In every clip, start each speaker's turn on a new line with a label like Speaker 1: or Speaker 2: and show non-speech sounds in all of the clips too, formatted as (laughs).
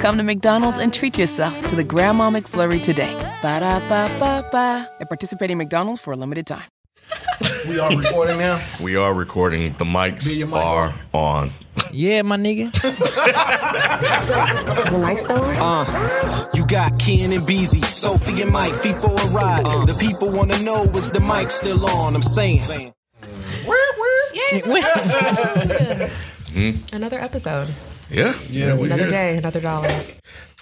Speaker 1: Come to McDonald's and treat yourself to the Grandma McFlurry today. Ba da ba ba ba. At participating McDonald's for a limited time.
Speaker 2: We are recording now.
Speaker 3: We are recording. The mics
Speaker 2: Be your mic
Speaker 3: are on.
Speaker 4: Yeah, my nigga.
Speaker 2: Uh,
Speaker 5: You got Ken and Beezy, Sophie and Mike, feet for a ride. The people wanna know is the mic still on? I'm saying.
Speaker 6: Another episode,
Speaker 3: Yeah. Yeah. we
Speaker 6: another
Speaker 3: here.
Speaker 6: day, another dollar.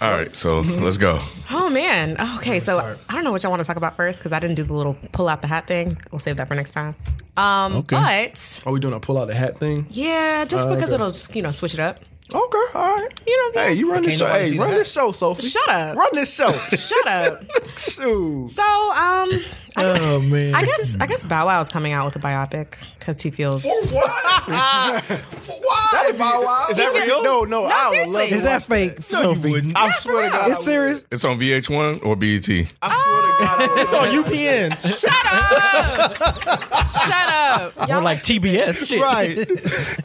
Speaker 3: All right. So let's go.
Speaker 6: Oh man. Okay, so I don't know what y'all want to talk about first because I didn't do the little pull out the hat thing. We'll save that for next time. Um, but
Speaker 2: Are we doing a pull out the hat thing?
Speaker 6: yeah, just because
Speaker 2: Uh, okay.
Speaker 6: it'll just you know switch it up.
Speaker 2: Okay, all right.
Speaker 6: You know what I'm
Speaker 2: Hey,
Speaker 6: saying?
Speaker 2: you run this
Speaker 4: Can't
Speaker 2: show.
Speaker 4: nobody
Speaker 2: Hey,
Speaker 4: see
Speaker 2: run
Speaker 4: that.
Speaker 2: this show, Sophie.
Speaker 6: Shut up.
Speaker 2: Run
Speaker 3: (laughs)
Speaker 2: this show.
Speaker 6: Shut up.
Speaker 2: (laughs) Shoot.
Speaker 6: So um, I guess,
Speaker 2: Oh, man.
Speaker 6: I guess I guess Bow Wow is coming out with a biopic because he feels.
Speaker 3: Why?
Speaker 2: Is that
Speaker 6: real?
Speaker 2: No, Oh, no. I would
Speaker 6: seriously.
Speaker 2: love to
Speaker 4: Is that
Speaker 2: watch
Speaker 4: fake, Sophie?
Speaker 2: I swear to God.
Speaker 4: It's serious.
Speaker 3: It's on VH1 or E BET.
Speaker 2: I swear to God. It's
Speaker 4: (laughs)
Speaker 2: on
Speaker 4: UPN.
Speaker 6: Shut up! Shut
Speaker 2: (laughs)
Speaker 6: up! Y'all
Speaker 4: Or like TBS shit.
Speaker 2: Right.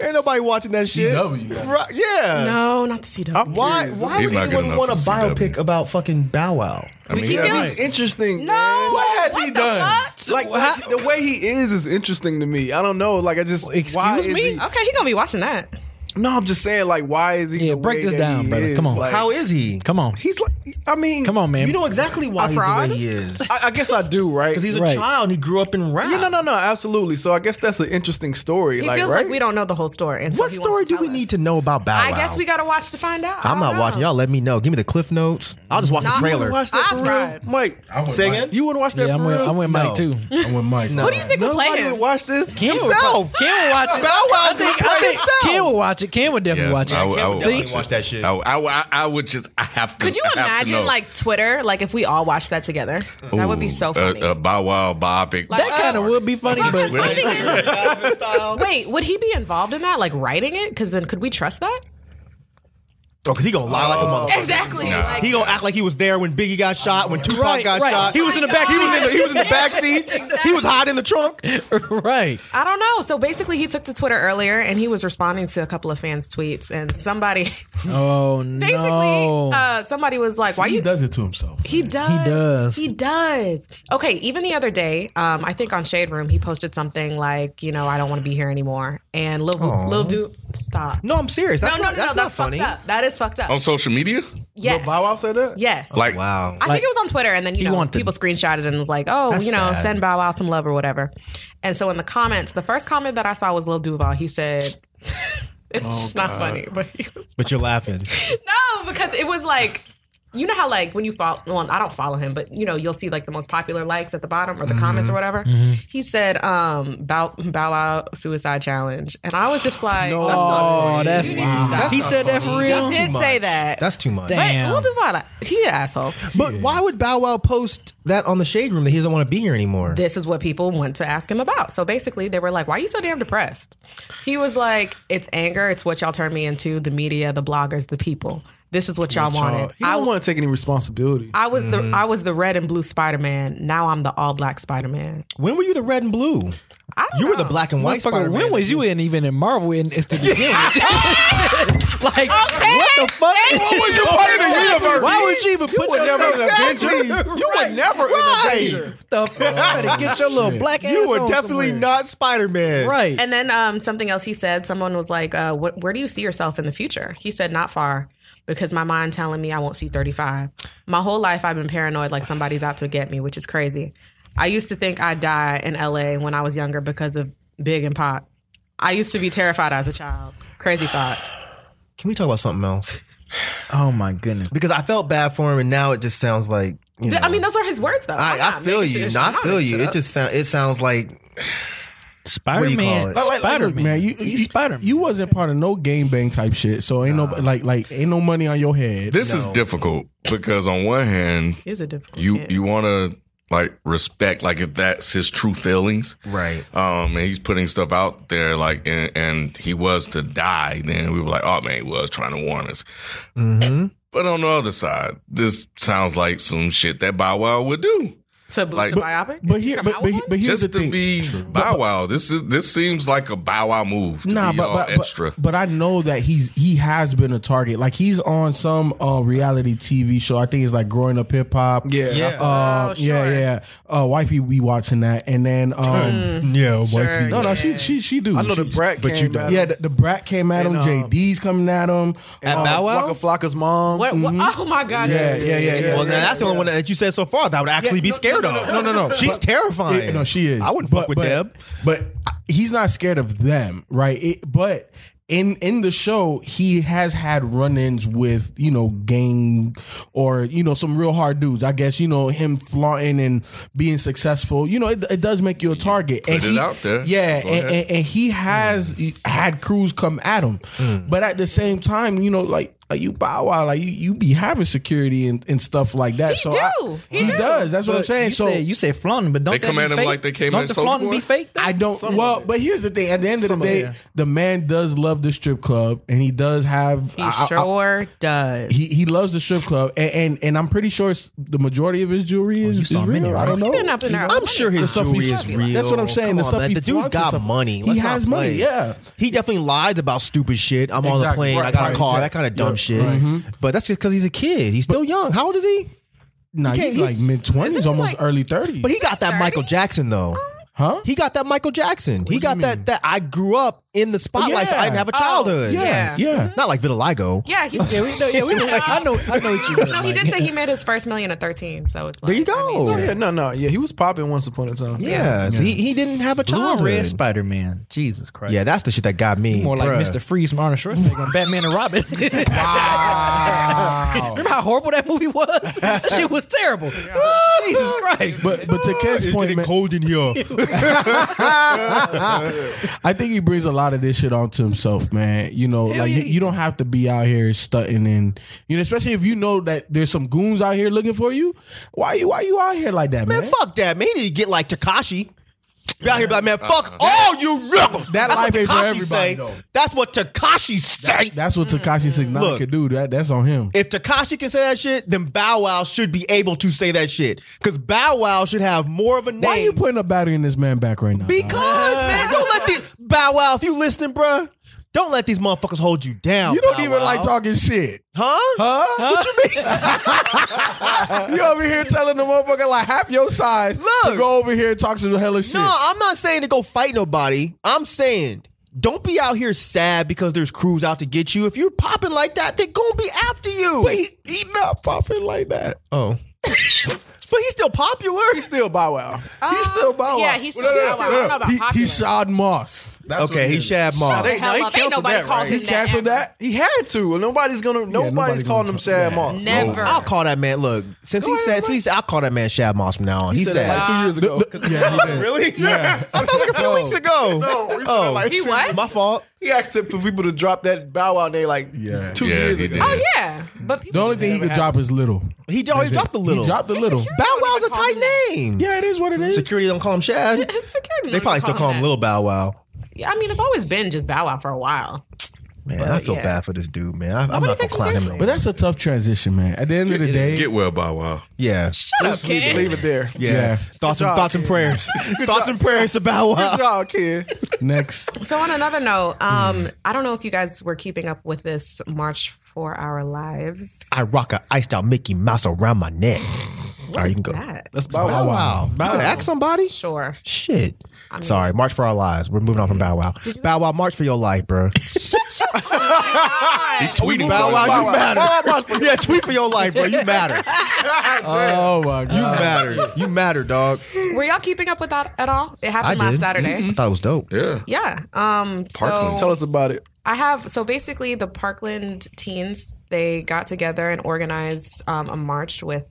Speaker 2: Ain't nobody watching that shit. Right. Yeah.
Speaker 6: No, not the CW.
Speaker 2: Why? Why
Speaker 3: He's
Speaker 2: would
Speaker 3: not good
Speaker 2: anyone
Speaker 3: enough
Speaker 2: want a
Speaker 3: for CW.
Speaker 2: biopic?
Speaker 7: Pick about fucking Bow Wow.
Speaker 3: I mean,
Speaker 6: He
Speaker 3: yeah,
Speaker 6: feels-
Speaker 2: He's interesting.
Speaker 6: No.
Speaker 2: man. What has
Speaker 6: What
Speaker 2: he
Speaker 6: the
Speaker 2: done?
Speaker 6: fuck?
Speaker 2: Like, like, the way he is is interesting to me. I don't know. Like I just
Speaker 4: Excuse
Speaker 2: why is
Speaker 4: me?
Speaker 2: he-
Speaker 6: Okay, he gonna be watching that.
Speaker 2: no, I'm just saying. Like why is he?
Speaker 4: Yeah,
Speaker 2: the
Speaker 4: break
Speaker 2: way
Speaker 4: this
Speaker 2: that
Speaker 4: down,
Speaker 2: he
Speaker 4: brother. Come
Speaker 2: is?
Speaker 4: on.
Speaker 2: Like,
Speaker 7: How is he?
Speaker 4: Come on.
Speaker 2: he's like? I mean,
Speaker 4: Come on, man.
Speaker 7: You know exactly why he's the
Speaker 6: fraud?
Speaker 7: way he is. Because
Speaker 2: I, I guess I do, right?
Speaker 7: he's a
Speaker 4: Right.
Speaker 7: child and he grew up in rap.
Speaker 2: yeah, no, no, no, absolutely. So I guess that's an interesting story.
Speaker 6: He
Speaker 2: like,
Speaker 6: feels
Speaker 2: right?
Speaker 6: like we don't know the whole story. And so
Speaker 7: What
Speaker 6: he wants
Speaker 7: story
Speaker 6: to
Speaker 7: do
Speaker 6: tell
Speaker 7: we
Speaker 6: us.
Speaker 7: need to know about Bow Wow?
Speaker 6: I guess we gotta watch to find out. I
Speaker 7: I'm
Speaker 6: don't
Speaker 7: not
Speaker 6: know.
Speaker 7: watching. Y'all let me know. Give me the cliff notes. I'll just watch
Speaker 6: Nah,
Speaker 7: the
Speaker 6: I'm gonna
Speaker 7: trailer.
Speaker 2: watch that
Speaker 6: Eyes
Speaker 2: for
Speaker 6: wide.
Speaker 2: real? Mike.
Speaker 7: Say again?
Speaker 2: You wouldn't watch that
Speaker 4: Yeah,
Speaker 2: for
Speaker 4: I'm with,
Speaker 2: real?
Speaker 4: I'm with Mike too.
Speaker 7: I'm with Mike.
Speaker 6: Who do you think will play
Speaker 2: Nobody
Speaker 6: him?
Speaker 2: would watch this. (laughs)
Speaker 4: Ken will watch it. Ken will watch it.
Speaker 2: Bow Wow
Speaker 4: I think, I think Ken will watch it. Ken would definitely
Speaker 3: yeah,
Speaker 4: watch it.
Speaker 3: I would- I would
Speaker 4: See?
Speaker 3: watch it.
Speaker 7: Watch that shit.
Speaker 3: I, would- I would- I would just. I have to.
Speaker 6: Could you
Speaker 3: I have to know.
Speaker 6: imagine like Twitter, like if we all watched that together? that would be so
Speaker 3: Ooh,
Speaker 6: funny.
Speaker 3: A, a Uh, Bow Wow biopic.
Speaker 6: Like,
Speaker 4: That kind of would be funny,
Speaker 6: Well,
Speaker 4: but
Speaker 6: the funny thing is- wait, would he be involved in that, like writing it? Because then could we trust that?
Speaker 7: Oh, because he gonna lie like a motherfucker.
Speaker 6: Exactly.
Speaker 3: Nah.
Speaker 6: Like,
Speaker 7: He gonna act like he was there when Biggie got shot, when Tupac
Speaker 4: Right,
Speaker 7: got
Speaker 4: right.
Speaker 7: shot.
Speaker 4: He was in the back
Speaker 7: He was in the, he was in the back seat. He was hiding in the trunk.
Speaker 4: (laughs) right.
Speaker 6: I don't know. So basically, he took to Twitter earlier and he was responding to a couple of fans' tweets, and somebody (laughs)
Speaker 4: Oh no.
Speaker 6: basically uh, somebody was like, "Why you?"
Speaker 8: does it to himself.
Speaker 6: He does. He
Speaker 4: does.
Speaker 6: He does. Okay, even the other day, um, I think on Shade Room, he posted something like, you know, I don't want to be here anymore. And Lil, Lil Duke, stop.
Speaker 7: No, I'm serious. That's
Speaker 6: no, no,
Speaker 7: not,
Speaker 6: no,
Speaker 7: that's
Speaker 6: no,
Speaker 7: not funny.
Speaker 6: fucked up. That is fucked up.
Speaker 3: on social media?
Speaker 4: Oh,
Speaker 6: yes.
Speaker 2: Bow Wow said that.
Speaker 6: Yes.
Speaker 3: Like,
Speaker 7: Wow.
Speaker 6: I
Speaker 4: Like-
Speaker 6: think it was on Twitter, and then
Speaker 4: He
Speaker 6: you know
Speaker 4: wanted-
Speaker 6: people screenshotted and was like, "Oh,
Speaker 7: That's
Speaker 6: you know,
Speaker 7: sad.
Speaker 6: send Bow Wow some love or whatever." And so in the comments, the first comment that I saw was Lil Duval. He said, (laughs) "It's
Speaker 4: Oh,
Speaker 6: just not funny," but he was
Speaker 7: But you're
Speaker 6: (laughs)
Speaker 7: laughing.
Speaker 6: no, because it was like, you know how like when you follow, well, I don't follow him, but you know you'll see like the most popular likes at the bottom or
Speaker 4: Mm-hmm.
Speaker 6: the comments or whatever. He said, um, "Bow Bow Wow Suicide Challenge," and I was just like,
Speaker 7: No, that's not funny.
Speaker 4: Oh, that's,
Speaker 7: Wow. That's
Speaker 4: he
Speaker 7: not
Speaker 4: said that
Speaker 7: funny.
Speaker 4: for real.
Speaker 6: That's it.
Speaker 7: Too
Speaker 6: did
Speaker 7: much.
Speaker 6: say that.
Speaker 7: That's too much.
Speaker 4: Damn.
Speaker 6: "Wait, Lil Duval, he an asshole."
Speaker 7: But why would Bow Wow post that on the shade room that he doesn't want to be here anymore?
Speaker 6: This is what people want to ask him about. So basically, they were like, "Why are you so damn depressed?" He was like, "It's anger. It's what y'all turned me into. The media, the bloggers, the people. This is what y'all wanted.
Speaker 2: He
Speaker 6: I
Speaker 2: don't want to take any responsibility.
Speaker 6: I was the I was the red and blue Spider Man. Now I'm the all black Spider Man.
Speaker 7: when were you the red and blue?
Speaker 6: I don't
Speaker 7: You were the
Speaker 6: know.
Speaker 7: black and white
Speaker 4: Motherfucker,
Speaker 7: Spider-Man.
Speaker 4: when was you in even in Marvel in it's to
Speaker 2: (laughs)
Speaker 4: begin with? like what the fuck? What
Speaker 2: was you part of the universe?
Speaker 4: Why would you even put
Speaker 2: were
Speaker 4: yourself
Speaker 2: never an Avenger.
Speaker 4: Right.
Speaker 2: You were never an
Speaker 4: Right.
Speaker 2: Avenger.
Speaker 4: The fuck? Better get your little black ass
Speaker 7: You were
Speaker 4: on
Speaker 7: definitely
Speaker 4: somewhere.
Speaker 7: not Spider Man.
Speaker 4: right.
Speaker 6: And then um, something else he said. Someone was like, uh, what, "Where do you see yourself in the future?" He said, "Not far." Because my mind telling me I won't see 35. My whole life I've been paranoid like somebody's out to get me, which is crazy. I used to think I'd die in LA when I was younger because of Big and Pop. I used to be terrified as a child. Crazy thoughts.
Speaker 7: Can we talk about something else?
Speaker 4: oh my goodness.
Speaker 7: Because I felt bad for him, and now it just sounds like you know.
Speaker 6: I mean, those are his words though. I'm
Speaker 7: I, I
Speaker 6: not
Speaker 7: feel
Speaker 6: making
Speaker 7: you.
Speaker 6: shit-
Speaker 7: No, I
Speaker 6: I'm not
Speaker 7: feel
Speaker 6: making
Speaker 7: you.
Speaker 6: shit
Speaker 7: It
Speaker 6: up.
Speaker 7: just sound, it sounds like
Speaker 4: Spider
Speaker 7: do you call
Speaker 4: Man.
Speaker 7: it?
Speaker 8: Like, like,
Speaker 4: Spider
Speaker 8: look, man,
Speaker 4: Man.
Speaker 8: you,
Speaker 4: He's Spider Man.
Speaker 8: You wasn't part of no game bang type shit, so ain't no like like ain't no money on your head.
Speaker 3: this is difficult because on one hand,
Speaker 6: Is it difficult?
Speaker 3: you
Speaker 6: Yeah.
Speaker 3: you want to like respect, like if that's his true feelings,
Speaker 7: Right.
Speaker 3: Um, and he's putting stuff out there, like, and, and he was to die. Then we were like, oh man, he was trying to warn us. But on the other side, this sounds like some shit that Bow Wow would do.
Speaker 6: to boost
Speaker 3: Like-
Speaker 6: the biopic.
Speaker 8: But here,
Speaker 6: Come
Speaker 8: but,
Speaker 6: out
Speaker 8: but,
Speaker 6: with
Speaker 8: but here's
Speaker 3: Just
Speaker 8: the
Speaker 3: to
Speaker 8: thing.
Speaker 3: be Bow Wow, this is this seems like a Bow Wow move. To
Speaker 8: nah,
Speaker 3: be
Speaker 8: but
Speaker 3: all
Speaker 8: but, but-
Speaker 3: extra.
Speaker 8: but I know that he's he has been a target. Like he's on some uh, reality TV show. I think it's like Growing Up Hip Hop.
Speaker 2: Yeah.
Speaker 7: Yeah.
Speaker 8: Uh,
Speaker 6: Oh,
Speaker 8: Yeah,
Speaker 6: sure.
Speaker 8: yeah. Uh, wifey, we watching that, and then
Speaker 2: (laughs)
Speaker 8: um,
Speaker 9: Yeah,
Speaker 6: Sure.
Speaker 9: wifey.
Speaker 8: no, no,
Speaker 6: yeah.
Speaker 8: she she she do.
Speaker 2: I know the
Speaker 8: She-
Speaker 2: brat
Speaker 8: but
Speaker 2: came
Speaker 8: you do.
Speaker 2: at
Speaker 8: Yeah,
Speaker 2: him.
Speaker 8: the, the brat came at him.
Speaker 2: And, um,
Speaker 8: JD's coming at him.
Speaker 2: At
Speaker 8: Um,
Speaker 7: Bow Wow?
Speaker 2: Waka Flocka's mom.
Speaker 6: What, what, oh my god!
Speaker 8: Yeah, yeah, yeah, yeah.
Speaker 7: Well, now that's the only one that you said so far that I would actually
Speaker 8: Yeah,
Speaker 7: be
Speaker 8: no,
Speaker 7: scared
Speaker 8: no, no,
Speaker 7: of.
Speaker 8: no, no, no, no.
Speaker 7: She's
Speaker 8: But-
Speaker 7: terrifying.
Speaker 8: Yeah, no, she is.
Speaker 7: I wouldn't
Speaker 8: But-
Speaker 7: fuck with
Speaker 8: but-
Speaker 7: Deb.
Speaker 8: But he's not scared of them, right? It, but in in the show, he has had run-ins with you know gang or you know some real hard dudes. I guess you know him flaunting and being successful. You know, it, it does make you a target.
Speaker 3: put
Speaker 8: and
Speaker 3: it
Speaker 8: he-
Speaker 3: out there.
Speaker 8: Yeah,
Speaker 3: Go
Speaker 8: and,
Speaker 3: ahead. Mm.
Speaker 8: and, and he has had crews come at him, but at the same time, you know, like. Like you bow wow, like you, you be having security and, and stuff like that.
Speaker 6: He
Speaker 8: so
Speaker 6: do.
Speaker 8: I-
Speaker 6: He do.
Speaker 8: does. That's what I'm
Speaker 4: But
Speaker 8: saying.
Speaker 4: you
Speaker 8: so
Speaker 4: said, you said flaunting, but don't
Speaker 3: They
Speaker 4: that
Speaker 3: come
Speaker 4: be
Speaker 3: at him
Speaker 4: fake?
Speaker 3: like they came
Speaker 4: don't
Speaker 3: at
Speaker 4: the
Speaker 3: Soulja
Speaker 4: flaunting
Speaker 3: Boy?
Speaker 4: be fake?
Speaker 8: (laughs)
Speaker 4: Though?
Speaker 8: I don't. well, but here's the thing. At the end of the day,
Speaker 4: it.
Speaker 8: the man does love the strip club, and he does have.
Speaker 6: He
Speaker 8: I- I- I-
Speaker 6: sure does.
Speaker 8: he, he loves the strip club, and, and and I'm pretty sure it's the majority of his jewelry is, is
Speaker 4: saw him in
Speaker 8: real.
Speaker 4: there,
Speaker 8: I don't know.
Speaker 6: Been up in there.
Speaker 7: I'm sure his
Speaker 8: stuff
Speaker 7: jewelry
Speaker 8: he-
Speaker 7: is real.
Speaker 8: That's what I'm saying.
Speaker 7: Come
Speaker 8: The
Speaker 7: on,
Speaker 8: stuff
Speaker 7: man.
Speaker 8: he
Speaker 7: the dude's
Speaker 8: flaunts
Speaker 7: got
Speaker 8: and stuff.
Speaker 7: money.
Speaker 8: He
Speaker 7: Let's not
Speaker 8: has money,
Speaker 7: play.
Speaker 8: yeah.
Speaker 7: he definitely lies about stupid shit. I'm on a
Speaker 8: Exactly.
Speaker 7: plane. I
Speaker 8: Right,
Speaker 7: got
Speaker 8: right,
Speaker 7: a car.
Speaker 8: exactly.
Speaker 7: That kind of dumb
Speaker 8: Yep,
Speaker 7: shit. Mm-hmm.
Speaker 8: right.
Speaker 7: But that's just because he's a kid. He's still young. How old is he?
Speaker 8: Nah,
Speaker 7: He
Speaker 8: he's,
Speaker 7: can't-
Speaker 8: like
Speaker 7: he's-
Speaker 8: mid twenties,
Speaker 7: isn't he
Speaker 8: almost
Speaker 7: like-
Speaker 8: early thirties.
Speaker 7: But he got that Michael Jackson though.
Speaker 8: huh?
Speaker 7: He got that Michael Jackson. he got that that I grew up in the spotlight, so I didn't have a
Speaker 6: Oh,
Speaker 7: childhood.
Speaker 8: yeah,
Speaker 6: yeah.
Speaker 8: yeah.
Speaker 7: Not like vitiligo.
Speaker 6: yeah, he's yeah, we know,
Speaker 4: yeah, we know, (laughs) like, I know, I know what you mean.
Speaker 6: No, he
Speaker 4: like,
Speaker 6: did say he made his first million at 13, so it's like,
Speaker 7: There you
Speaker 6: I
Speaker 7: go.
Speaker 2: Oh, yeah, no, no. Yeah, he was popping once upon a time.
Speaker 7: Yeah, so he, he didn't have a
Speaker 4: Blue and red
Speaker 7: childhood.
Speaker 4: Spider Man. Jesus Christ.
Speaker 7: Yeah, that's the shit that got me.
Speaker 4: More like
Speaker 7: bruh. (laughs)
Speaker 4: Mr. Freeze from Arnold Schwarzenegger on Batman and Robin. (laughs)
Speaker 7: Ah.
Speaker 8: (laughs)
Speaker 4: Remember how horrible that movie was? That shit was terrible.
Speaker 7: (laughs)
Speaker 4: Jesus Christ.
Speaker 8: But but to Ken's
Speaker 9: It's
Speaker 8: point,
Speaker 9: getting
Speaker 8: man,
Speaker 9: cold in here.
Speaker 8: I think he brings a lot of this shit onto himself, man. You know, like you, you don't have to be out here stunting and you know, especially if you know that there's some goons out here looking for you. Why you why you out here like that, man?
Speaker 7: Man, fuck that, man. He need to get like Takashi. Out here, be like, man, fuck all you niggas.
Speaker 8: That
Speaker 7: That's
Speaker 8: life
Speaker 7: what
Speaker 8: ain't for
Speaker 7: Tekashi
Speaker 8: everybody,
Speaker 7: say.
Speaker 8: though.
Speaker 7: That's what Takashi say.
Speaker 8: That's what Takashi Six Nine
Speaker 7: Look.
Speaker 8: could do. That that's on him.
Speaker 7: If Takashi can say that shit, then Bow Wow should be able to say that shit. Because Bow Wow should have more of a name.
Speaker 8: Why are you putting a battery in this man back right now? dog?
Speaker 7: because, man, don't let these. Bow Wow, if you listening, bruh, don't let these motherfuckers hold you down.
Speaker 8: you don't
Speaker 7: Bow
Speaker 8: even
Speaker 7: Wow.
Speaker 8: like talking shit,
Speaker 7: Huh?
Speaker 8: huh? What you mean? you over here telling the motherfucker like half your size to
Speaker 7: Look.
Speaker 8: go over here and talk some hella shit.
Speaker 7: No, I'm not saying to go fight nobody. I'm saying don't be out here sad because there's crews out to get you. If you're popping like that, they're gonna be after you.
Speaker 8: but he, he not popping like that.
Speaker 7: oh. but he's still popular. He's still Bow Wow.
Speaker 6: mean.
Speaker 8: He's still Bow Wow.
Speaker 6: Uh, Yeah, he's still Bow Wow. I don't know about
Speaker 8: He, he
Speaker 6: popular.
Speaker 8: Shad Moss. That's
Speaker 7: Okay, he Shad Moss.
Speaker 2: They-
Speaker 6: Hell
Speaker 2: they
Speaker 6: up. Ain't
Speaker 2: canceled
Speaker 6: nobody
Speaker 2: that,
Speaker 6: called
Speaker 2: right?
Speaker 6: him
Speaker 8: He canceled that.
Speaker 2: He had to. and Nobody's gonna.
Speaker 8: nobody's
Speaker 2: nobody's
Speaker 8: gonna
Speaker 2: calling him
Speaker 8: try-
Speaker 2: Sad
Speaker 8: yeah.
Speaker 2: Moss.
Speaker 6: Never.
Speaker 7: I'll call that man. Look, since he said, since I'll call that man Shad Moss from now on. He,
Speaker 2: He said
Speaker 7: said,
Speaker 2: that like two years ago.
Speaker 8: Yeah, he did.
Speaker 7: really? (laughs) Yeah. I thought it was like a few weeks ago.
Speaker 2: No, he said
Speaker 7: oh,
Speaker 2: like
Speaker 6: He
Speaker 2: two-
Speaker 6: what?
Speaker 7: my fault.
Speaker 2: He asked for people to drop that Bow Wow name like
Speaker 8: Yeah.
Speaker 2: two
Speaker 3: Yeah,
Speaker 2: years
Speaker 3: he
Speaker 2: ago.
Speaker 3: did.
Speaker 6: Oh yeah, but
Speaker 8: The
Speaker 6: people
Speaker 8: only thing he could drop is little.
Speaker 7: He always dropped the little.
Speaker 8: He dropped the little.
Speaker 7: Bow Wow's a tight name.
Speaker 8: Yeah, it is what it is.
Speaker 7: Security don't call him Shad.
Speaker 6: It's (laughs) security.
Speaker 7: They
Speaker 6: knows
Speaker 7: probably
Speaker 6: to
Speaker 7: still call him
Speaker 6: that.
Speaker 7: Little Bow Wow.
Speaker 6: Yeah, I mean, it's always been just Bow Wow for a while.
Speaker 7: Man, I feel
Speaker 6: yeah.
Speaker 7: bad for this dude, man. I, I'm
Speaker 6: Nobody
Speaker 7: not gonna
Speaker 6: takes him
Speaker 7: clown him.
Speaker 8: But
Speaker 6: seriously.
Speaker 7: But
Speaker 8: that's a tough transition, man. At the end of the day,
Speaker 3: Get well, Bow Wow.
Speaker 7: yeah,
Speaker 2: Just leave, it- leave it there.
Speaker 7: yeah.
Speaker 8: Yeah.
Speaker 7: Thoughts
Speaker 2: Good
Speaker 7: and
Speaker 2: job,
Speaker 7: thoughts and
Speaker 2: kid.
Speaker 7: prayers. thoughts and prayers about
Speaker 2: Good
Speaker 7: Wow.
Speaker 2: job, kid.
Speaker 8: next.
Speaker 6: So on another
Speaker 7: Hmm.
Speaker 6: note, um, I don't know if you guys were keeping up with this March for Our Lives.
Speaker 7: I rock a iced out Mickey Mouse around my neck. All right, you can go.
Speaker 6: That
Speaker 7: That's Bow Wow. Wow. You gonna ask somebody?
Speaker 6: sure.
Speaker 7: Shit. Sorry. March for our lives. We're moving on from Bow Wow. Bow Wow, march for your life, bro.
Speaker 3: He tweeted
Speaker 7: Bow
Speaker 3: about
Speaker 7: Wow, you
Speaker 3: Bow Wow.
Speaker 7: matter. (laughs) Yeah, tweet for your life, bro. You matter.
Speaker 8: Oh my god.
Speaker 7: You matter. You matter, dog.
Speaker 6: Were y'all keeping up with that at all? It
Speaker 7: I
Speaker 6: happened
Speaker 7: did.
Speaker 6: last Saturday.
Speaker 7: Mm-hmm. I thought it was dope.
Speaker 3: Yeah.
Speaker 6: Yeah. Um. So
Speaker 3: Parkland.
Speaker 2: Tell us about it.
Speaker 6: I have so basically the Parkland teens they got together and organized um, a march with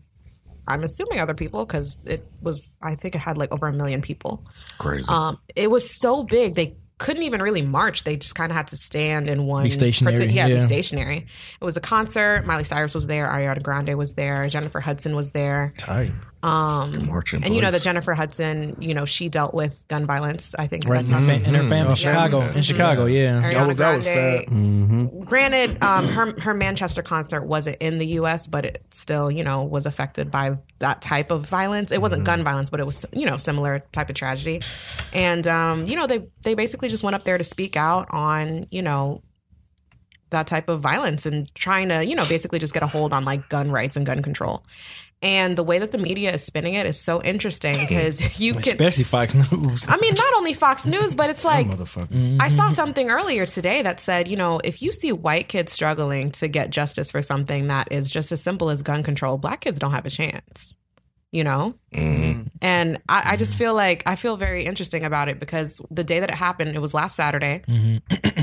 Speaker 6: I'm assuming other people because it was I think it had like over a million people.
Speaker 3: Crazy.
Speaker 6: Um, it was so big they couldn't even really march. They just kind of had to stand in one.
Speaker 4: Be stationary,
Speaker 6: parti- yeah, be
Speaker 4: yeah.
Speaker 6: stationary. It was a concert. Miley Cyrus was there. Ariana Grande was there. Jennifer Hudson was there.
Speaker 3: Tight.
Speaker 6: Um,
Speaker 3: Marching
Speaker 6: and you know
Speaker 3: boys.
Speaker 6: that Jennifer Hudson, you know, she dealt with gun violence. I think
Speaker 4: Right,
Speaker 6: that's
Speaker 4: and
Speaker 6: how
Speaker 4: her,
Speaker 6: she
Speaker 4: fa- and her
Speaker 8: Mm-hmm.
Speaker 4: family, in Chicago, in Chicago, yeah.
Speaker 6: Ariana
Speaker 8: Oh, that
Speaker 6: Grande.
Speaker 8: was sad.
Speaker 6: Granted, um, her her Manchester concert wasn't in the U.S., but it still, you know, was affected by that type of violence. It wasn't gun violence, but it was, you know, similar type of tragedy. And um, you know, they they basically just went up there to speak out on, you know, that type of violence and trying to, you know, basically just get a hold on like gun rights and gun control. And the way that the media is spinning it is so interesting because (laughs) you can
Speaker 4: Especially Fox News. Mm-hmm.
Speaker 6: I mean, not only Fox News, but it's like I saw something earlier today that said, you know, if you see white kids struggling to get justice for something that is just as simple as gun control, black kids don't have a chance. You know?
Speaker 3: Mm-hmm.
Speaker 6: And I, I just feel like I feel very interesting about it because the day that it happened, it was last Saturday.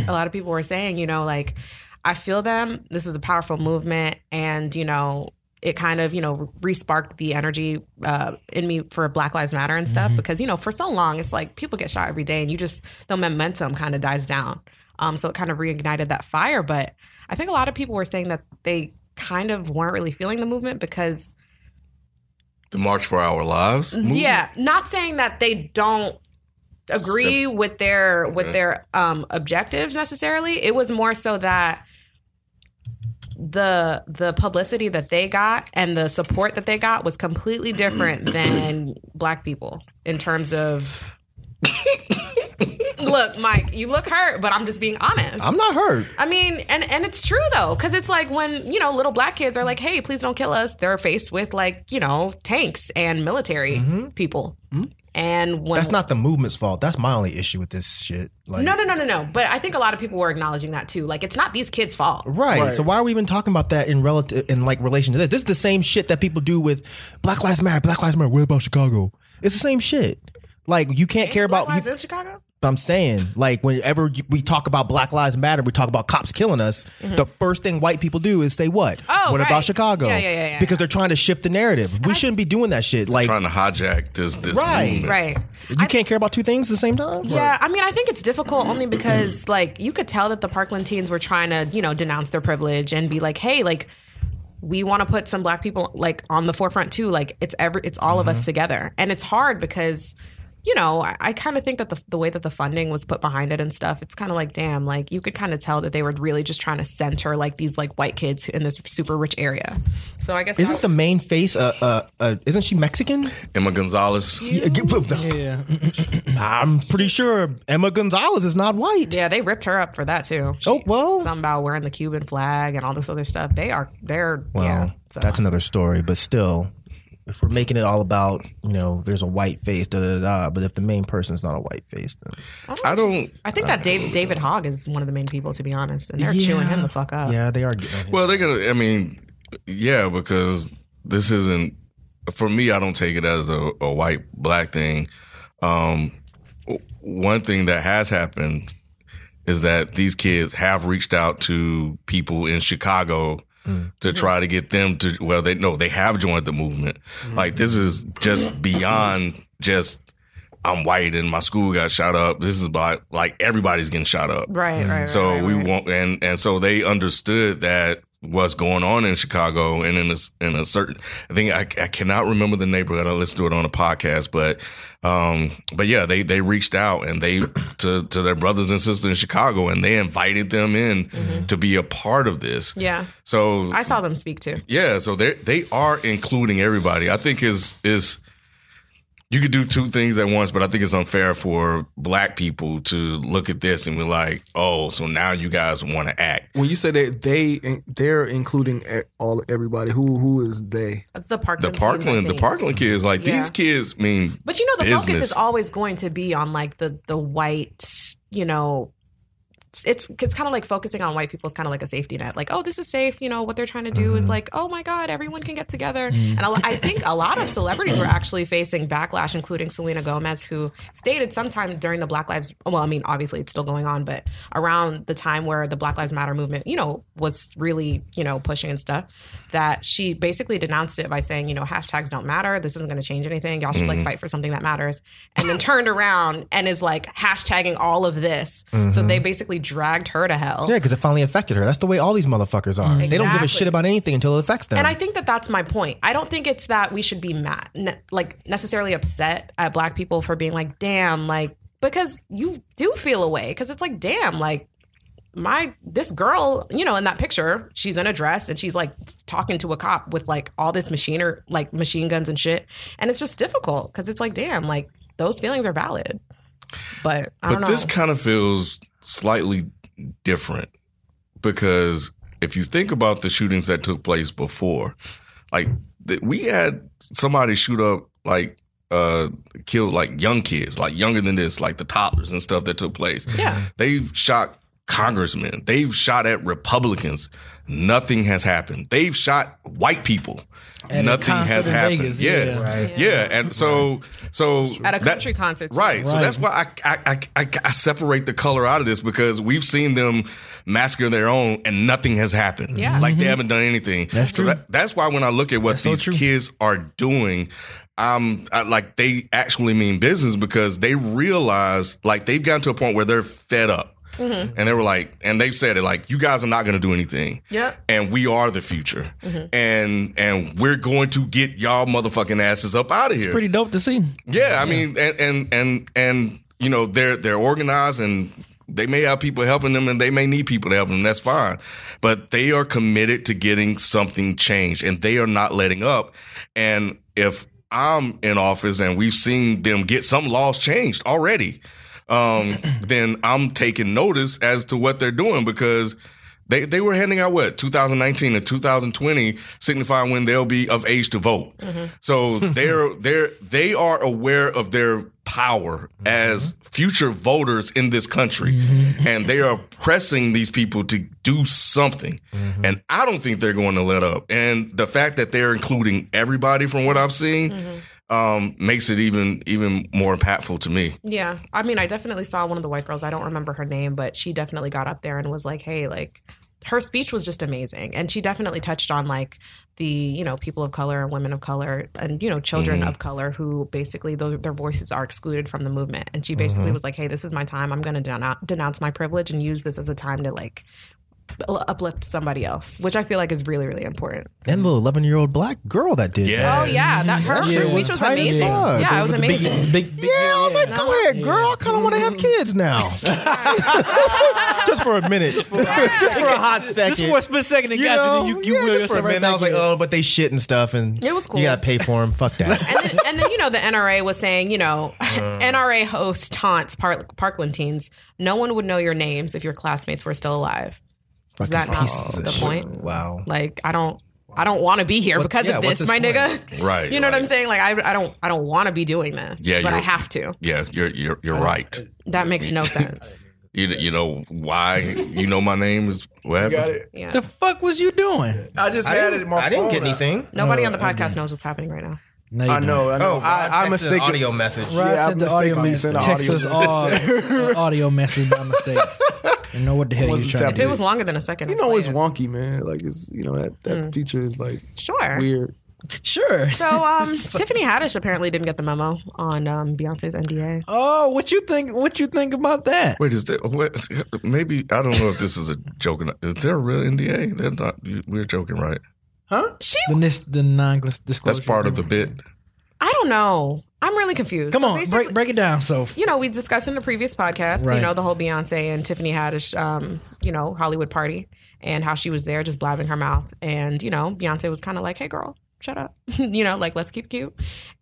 Speaker 6: a lot of people were saying, you know, like, I feel them. This is a powerful movement. And, you know, it kind of, you know, re sparked the energy uh, in me for Black Lives Matter and stuff because, you know, for so long, it's like people get shot every day and you just, the momentum kind of dies down. Um, so it kind of reignited that fire. But I think a lot of people were saying that they kind of weren't really feeling the movement because
Speaker 3: The March for Our Lives. movie?
Speaker 6: Mm-hmm. yeah, not saying that they don't agree with their with their um objectives necessarily. It was more so that the the publicity that they got and the support that they got was completely different than black people in terms of Look, Mike, you look hurt, but I'm just being honest.
Speaker 10: I'm not hurt.
Speaker 6: I mean, and and it's true though, because it's like when you know little black kids are like, "Hey, please don't kill us." They're faced with like you know tanks and military people, and when
Speaker 7: Mm-hmm. That's not the movement's fault. That's my only issue with this shit. Like,
Speaker 6: no no no no no. But I think a lot of people were acknowledging that too. Like it's not these kids' fault.
Speaker 7: Right. So why are we even talking about that in relative in like relation to this? This is the same shit that people do with Black Lives Matter. Black Lives Matter. What about Chicago? It's the same shit. Like you can't care
Speaker 6: Black
Speaker 7: about.
Speaker 6: lives
Speaker 7: you-
Speaker 6: in Chicago.
Speaker 7: I'm saying like whenever you- we talk about Black Lives Matter, we talk about cops killing us. The first thing white people do is say what?
Speaker 6: Mm-hmm. Oh,
Speaker 7: what
Speaker 6: right.
Speaker 7: about Chicago?
Speaker 6: Yeah, yeah, yeah, yeah.
Speaker 7: Because they're trying to shift the narrative. We shouldn't be doing that shit. Like
Speaker 3: Trying to hijack this this
Speaker 7: Right.
Speaker 3: movement.
Speaker 6: Right.
Speaker 7: you can't care about two things at the same time.
Speaker 6: Yeah, I mean, I think it's difficult only because, (clears throat) like, you could tell that the Parkland teens were trying to, you know, denounce their privilege and be like, "Hey, like, we want to put some black people like on the forefront too. Like, it's every, it's all of us
Speaker 7: Mm-hmm.
Speaker 6: together." And it's hard because, you know, I, I kind of think that the the way that the funding was put behind it and stuff, it's kind of like, damn, like you could kind of tell that they were really just trying to center like these like white kids in this super rich area. So I guess
Speaker 7: Isn't the main face uh uh, uh isn't she Mexican?
Speaker 3: Emma Gonzalez.
Speaker 7: Yeah,
Speaker 4: yeah.
Speaker 7: (clears throat) I'm pretty sure Emma Gonzalez is not white.
Speaker 6: yeah, they ripped her up for that too.
Speaker 7: Oh well,
Speaker 6: Something about wearing the Cuban flag and all this other stuff. They are they're
Speaker 7: Well,
Speaker 6: yeah. So.
Speaker 7: that's another story. But still, if we're making it all about you know, there's a white face, da da da. But if the main person's not a white face, then
Speaker 3: I don't.
Speaker 6: I think that Dave, David Hogg is one of the main people, to be honest, and they're chewing him the fuck up.
Speaker 7: yeah, they are. Getting
Speaker 3: Well, they're gonna. I mean, yeah, because this isn't for me. I don't take it as a, a white black thing. Um, w- one thing that has happened is that these kids have reached out to people in Chicago to try to get them to. Well, they no, they have joined the movement. Like this is just beyond just. I'm white and my school got shot up. This is by like everybody's getting shot up.
Speaker 6: Right, right, right.
Speaker 3: So
Speaker 6: right,
Speaker 3: we
Speaker 6: right.
Speaker 3: want and and so they understood that what's going on in Chicago and in a, s- in a certain I think I, I cannot remember the neighborhood I listened to it on a podcast but um but yeah they they reached out and
Speaker 6: (clears throat)
Speaker 3: they to to their brothers and sisters in Chicago and they invited them in to be a part of this
Speaker 6: Mm-hmm. Yeah,
Speaker 3: so
Speaker 6: I saw them speak too.
Speaker 3: yeah, so they they are including everybody. I think is is you could do two things at once, but I think it's unfair for black people to look at this and be like, "Oh, so now you guys want to act."
Speaker 8: When you say that they they're including e- all everybody, who who is they?
Speaker 6: That's the Parkland.
Speaker 3: The
Speaker 6: teens, I
Speaker 3: Parkland, the
Speaker 6: think.
Speaker 3: Parkland kids, like
Speaker 6: Yeah.
Speaker 3: these kids, I mean,
Speaker 6: But you know, the focus
Speaker 3: business.
Speaker 6: is always going to be on like the the white, you know, it's it's kind of like focusing on white people is kind of like a safety net. Like, oh, this is safe. You know what they're trying to do is like, oh my god, everyone can get together. And a lo- I think a lot of celebrities were actually facing backlash, including Selena Gomez, who stated sometime during the Black Lives. Well, I mean, obviously it's still going on, but around the time where the Black Lives Matter movement, you know, was really you know pushing and stuff, that she basically denounced it by saying, you know, hashtags don't matter. This isn't going to change anything. Y'all should like fight for something that matters. And then turned around and is like hashtagging all of this. So they basically dragged her to hell.
Speaker 9: Yeah, because it finally affected her. That's the way all these motherfuckers are. They don't give a
Speaker 6: Exactly.
Speaker 9: shit about anything until it affects them.
Speaker 6: And I think that that's my point. I don't think it's that we should be mad, ne- like necessarily upset at black people for being like, damn, like, because you do feel away. Because it's like, damn, like, my, this girl, you know, in that picture, she's in a dress and she's like talking to a cop with like all this machine or like machine guns and shit. And it's just difficult because it's like, damn, like, those feelings are valid. But I
Speaker 3: But
Speaker 6: don't know.
Speaker 3: this kind of feels slightly different because if you think about the shootings that took place before, like th- we had somebody shoot up like uh killed like young kids, like younger than this, like the toddlers and stuff that took place.
Speaker 6: Yeah.
Speaker 3: They've shot congressmen, they've shot at Republicans. Nothing has happened. They've shot white people.
Speaker 4: a
Speaker 3: Nothing
Speaker 4: concert
Speaker 3: has
Speaker 4: in
Speaker 3: happened.
Speaker 4: Vegas, yeah.
Speaker 3: yes.
Speaker 4: Right.
Speaker 3: Yeah. And so so
Speaker 6: at a
Speaker 3: that-
Speaker 6: country concert. too.
Speaker 3: Right. So
Speaker 4: Right.
Speaker 3: that's why I, I, I, I, I separate the color out of this because we've seen them massacre their own and nothing has happened.
Speaker 6: Yeah.
Speaker 3: Like they haven't done anything. Mm-hmm. That's true. that's why when I look at what these kids are doing, um, I, like they actually mean business because they realize like they've gotten to a point where they're fed up.
Speaker 6: Mm-hmm.
Speaker 3: And they were like, and they've said it like, you guys are not going to do anything.
Speaker 6: Yep. Mm-hmm.
Speaker 3: And we are the future, and and we're going to get y'all motherfucking asses up out of here.
Speaker 4: Pretty dope to
Speaker 6: (laughs)
Speaker 4: see.
Speaker 3: Yeah, I mean, and and and and you know, they're they're organized, and they may have people helping them, and they may need people to help them. That's fine, but they are committed to getting something changed, and they are not letting up. And if I'm in office, and we've seen them get some laws changed already, um, (clears throat) then I'm taking notice as to what they're doing because. They, they were handing out what 2019 and 2020 signifying when they'll be of age to vote.
Speaker 6: Mm-hmm. (laughs)
Speaker 3: So they're they're they are aware of their power
Speaker 6: Mm-hmm.
Speaker 3: as future voters in this country, and they are pressing these people to do something.
Speaker 6: Mm-hmm.
Speaker 3: And I don't think they're going to let up. And the fact that they're including everybody, from what I've seen.
Speaker 6: Mm-hmm.
Speaker 3: Um, makes it even even more impactful to me.
Speaker 6: Yeah. I mean, I definitely saw one of the white girls. I don't remember her name, but she definitely got up there and was like, hey, like, her speech was just amazing. And she definitely touched on, like, the, you know, people of color and women of color and, you know, children of color who basically those, their voices are excluded from the movement. And she basically was like, hey, this is my time. I'm going to denou- denounce my privilege and use this as a time to, like, uplift somebody else, which I feel like is really, really important.
Speaker 9: and the little 11-year-old black girl that did that.
Speaker 3: Yeah.
Speaker 6: Oh, yeah. That, her, her
Speaker 9: Yeah.
Speaker 6: speech was
Speaker 9: Tight as
Speaker 6: amazing.
Speaker 9: fuck.
Speaker 6: Yeah, it was
Speaker 4: With the big-
Speaker 6: amazing.
Speaker 4: big- big-
Speaker 9: Yeah, I was like, go ahead, girl. I kind of want to have kids now. just for a minute. Just for, a hot second.
Speaker 4: Just for a split second, it got you. Then you, you
Speaker 9: yeah,
Speaker 4: will
Speaker 9: just for a
Speaker 4: yourself right
Speaker 9: minute. I was
Speaker 4: back
Speaker 9: like,
Speaker 7: uh,
Speaker 4: in.
Speaker 9: oh, but they shit and stuff. and
Speaker 6: It was cool.
Speaker 9: You got to pay for them. Fuck
Speaker 6: (laughs)
Speaker 9: that.
Speaker 6: and then, and then you know the NRA was saying, you know, (laughs) NRA host taunts Park, Parkland teens. No one would know your names if your classmates were still alive. Is that not the point?
Speaker 9: wow.
Speaker 6: Like, I don't, I don't want to be here because
Speaker 9: yeah,
Speaker 6: of
Speaker 9: what's his
Speaker 6: this, my
Speaker 9: point?
Speaker 6: nigga.
Speaker 3: Right,
Speaker 6: You know what I'm
Speaker 3: right.
Speaker 6: saying? Like, I, I don't, I don't want to be doing this.
Speaker 3: Yeah,
Speaker 6: but I
Speaker 3: you're-
Speaker 6: have to.
Speaker 3: Yeah, you're you're you're right.
Speaker 6: That makes no sense.
Speaker 3: You, you know why? You know my name is what happened?
Speaker 2: Got it.
Speaker 6: Yeah.
Speaker 4: the fuck was you doing?
Speaker 2: I just
Speaker 9: I
Speaker 2: had it in
Speaker 9: didn't,
Speaker 2: my
Speaker 9: I didn't
Speaker 2: phone.
Speaker 9: get anything.
Speaker 6: Nobody on the podcast knows what's happening right now.
Speaker 4: No, you
Speaker 2: I
Speaker 4: don't.
Speaker 2: know. I know.
Speaker 9: Oh, I, I
Speaker 2: mistaken-
Speaker 9: mistaken. audio message.
Speaker 4: Right,
Speaker 2: Yeah,
Speaker 4: I
Speaker 2: I
Speaker 4: sent the audio
Speaker 2: mistakenly
Speaker 4: message.
Speaker 2: sent an
Speaker 4: Text
Speaker 2: audio
Speaker 4: us all (laughs) an audio message by mistake. And know what the hell you
Speaker 2: Wasn't
Speaker 4: trying to
Speaker 6: It
Speaker 4: do.
Speaker 2: tapped
Speaker 6: was longer than a second.
Speaker 2: You
Speaker 6: I'll
Speaker 2: know
Speaker 6: play
Speaker 2: it's
Speaker 6: it.
Speaker 2: wonky, man. Like it's you know that that feature is like
Speaker 6: Sure.
Speaker 2: weird.
Speaker 4: Sure.
Speaker 6: So, um, Tiffany Haddish apparently didn't get the memo on um, Beyonce's NDA.
Speaker 4: Oh, what you think? What you think about that?
Speaker 3: Wait, is there? What, maybe I don't know if this is a joke. Or not. Is there a real NDA? They're not, you- we're joking, right?
Speaker 4: The, nis- the non
Speaker 3: That's part of the bit.
Speaker 6: I don't know. I'm really confused.
Speaker 4: Come
Speaker 6: So
Speaker 4: on, break
Speaker 6: basically-
Speaker 4: break it down. So
Speaker 6: you know, we discussed in the previous podcast,
Speaker 4: Right.
Speaker 6: you know, the whole Beyonce and Tiffany Haddish, um, you know, Hollywood party and how she was there just blabbing her mouth. And, you know, Beyonce was kind of like, hey, girl, shut up. (laughs) you know, like, let's keep cute.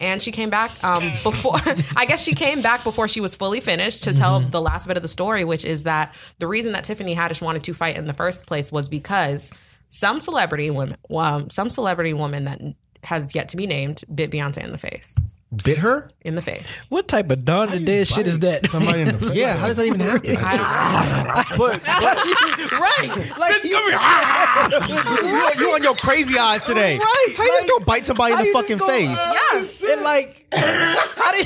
Speaker 6: And she came back um, (laughs) before, I guess she came back before she was fully finished to tell the last bit of the story, which is that the reason that Tiffany Haddish wanted to fight in the first place was because some celebrity woman, um, some celebrity woman that has yet to be named bit Beyonce in the face.
Speaker 7: bit her.
Speaker 6: in the face.
Speaker 4: What type of Dawn of the Dead shit is that? (laughs)
Speaker 8: Somebody in the face.
Speaker 7: Yeah, how
Speaker 9: (laughs)
Speaker 7: does that even happen?
Speaker 11: But,
Speaker 7: (laughs)
Speaker 4: right. Like, you-
Speaker 7: you, (laughs) you on your crazy eyes today?
Speaker 4: Right,
Speaker 7: How you
Speaker 4: like,
Speaker 7: just gonna bite somebody in
Speaker 4: how
Speaker 7: the
Speaker 4: you
Speaker 7: fucking
Speaker 4: just gonna-
Speaker 7: face?
Speaker 4: and like, how do you?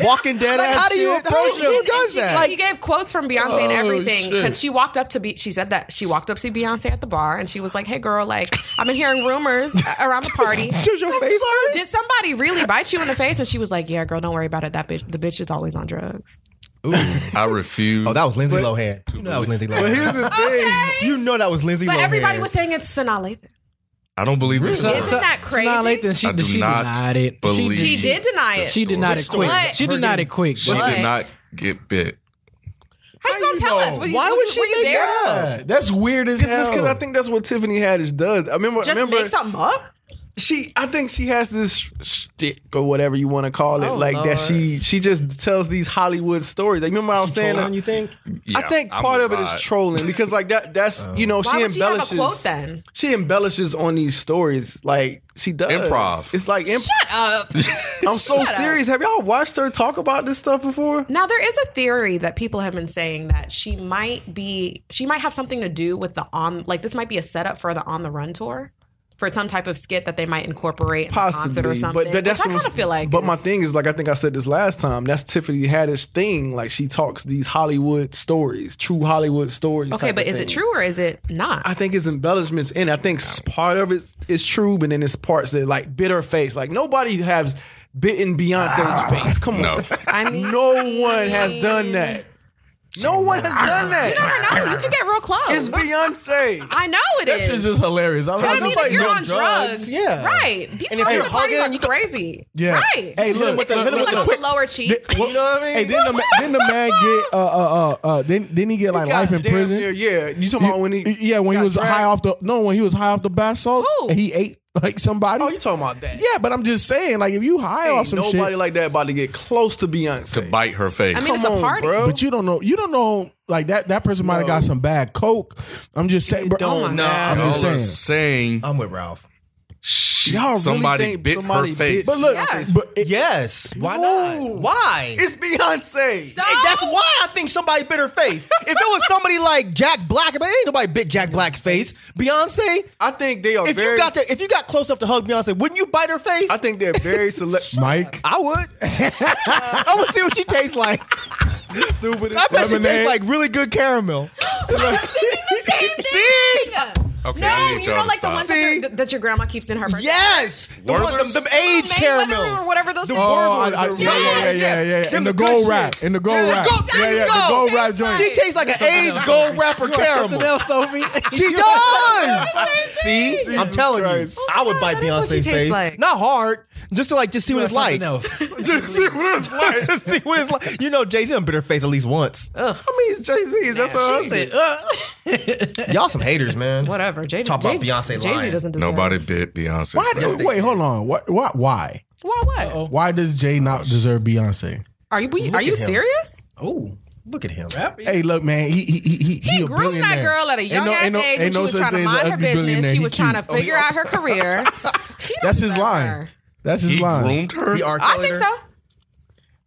Speaker 7: Walking dead
Speaker 4: Like,
Speaker 7: ass.
Speaker 4: how do you
Speaker 7: shit?
Speaker 4: approach
Speaker 7: Who- Who
Speaker 4: them?
Speaker 7: does
Speaker 6: she,
Speaker 7: that?
Speaker 6: he gave quotes from Beyonce and everything because she walked up to be. She said that she walked up to Beyonce at the bar and she was like, "Hey, girl, like I've been hearing rumors around the party.
Speaker 7: Does your face hurt?
Speaker 6: Did somebody really bite you in the face?" And she was like, "Yeah, girl, don't worry about it. That bitch, the bitch is always on drugs."
Speaker 3: I refuse.
Speaker 7: Oh, that was Lindsay Lohan. You know that was Lindsay Lohan.
Speaker 8: the thing.
Speaker 7: You know that was Lindsay
Speaker 6: But
Speaker 7: Lohan.
Speaker 6: everybody was saying it's Sanaa Lathan.
Speaker 3: I don't believe this.
Speaker 4: So-
Speaker 3: story.
Speaker 6: Isn't that
Speaker 4: so Sanaa
Speaker 6: crazy?
Speaker 4: Lathan, she,
Speaker 3: I do
Speaker 4: she
Speaker 3: not
Speaker 4: denied it.
Speaker 3: believe-
Speaker 4: she,
Speaker 6: She did deny it.
Speaker 4: she denied it quick.
Speaker 6: What?
Speaker 4: She denied it quick.
Speaker 3: She
Speaker 4: But-
Speaker 3: did not get bit.
Speaker 6: How you gonna tell us? Was, Why was, she were you there?
Speaker 8: Yeah, that's weird as hell.
Speaker 2: Just because I think that's what Tiffany Haddish does. I remember,
Speaker 6: Just
Speaker 2: remember
Speaker 6: make something up.
Speaker 2: she. I think she has this stick or whatever you want to call it,
Speaker 6: Oh,
Speaker 2: like that.
Speaker 6: Lord.
Speaker 2: She she just tells these Hollywood stories. Like remember I was saying.
Speaker 7: you think?
Speaker 2: I
Speaker 3: Yeah,
Speaker 2: think
Speaker 3: I'm
Speaker 2: part
Speaker 3: a
Speaker 2: of it is
Speaker 3: vibe.
Speaker 2: trolling because like that that's
Speaker 8: Oh.
Speaker 2: you know
Speaker 6: Why
Speaker 2: she
Speaker 6: would she have a
Speaker 2: embellishes
Speaker 6: quote then?
Speaker 2: she embellishes on these stories like she does
Speaker 3: Improv.
Speaker 2: It's like imp-
Speaker 6: Shut up.
Speaker 2: (laughs) I'm so serious. Have y'all watched her talk about this stuff before?
Speaker 6: Now there is a theory that people have been saying that she might be she might have something to do with the on like this might be a setup for the on the run tour for some type of skit that they might incorporate in the concert or
Speaker 2: Possibly,
Speaker 6: something.
Speaker 2: but that, that's
Speaker 6: which I
Speaker 2: what-
Speaker 6: kind of feel like.
Speaker 2: But my
Speaker 6: is-
Speaker 2: thing is like I think I said this last time. That's Tiffany Haddish thing. Like she talks these Hollywood stories, true Hollywood stories.
Speaker 6: Okay,
Speaker 2: type
Speaker 6: but
Speaker 2: of
Speaker 6: is it
Speaker 2: thing.
Speaker 6: true or is it not?
Speaker 2: I think it's embellishments in. it. I think s- part of it is true, but then it's parts that like bit her face. Like nobody has bitten Beyonce's face. Come on,
Speaker 3: No.
Speaker 6: I mean,
Speaker 2: (laughs) no one has done that. No one has done that.
Speaker 6: I don't know. You could get real close.
Speaker 2: It's Beyonce.
Speaker 6: I know it
Speaker 8: That
Speaker 6: is.
Speaker 8: shit's just hilarious. I was
Speaker 6: But I
Speaker 8: like,
Speaker 6: mean, if
Speaker 8: nobody
Speaker 6: you're
Speaker 8: know
Speaker 6: on drugs,
Speaker 7: yeah.
Speaker 6: right? These
Speaker 7: if
Speaker 6: guys
Speaker 7: you're
Speaker 6: are partying
Speaker 7: hugging,
Speaker 6: like
Speaker 7: you go-
Speaker 6: crazy,
Speaker 8: Yeah.
Speaker 6: right?
Speaker 8: Hey,
Speaker 7: him
Speaker 8: look,
Speaker 7: with the-
Speaker 8: look,
Speaker 7: hit him
Speaker 8: look,
Speaker 6: like
Speaker 7: the
Speaker 8: look.
Speaker 6: with the lower cheek. (laughs)
Speaker 7: You know what I mean?
Speaker 8: Hey, didn't the, ma- didn't the man get uh uh uh, uh didn't, didn't he get like life in
Speaker 2: God damn
Speaker 8: prison?
Speaker 2: near, yeah, you talking about when he?
Speaker 8: yeah, when he
Speaker 2: got
Speaker 8: was
Speaker 2: dragged?
Speaker 8: high off the no, when he was high off the bath salts,
Speaker 6: Who?
Speaker 8: and he ate like somebody.
Speaker 2: Oh, you talking about that?
Speaker 8: yeah, but I'm just saying, like if you high off
Speaker 2: Ain't
Speaker 8: some
Speaker 2: nobody
Speaker 8: shit,
Speaker 2: like that about to get close to Beyonce.
Speaker 3: to bite her face.
Speaker 6: I mean, it's a party.
Speaker 2: bro.
Speaker 8: but you don't know, you don't know, like that that person might have got some bad coke. I'm just saying, bro.
Speaker 2: don't
Speaker 3: no,
Speaker 2: I'm
Speaker 3: y'all
Speaker 8: oh, just
Speaker 3: are
Speaker 8: saying.
Speaker 3: saying
Speaker 7: I'm with Ralph.
Speaker 3: shit,
Speaker 2: Y'all really
Speaker 3: somebody
Speaker 2: think
Speaker 3: bit
Speaker 2: somebody
Speaker 3: her
Speaker 2: bit-
Speaker 3: face.
Speaker 8: But look,
Speaker 6: Yes.
Speaker 8: but it,
Speaker 7: Yes. Why
Speaker 2: No.
Speaker 7: not? Why?
Speaker 2: It's Beyonce.
Speaker 6: So?
Speaker 7: Hey, that's why I think somebody bit her face. If it was somebody like Jack Black, but ain't nobody bit Jack Black's face. Beyonce,
Speaker 2: I think they are
Speaker 7: if
Speaker 2: very.
Speaker 7: you got to, if you got close enough to hug Beyonce, wouldn't you bite her face?
Speaker 2: I think they're very select.
Speaker 8: Mike,
Speaker 7: I would. (laughs) I would see what she tastes like.
Speaker 2: stupid.
Speaker 7: I bet she
Speaker 8: Lemonade.
Speaker 7: tastes like really
Speaker 6: (laughs)
Speaker 7: good caramel. See?
Speaker 3: okay, I
Speaker 6: No,
Speaker 3: need
Speaker 6: you
Speaker 3: y'all
Speaker 6: know,
Speaker 3: to
Speaker 6: like the
Speaker 3: stop.
Speaker 6: ones that your, that your grandma keeps in her. purse?
Speaker 7: Yes, the one, them,
Speaker 3: Werther's?
Speaker 7: them aged
Speaker 6: Mayweather
Speaker 7: caramels
Speaker 6: or whatever those
Speaker 7: The
Speaker 6: things are.
Speaker 7: Werther's
Speaker 8: Oh, I- I- yeah,
Speaker 7: are really-
Speaker 8: yeah, yeah, yeah, yeah.
Speaker 7: Them
Speaker 8: In the
Speaker 7: good
Speaker 8: gold
Speaker 7: shit.
Speaker 8: wrap, in the gold
Speaker 7: Yeah,
Speaker 8: wrap.
Speaker 7: go-
Speaker 8: Yeah,
Speaker 7: there
Speaker 8: yeah,
Speaker 7: you
Speaker 8: the
Speaker 7: go.
Speaker 8: gold wrap
Speaker 6: That's
Speaker 8: joint.
Speaker 7: She tastes like an aged gold wrapper
Speaker 4: Something
Speaker 7: caramel.
Speaker 4: else, Sophie.
Speaker 7: (laughs) She does. See, I'm telling
Speaker 2: Christ.
Speaker 6: Oh
Speaker 7: you, I would bite
Speaker 6: that is what she
Speaker 7: Beyonce's
Speaker 6: tastes
Speaker 7: face.
Speaker 6: like.
Speaker 7: Not hard, just to like, just see what it's like.
Speaker 4: Something else.
Speaker 7: just see (laughs) what it's like. just see what it's like. You know, Jay Z done bit her face at least once.
Speaker 2: I mean, Jay Z's. That's what I said.
Speaker 7: (laughs) Y'all some haters, man.
Speaker 6: Whatever. Jay-
Speaker 7: Talk about
Speaker 6: Jay-
Speaker 7: Beyonce
Speaker 6: Jay Z
Speaker 7: lying.
Speaker 6: doesn't deserve
Speaker 3: Nobody
Speaker 6: it.
Speaker 3: bit Beyonce.
Speaker 8: Why? do- wait, hold on. What? Why? Why?
Speaker 6: Why what?
Speaker 8: Why does
Speaker 6: Oh,
Speaker 8: Jay not deserve Beyonce?
Speaker 6: Are you we, are you
Speaker 7: at him.
Speaker 6: serious?
Speaker 4: Oh,
Speaker 7: Look at him.
Speaker 8: Hey, look, man, he he he he,
Speaker 6: He
Speaker 8: a
Speaker 6: groomed that
Speaker 8: billionaire.
Speaker 6: girl at a
Speaker 8: Ain't
Speaker 6: young
Speaker 8: no-
Speaker 6: ass
Speaker 8: ain't no-
Speaker 6: age
Speaker 8: ain't
Speaker 6: when
Speaker 8: no
Speaker 6: she was
Speaker 8: such
Speaker 6: trying to
Speaker 8: thing as
Speaker 6: mind
Speaker 8: an
Speaker 6: her
Speaker 8: ugly billionaire.
Speaker 6: business. She
Speaker 8: He
Speaker 6: was trying to
Speaker 8: cute.
Speaker 6: figure out her career. He don't
Speaker 8: That's his
Speaker 6: deserve
Speaker 8: line.
Speaker 6: her.
Speaker 8: That's his
Speaker 3: He
Speaker 8: line.
Speaker 3: groomed her.
Speaker 7: He R.
Speaker 6: I
Speaker 7: Kelly'd
Speaker 6: think
Speaker 7: her.
Speaker 6: so.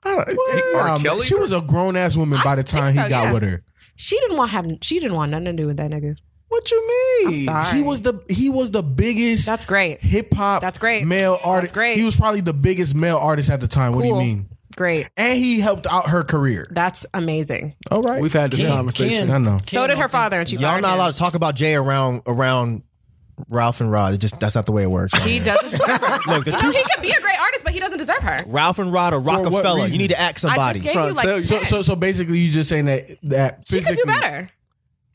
Speaker 8: I don't- he-
Speaker 3: R.
Speaker 8: nah,
Speaker 3: Kelly
Speaker 8: man, She was a grown ass woman by the time
Speaker 6: think
Speaker 8: he
Speaker 6: so,
Speaker 8: got
Speaker 6: yeah.
Speaker 8: with her.
Speaker 6: She didn't want have she didn't want nothing to do with that nigga.
Speaker 2: What you mean?
Speaker 6: Sorry.
Speaker 8: He was the he was the biggest.
Speaker 6: That's great.
Speaker 8: Hip hop.
Speaker 6: That's great.
Speaker 8: Male artist.
Speaker 6: great.
Speaker 8: He was probably the biggest male artist at the time. What do you
Speaker 6: Cool.
Speaker 8: mean?
Speaker 6: Great.
Speaker 8: And he helped out her career.
Speaker 6: That's amazing.
Speaker 8: All right,
Speaker 2: We've had this
Speaker 8: Ken-
Speaker 2: conversation.
Speaker 8: Ken, I know.
Speaker 6: So did her father, and she
Speaker 7: Y'all
Speaker 6: fired
Speaker 7: not
Speaker 6: him.
Speaker 7: allowed to talk about Jay around around Ralph and Rod. It just that's not the way it works. (laughs)
Speaker 6: He doesn't. Deserve her. (laughs)
Speaker 7: Look, the
Speaker 6: no,
Speaker 7: two
Speaker 6: he can be a great artist, but he doesn't deserve her.
Speaker 7: Ralph and Rod or
Speaker 8: what
Speaker 7: Rockefeller. You
Speaker 8: reason?
Speaker 7: need to act
Speaker 6: I just
Speaker 7: somebody.
Speaker 6: gave you
Speaker 2: tell you.
Speaker 6: like
Speaker 8: So
Speaker 6: ten.
Speaker 8: so so basically, you just saying that that
Speaker 6: she could do
Speaker 8: physically-
Speaker 6: better.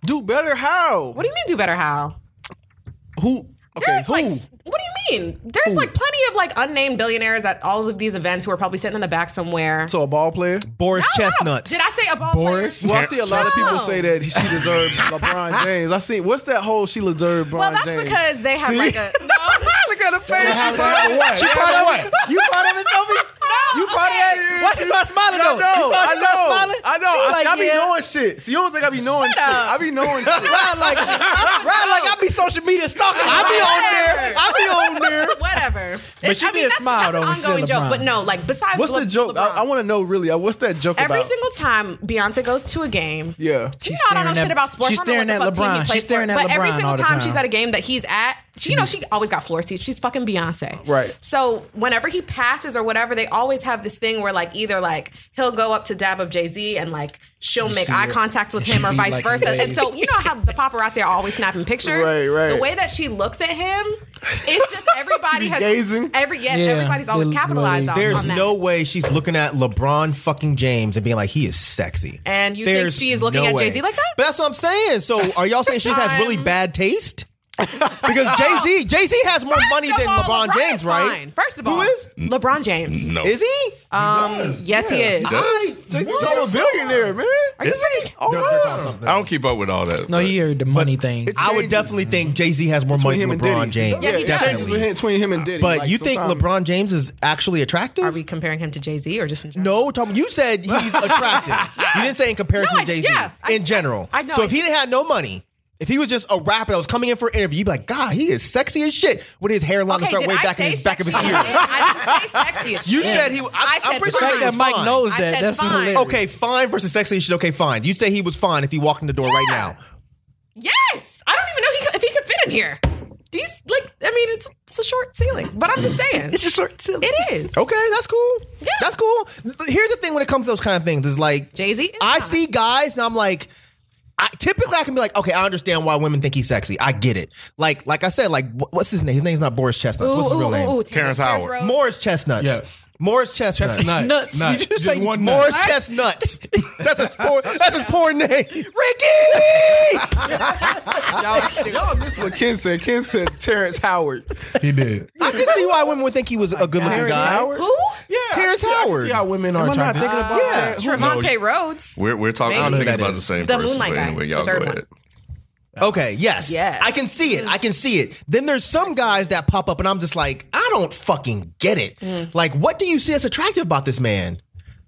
Speaker 2: Do better how?
Speaker 6: What do you mean do better? How?
Speaker 2: Who? Okay,
Speaker 6: There's
Speaker 2: who?
Speaker 6: like, what do you mean? There's like plenty of like unnamed billionaires at all of these events who are probably sitting in the back somewhere.
Speaker 2: so a ball player?
Speaker 7: Boris
Speaker 6: No, no.
Speaker 7: Chestnuts.
Speaker 6: Did I say a ball
Speaker 8: Boris?
Speaker 6: player?
Speaker 2: Well, I see a lot of people
Speaker 6: No.
Speaker 2: say that she
Speaker 6: (laughs)
Speaker 2: deserved LeBron James. I see. What's that whole she deserved LeBron
Speaker 6: Well, that's
Speaker 2: James?
Speaker 6: because they have like a no.
Speaker 2: (laughs) Look at her face.
Speaker 8: You part
Speaker 6: (laughs)
Speaker 8: of what? You part of what? You part of it, Sophie?
Speaker 6: No,
Speaker 8: You part of
Speaker 6: okay.
Speaker 8: that? Why she start smiling though?
Speaker 2: I know.
Speaker 8: You thought she
Speaker 2: I
Speaker 8: start
Speaker 2: know.
Speaker 8: smiling?
Speaker 2: I I know. I,
Speaker 9: like,
Speaker 2: I be
Speaker 9: yeah.
Speaker 2: knowing shit. So you don't think I be knowing shit? I be
Speaker 6: (laughs)
Speaker 2: knowing shit.
Speaker 9: Ride
Speaker 2: (laughs)
Speaker 9: like, ride like I be social media stalking. I be on there. I be on there.
Speaker 6: Whatever.
Speaker 4: But she
Speaker 6: I mean,
Speaker 4: did
Speaker 6: that's,
Speaker 4: smile,
Speaker 6: that's
Speaker 4: though, when
Speaker 6: an
Speaker 4: she
Speaker 6: ongoing
Speaker 4: said
Speaker 6: joke.
Speaker 4: LeBron.
Speaker 6: But no, like besides
Speaker 2: What's
Speaker 6: Le-
Speaker 2: the joke? I,
Speaker 6: LeBron.
Speaker 2: I want to know really. uh, What's that joke
Speaker 6: Every
Speaker 2: about?
Speaker 6: single time Beyonce goes to a game,
Speaker 2: yeah.
Speaker 6: you know I don't know
Speaker 4: staring
Speaker 6: shit
Speaker 4: at-
Speaker 6: about sports.
Speaker 4: she's
Speaker 6: I don't know
Speaker 4: staring
Speaker 6: what
Speaker 4: at
Speaker 6: the fuck team
Speaker 4: LeBron.
Speaker 6: he plays
Speaker 4: She's staring
Speaker 6: for.
Speaker 4: at
Speaker 6: But every
Speaker 4: LeBron
Speaker 6: single
Speaker 4: all the
Speaker 6: time
Speaker 4: time.
Speaker 6: she's at a game that he's at, she, you know she always got floor seats. She's fucking Beyonce,
Speaker 2: Right.
Speaker 6: So whenever he passes or whatever, they always have this thing where like either like he'll go up to dab of Jay Z and like she'll make eye contact with him or vice versa. And so you know how the paparazzi are always snapping pictures.
Speaker 2: Right, right.
Speaker 6: The way that she looks at him, it's just everybody
Speaker 2: She be
Speaker 6: has
Speaker 2: gazing.
Speaker 6: Every yes,
Speaker 4: Yeah,
Speaker 6: everybody's always
Speaker 4: they-
Speaker 6: capitalized on,
Speaker 7: There's
Speaker 6: on that.
Speaker 7: no way she's looking at LeBron fucking James and being like, he is sexy.
Speaker 6: And you think
Speaker 7: There's
Speaker 6: she is looking
Speaker 7: no
Speaker 6: at
Speaker 7: way.
Speaker 6: Jay-Z like that?
Speaker 7: But that's what I'm saying. So are y'all saying she just has
Speaker 6: (laughs)
Speaker 7: really
Speaker 6: Time.
Speaker 7: bad taste? Because Jay Z, Jay Z has more money
Speaker 6: First
Speaker 7: than
Speaker 6: of all,
Speaker 7: LeBron,
Speaker 6: LeBron
Speaker 7: James,
Speaker 6: is
Speaker 7: right?
Speaker 6: fine. First of all,
Speaker 7: Who is?
Speaker 6: LeBron James?
Speaker 3: No.
Speaker 7: Is he?
Speaker 6: Um, yes, he is.
Speaker 3: Does?
Speaker 2: Jay-Z's a billionaire, man.
Speaker 6: Are you serious?
Speaker 2: Oh,
Speaker 3: I don't keep up with all that.
Speaker 4: No,
Speaker 3: but-
Speaker 4: you heard the money thing.
Speaker 7: I would definitely think Jay Z has more money
Speaker 2: between
Speaker 7: than
Speaker 2: him and
Speaker 7: LeBron
Speaker 2: Diddy.
Speaker 7: James.
Speaker 6: Yeah, he does.
Speaker 7: definitely.
Speaker 2: Between- Between him and Diddy.
Speaker 7: But
Speaker 2: Like,
Speaker 7: you think
Speaker 2: sometimes-
Speaker 7: LeBron James is actually attractive?
Speaker 6: Are we comparing him to Jay Z or just in general?
Speaker 7: No, Tom, you said
Speaker 6: (laughs)
Speaker 7: he's attractive. You didn't say in comparison
Speaker 6: No, I-
Speaker 7: to Jay Z.
Speaker 6: yeah, I-
Speaker 7: in general.
Speaker 6: I- I know
Speaker 7: So
Speaker 6: I-
Speaker 7: if he didn't have no money, if he was just a rapper that was coming in for an interview, you'd be like, God, he is sexy as shit with his hairline to start
Speaker 6: did
Speaker 7: way
Speaker 6: I
Speaker 7: back in
Speaker 6: say
Speaker 7: his back of his
Speaker 6: sexy as shit?
Speaker 7: ears.
Speaker 6: I didn't say sexy as
Speaker 7: (laughs) You
Speaker 6: shit.
Speaker 7: said he. I,
Speaker 6: I
Speaker 7: am
Speaker 6: said
Speaker 7: pretty
Speaker 6: the
Speaker 7: sure
Speaker 6: fact
Speaker 7: he
Speaker 4: that
Speaker 7: was
Speaker 4: Mike
Speaker 7: fine.
Speaker 4: knows
Speaker 6: I
Speaker 4: that.
Speaker 6: said
Speaker 4: That's
Speaker 6: fine.
Speaker 4: hilarious.
Speaker 7: Okay, fine versus sexy as shit. Okay, fine. You say he was fine if he walked in the door right now.
Speaker 6: Yes, I don't even know he could, if he could fit in here. Do you s- like? I mean, it's, it's a short ceiling, but I'm
Speaker 7: Mm.
Speaker 6: just saying it's a short ceiling. It is.
Speaker 7: Okay, that's cool.
Speaker 6: Yeah.
Speaker 7: That's cool. Here's the thing when it comes to those kind of things is like
Speaker 6: Jay-Z is
Speaker 7: I
Speaker 6: hot.
Speaker 7: see guys and I'm like, I, typically I can be like, okay, I understand why women think he's sexy. I get it. Like, like I said, like wh- what's his name? His name's not Boris Chestnut. What's his real name?
Speaker 3: Terrence Howard.
Speaker 6: Rhodes.
Speaker 7: Morris Chestnuts.
Speaker 8: Yeah.
Speaker 7: Morris Chestnuts. (laughs)
Speaker 8: Chestnut.
Speaker 4: Nuts.
Speaker 8: Nut.
Speaker 4: You just
Speaker 8: Just
Speaker 4: say
Speaker 8: one nut.
Speaker 7: Morris Chestnuts. (laughs) That's his poor. That's his
Speaker 8: (laughs)
Speaker 7: poor name. Ricky.
Speaker 6: Y'all stupid.
Speaker 2: Y'all missed what Ken said. Ken said Terrence Howard.
Speaker 8: He did.
Speaker 7: I can see why women would think he was a good-looking
Speaker 2: Terrence
Speaker 7: guy.
Speaker 2: Howard?
Speaker 6: Who?
Speaker 8: Yeah,
Speaker 7: Terrence
Speaker 8: I can see- I can
Speaker 7: Howard.
Speaker 8: See how women are
Speaker 2: Am I not
Speaker 8: attracted.
Speaker 2: thinking
Speaker 6: Uh,
Speaker 2: about Terrence?
Speaker 6: Tremonte Rhodes.
Speaker 3: We're, we're talking. I'm
Speaker 6: Maybe.
Speaker 3: thinking
Speaker 7: Who that
Speaker 3: about the
Speaker 7: is.
Speaker 3: same
Speaker 6: The
Speaker 3: person.
Speaker 6: Moonlight
Speaker 3: but
Speaker 6: guy,
Speaker 3: anyway,
Speaker 6: the
Speaker 3: y'all go
Speaker 6: third one.
Speaker 3: ahead.
Speaker 7: Okay, yes.
Speaker 6: Yes.
Speaker 7: I can see it. I can see it. Then there's some guys that pop up and I'm just like, I don't fucking get it.
Speaker 2: Mm.
Speaker 7: Like, what do you see as attractive about this man?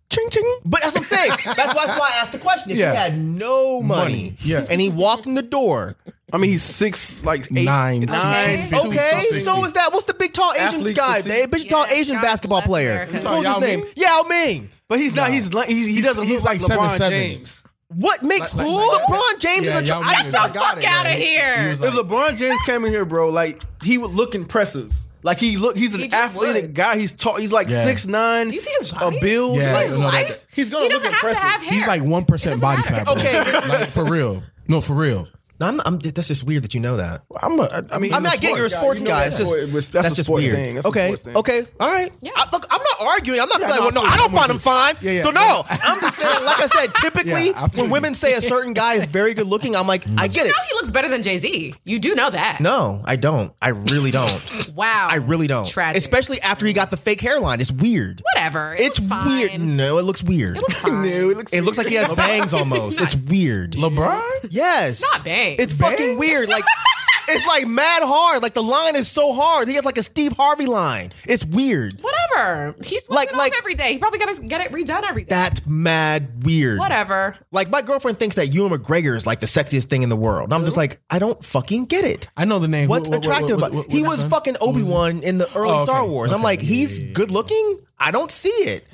Speaker 7: Ching ching. But that's what I'm saying. that's, why, that's why I asked the question. If
Speaker 8: Yeah.
Speaker 7: he had no money,
Speaker 8: Yeah.
Speaker 7: and he walked in the door.
Speaker 2: I mean, he's six, like eight,
Speaker 8: Nine,
Speaker 2: nine,
Speaker 6: Okay.
Speaker 2: two,
Speaker 7: Okay,
Speaker 8: so
Speaker 7: so is that what's the big tall Asian
Speaker 2: Athlete
Speaker 7: guy?
Speaker 2: physique.
Speaker 7: The big tall
Speaker 6: Yeah,
Speaker 7: Asian
Speaker 6: God
Speaker 7: basketball
Speaker 6: bless
Speaker 7: player.
Speaker 6: America.
Speaker 7: What was
Speaker 2: Yao
Speaker 7: his name?
Speaker 2: Ming?
Speaker 7: Yao Ming.
Speaker 2: But he's not. He's he, he doesn't
Speaker 8: he's
Speaker 2: look like,
Speaker 8: like
Speaker 2: LeBron
Speaker 8: 7'7".
Speaker 2: James.
Speaker 7: What makes
Speaker 8: like-
Speaker 7: LeBron James
Speaker 8: Yeah,
Speaker 7: is
Speaker 8: Yao
Speaker 7: attractive?
Speaker 8: Ming
Speaker 7: I
Speaker 8: is
Speaker 7: still
Speaker 8: like-
Speaker 7: got
Speaker 6: Fuck
Speaker 7: it.
Speaker 6: out of
Speaker 8: man. He
Speaker 6: here.
Speaker 8: was like-
Speaker 2: if LeBron James came in here, bro, like he would look impressive. Like he look, he's an
Speaker 6: He just
Speaker 2: athletic
Speaker 6: would.
Speaker 2: guy. He's tall. He's like
Speaker 8: Yeah.
Speaker 2: six nine.
Speaker 6: Do you see his body?
Speaker 2: a build.
Speaker 8: Yeah,
Speaker 2: Like,
Speaker 8: I know that-
Speaker 6: Life?
Speaker 2: He's gonna
Speaker 6: He
Speaker 2: look
Speaker 6: doesn't have to
Speaker 2: impressive.
Speaker 6: have hair.
Speaker 8: He's like one percent body
Speaker 6: matter.
Speaker 8: fat. bro.
Speaker 7: Okay.
Speaker 8: like for real. No, for real.
Speaker 7: No, I'm, I'm, that's just weird that you know that.
Speaker 8: I'm a. I mean,
Speaker 7: I'm not getting you're a sports guy. It's just
Speaker 2: that's,
Speaker 7: that's,
Speaker 2: a
Speaker 7: just
Speaker 2: sports
Speaker 7: weird.
Speaker 2: thing. That's a
Speaker 7: okay,
Speaker 2: sports thing.
Speaker 7: okay, all right.
Speaker 6: Yeah.
Speaker 7: I, look, I'm not arguing. I'm not
Speaker 8: Yeah,
Speaker 7: like,
Speaker 8: no,
Speaker 7: well, no,
Speaker 8: I feel
Speaker 7: I
Speaker 8: you.
Speaker 7: don't
Speaker 8: I'm with
Speaker 7: find him
Speaker 8: you.
Speaker 7: fine.
Speaker 8: Yeah, yeah,
Speaker 7: so no,
Speaker 8: yeah.
Speaker 7: I'm just saying. Like I said, typically
Speaker 8: Yeah, I feel
Speaker 7: when
Speaker 8: you.
Speaker 7: women say a certain guy is very good looking, I'm like, I
Speaker 6: you
Speaker 7: get it.
Speaker 6: know he looks better than Jay Z. You do know that.
Speaker 7: No, I don't. I really don't.
Speaker 6: Wow.
Speaker 7: I really don't.
Speaker 6: Tragic.
Speaker 7: Especially after he got the fake hairline. It's weird.
Speaker 6: Whatever. It
Speaker 7: It's
Speaker 6: looks fine.
Speaker 7: weird. No, it looks weird.
Speaker 6: It looks fine.
Speaker 2: No, it looks.
Speaker 7: It looks like he
Speaker 6: (laughs)
Speaker 7: has bangs almost. It's weird.
Speaker 8: LeBron.
Speaker 7: Yes.
Speaker 6: Not bangs.
Speaker 7: It's fucking weird.
Speaker 6: (laughs)
Speaker 7: Like it's like mad hard. Like the line is so hard. He has like a Steve Harvey line. It's weird.
Speaker 6: Whatever. He's
Speaker 7: Like-
Speaker 6: like,
Speaker 7: like-
Speaker 6: off every day. He probably got to get it redone every day.
Speaker 7: That's mad weird.
Speaker 6: Whatever.
Speaker 7: Like my girlfriend thinks that Ewan McGregor is like the sexiest thing in the world. And I'm just like, I don't fucking get it.
Speaker 8: I know the name.
Speaker 7: What's
Speaker 8: What- what- what-
Speaker 7: attractive
Speaker 8: what-
Speaker 7: about
Speaker 8: what- what
Speaker 7: he was
Speaker 8: happened?
Speaker 7: fucking Obi Wan in the early
Speaker 8: Oh, okay.
Speaker 7: Star Wars. I'm
Speaker 8: Okay.
Speaker 7: like,
Speaker 8: Yeah,
Speaker 7: he's
Speaker 8: yeah, yeah.
Speaker 7: good looking. I don't see it.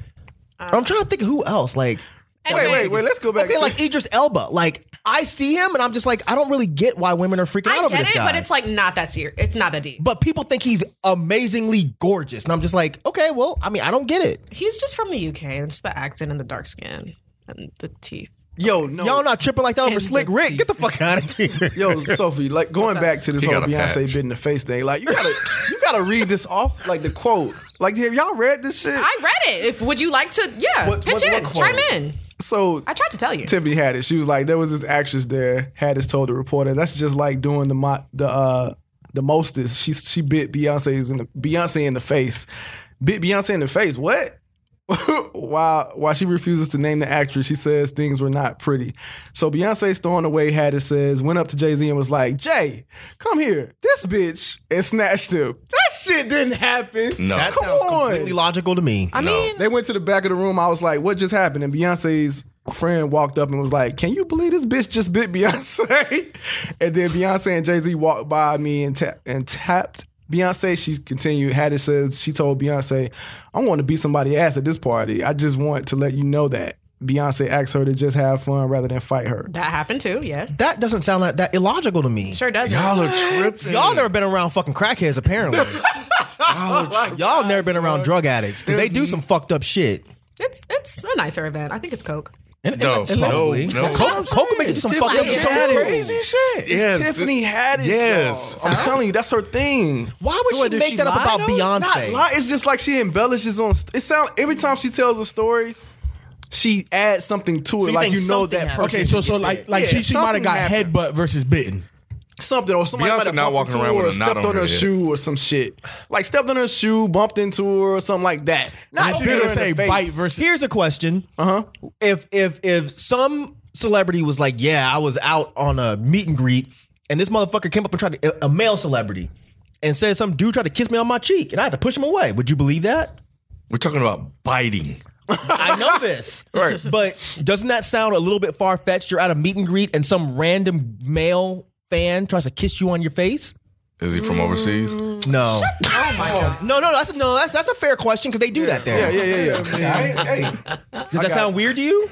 Speaker 6: Uh,
Speaker 7: I'm trying to think of who else. Like,
Speaker 2: Wait, wait,
Speaker 6: Anyways,
Speaker 2: wait. Let's go back.
Speaker 7: okay,
Speaker 2: to-
Speaker 7: like Idris Elba. Like, I see him, and I'm just like, I don't really get why women are freaking out
Speaker 6: I
Speaker 7: over
Speaker 6: get
Speaker 7: this
Speaker 6: it,
Speaker 7: guy.
Speaker 6: but it's like not that serious. It's not that deep.
Speaker 7: but people think he's amazingly gorgeous. And I'm just like, okay, well, I mean, I don't get it.
Speaker 6: He's just from the UK. and It's the accent and the dark skin and the teeth.
Speaker 2: yo, no,
Speaker 7: Y'all not tripping like that over Slick Rick. Get the fuck out of here. (laughs)
Speaker 2: Yo, Sophie, like going back to this
Speaker 3: He
Speaker 2: whole
Speaker 3: got a
Speaker 2: Beyonce
Speaker 3: patch.
Speaker 2: bit in the face thing, like you gotta you gotta read this off, like the quote. Like, have y'all read this shit?
Speaker 6: I read it. If would you like to? Yeah,
Speaker 2: What-
Speaker 6: pitch
Speaker 2: what-
Speaker 6: in,
Speaker 2: what quote?
Speaker 6: chime in.
Speaker 2: so
Speaker 6: I tried to tell you.
Speaker 2: Tiffany had it. She was like, there was this actress there. Haddish told the reporter, that's just like doing the mo- the uh, the mostest. She she bit Beyonce's in the Beyonce in the face. Bit Beyonce in the face. What? (laughs) while while she refuses to name the actress, she says things were not pretty. So Beyonce's throwing away Haddish says went up to Jay Z and was like, Jay, come here, this bitch, and snatched him. That shit didn't happen.
Speaker 3: No.
Speaker 7: That
Speaker 2: come
Speaker 7: sounds
Speaker 2: on.
Speaker 7: completely logical to me.
Speaker 6: I mean,
Speaker 2: They went to the back of the room. I was like, "What just happened?" And Beyonce's friend walked up and was like, "Can you believe this bitch just bit (laughs) Beyonce?" and then Beyonce and Jay Z walked by me and ta- and tapped Beyonce. She continued. Haddish says she told Beyonce, "I want to beat somebody ass at this party. I just want to let you know that." Beyonce asked her to just have fun rather than fight her.
Speaker 6: That happened too, yes.
Speaker 7: That doesn't sound like that illogical to me.
Speaker 6: Sure does.
Speaker 3: Y'all are tripping.
Speaker 7: Y'all never been around fucking crackheads, apparently. (laughs) Y'all never been around drug addicts. 'cause they do some fucked up shit.
Speaker 6: It's it's a nicer event. I think it's Coke.
Speaker 3: no, no,
Speaker 7: Possibly.
Speaker 3: no.
Speaker 7: Coke, Coke will make you do some fucked up shit.
Speaker 2: Tiffany
Speaker 7: It's so
Speaker 2: Haddish.
Speaker 7: crazy.
Speaker 2: shit.
Speaker 3: Yes,
Speaker 2: It's Tiffany
Speaker 3: th-
Speaker 2: Haddish.
Speaker 3: yes.
Speaker 2: Yes, I'm telling you, that's her thing.
Speaker 7: Why would
Speaker 4: So what,
Speaker 7: she
Speaker 4: does
Speaker 7: make
Speaker 4: she
Speaker 7: that up
Speaker 4: lie,
Speaker 7: about
Speaker 4: though?
Speaker 7: Beyonce?
Speaker 2: Not lie. It's just like she embellishes on. It sound every time she tells a story, she adds something to it.
Speaker 7: you
Speaker 2: like
Speaker 7: think
Speaker 2: you know
Speaker 7: something
Speaker 2: that person.
Speaker 7: happened.
Speaker 8: Okay, so so like like
Speaker 2: Yeah,
Speaker 8: she she might have
Speaker 2: something
Speaker 8: got
Speaker 2: happened.
Speaker 8: headbutt versus bitten.
Speaker 2: something or somebody
Speaker 3: Beyonce
Speaker 2: might have
Speaker 3: not
Speaker 2: bumped
Speaker 3: walking
Speaker 2: into
Speaker 3: around
Speaker 2: her
Speaker 3: with
Speaker 2: or
Speaker 3: a knot
Speaker 2: stepped
Speaker 3: on her head.
Speaker 2: shoe or some shit. Like stepped on her shoe, bumped into her or something like that.
Speaker 8: And
Speaker 2: Not
Speaker 8: she
Speaker 2: bit her
Speaker 8: didn't
Speaker 2: in
Speaker 8: say
Speaker 2: the face. Uh-huh.
Speaker 8: bite versus.
Speaker 7: Here's a question. Uh huh. If if if some celebrity was like, yeah, I was out on a meet and greet, and this motherfucker came up and tried to a male celebrity, and said some dude tried to kiss me on my cheek, and I had to push him away. Would you believe that?
Speaker 3: We're talking about biting.
Speaker 7: I know
Speaker 2: (laughs)
Speaker 7: this,
Speaker 3: Right.
Speaker 7: But doesn't that sound a little bit far fetched? You're at a meet and greet, and some random male fan tries to kiss you on your face.
Speaker 3: Is he
Speaker 6: Mm.
Speaker 3: from overseas?
Speaker 7: No. Oh my god. No, no, that's no, that's that's a fair question because they do that there.
Speaker 2: Yeah,
Speaker 7: (laughs)
Speaker 2: yeah, yeah. I ain't- hey,
Speaker 7: Does that sound weird to you?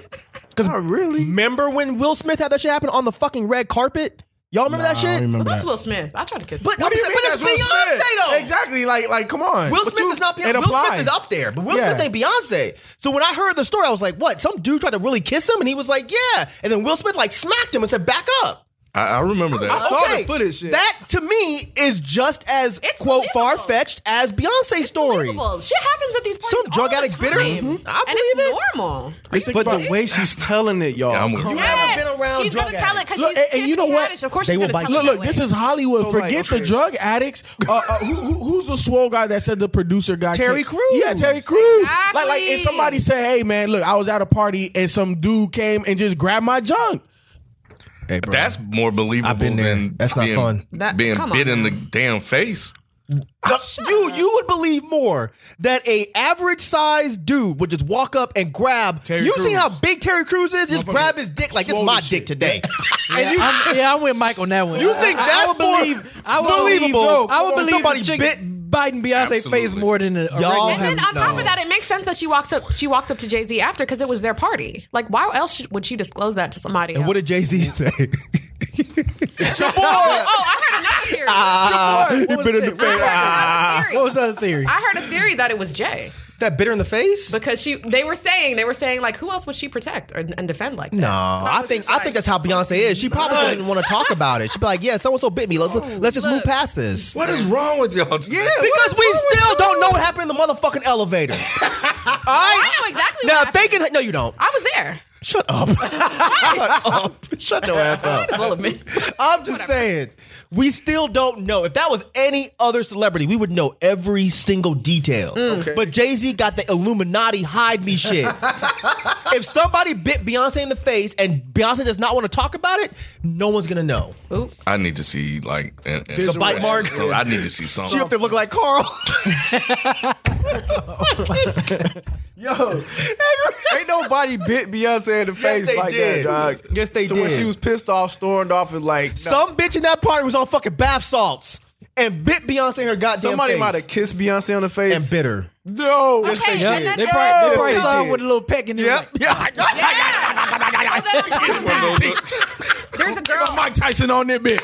Speaker 2: not really.
Speaker 7: Remember when Will Smith had that shit happen on the fucking red carpet? Y'all remember that shit?
Speaker 8: I don't remember
Speaker 6: That's
Speaker 8: that.
Speaker 6: Will Smith. I tried to kiss
Speaker 7: But,
Speaker 6: him.
Speaker 7: I'm saying- but that's Beyonce though.
Speaker 8: Exactly. Like like come on.
Speaker 7: Will
Speaker 8: But
Speaker 7: Smith
Speaker 8: you-
Speaker 7: is not Beyonce.
Speaker 8: it
Speaker 7: Will Smith
Speaker 8: applies.
Speaker 7: is up there, but Will
Speaker 8: Yeah.
Speaker 7: Smith ain't Beyonce. So when I heard the story, I was like, "What? Some dude tried to really kiss him, and he was like, yeah." And then Will Smith like smacked him and said, "Back up."
Speaker 3: I, I remember that.
Speaker 2: saw the footage, yeah.
Speaker 7: That to me is just as
Speaker 6: It's
Speaker 7: quote
Speaker 6: believable.
Speaker 7: far fetched as Beyonce's story.
Speaker 6: Unbelievable. Shit happens at these parties.
Speaker 7: Some drug
Speaker 6: all the
Speaker 7: addict bitter.
Speaker 6: time.
Speaker 7: Mhm. I
Speaker 6: and it's
Speaker 7: believe it.
Speaker 6: normal.
Speaker 2: But the way she's telling it, y'all.
Speaker 3: Yeah, I'm with
Speaker 2: come
Speaker 3: you.
Speaker 2: on.
Speaker 6: Yes.
Speaker 7: been around
Speaker 6: she's
Speaker 7: drug
Speaker 6: gonna tell it because
Speaker 8: Look,
Speaker 6: she's
Speaker 8: and, and you know
Speaker 6: Tiffany
Speaker 8: what?
Speaker 6: Haddish. Of course,
Speaker 7: They
Speaker 6: she's
Speaker 7: will
Speaker 6: gonna
Speaker 7: bite
Speaker 6: tell
Speaker 8: Look,
Speaker 6: it
Speaker 8: look,
Speaker 6: that
Speaker 8: this
Speaker 6: way.
Speaker 8: is Hollywood.
Speaker 2: So, like,
Speaker 8: Forget the
Speaker 2: okay.
Speaker 8: drug addicts. Uh, uh, who, who, who's the swole guy that said the producer guy?
Speaker 7: Terry
Speaker 8: kicked-
Speaker 7: Crews.
Speaker 8: Yeah, Terry Crews.
Speaker 6: Exactly.
Speaker 8: Like, like if somebody said, "Hey, man, look, I was at a party and some dude came and just grabbed my junk."
Speaker 7: Hey, bro.
Speaker 3: That's more believable
Speaker 7: I've been there.
Speaker 3: than
Speaker 7: That's not
Speaker 3: being,
Speaker 7: fun.
Speaker 6: That-
Speaker 3: being
Speaker 6: come on
Speaker 3: bit in the
Speaker 6: now.
Speaker 3: damn face.
Speaker 7: The- you you would believe more that a average sized dude would just walk up and grab.
Speaker 8: Terry
Speaker 7: you seen
Speaker 8: Crews.
Speaker 7: how big Terry Crews is? Just grab his dick like it's
Speaker 8: swole
Speaker 7: my
Speaker 8: as
Speaker 7: dick today. and you,
Speaker 4: Yeah, I'm, yeah, I'm with Mike on that one.
Speaker 7: You think
Speaker 4: I- I
Speaker 7: that's
Speaker 4: would believe, I would
Speaker 7: believable?
Speaker 4: Believe,
Speaker 7: No,
Speaker 4: I
Speaker 7: come
Speaker 4: would
Speaker 7: on,
Speaker 4: believe
Speaker 7: somebody
Speaker 4: the chick
Speaker 7: bit-
Speaker 4: biting Beyonce's face
Speaker 3: Absolutely.
Speaker 4: more than a, a
Speaker 7: Y'all
Speaker 4: regular.
Speaker 7: have-
Speaker 6: And then on top
Speaker 7: No.
Speaker 6: of that, it makes sense that she walks up. She walked up to Jay Z after because it was their party. Like, why else should- would she disclose that to somebody? else?
Speaker 7: what did Jay Z
Speaker 6: (laughs)
Speaker 7: say?
Speaker 6: oh, oh, I heard (laughs) another theory. Ah,
Speaker 7: he
Speaker 4: What was
Speaker 7: bit in the
Speaker 4: it?
Speaker 7: face.
Speaker 6: I heard another
Speaker 4: What was
Speaker 6: theory.
Speaker 4: the other theory?
Speaker 6: I heard a theory that it was Jay
Speaker 7: That bitter in the face?
Speaker 6: because she. They were saying they were saying like, who else would she protect or, and defend like that?
Speaker 7: No,
Speaker 6: And
Speaker 7: I
Speaker 6: was
Speaker 7: think
Speaker 6: just
Speaker 7: I
Speaker 6: like,
Speaker 7: think that's how Beyonce is. She probably does not want
Speaker 6: (laughs)
Speaker 7: to talk about it. She'd be like, "Yeah, so and so bit me. Let's, let's just move
Speaker 6: look.
Speaker 7: past this."
Speaker 3: What is wrong with y'all? Yeah,
Speaker 7: Because we still don't know what happened in the
Speaker 6: (laughs)
Speaker 7: motherfucking elevator. All
Speaker 6: Oh, I
Speaker 7: right.
Speaker 6: know exactly.
Speaker 7: Now
Speaker 6: what happened.
Speaker 7: thinking, no, you don't.
Speaker 6: I was there.
Speaker 7: Shut up. (laughs) Shut up. Shut your ass
Speaker 2: (laughs)
Speaker 7: up.
Speaker 6: Might as well admit.
Speaker 7: I'm just saying, we still don't know. If that was any other celebrity, we would know every single detail.
Speaker 2: Mm.
Speaker 7: But Jay Z got the Illuminati hide me
Speaker 2: (laughs)
Speaker 7: shit. if somebody bit Beyonce in the face and Beyonce does not want to talk about it, no one's gonna know.
Speaker 6: Oop.
Speaker 3: I need to see like an, an
Speaker 7: The bite
Speaker 3: expression.
Speaker 7: marks.
Speaker 3: So I need to see
Speaker 7: She
Speaker 3: something.
Speaker 7: up there looking like Carl.
Speaker 2: (laughs) Yo, (laughs) ain't nobody bit Beyonce in the face
Speaker 7: they
Speaker 2: like
Speaker 7: did.
Speaker 2: that, dog.
Speaker 7: Yes, they
Speaker 2: so When
Speaker 7: did.
Speaker 2: she was pissed off, stormed off, and like no.
Speaker 7: Some bitch in that party was on fucking bath salts and bit Beyonce in her goddamn
Speaker 2: somebody
Speaker 7: face.
Speaker 2: might have kissed Beyonce on the face.
Speaker 7: and bit her.
Speaker 2: No,
Speaker 6: Okay,
Speaker 4: Yeah,
Speaker 6: and then
Speaker 4: they probably, they
Speaker 2: Yes,
Speaker 4: probably
Speaker 2: they
Speaker 4: started
Speaker 2: did.
Speaker 4: with a little peck and then like,
Speaker 7: Yeah.
Speaker 6: Oh, then on top of that, There's a girl.
Speaker 8: Mike Tyson on that bit.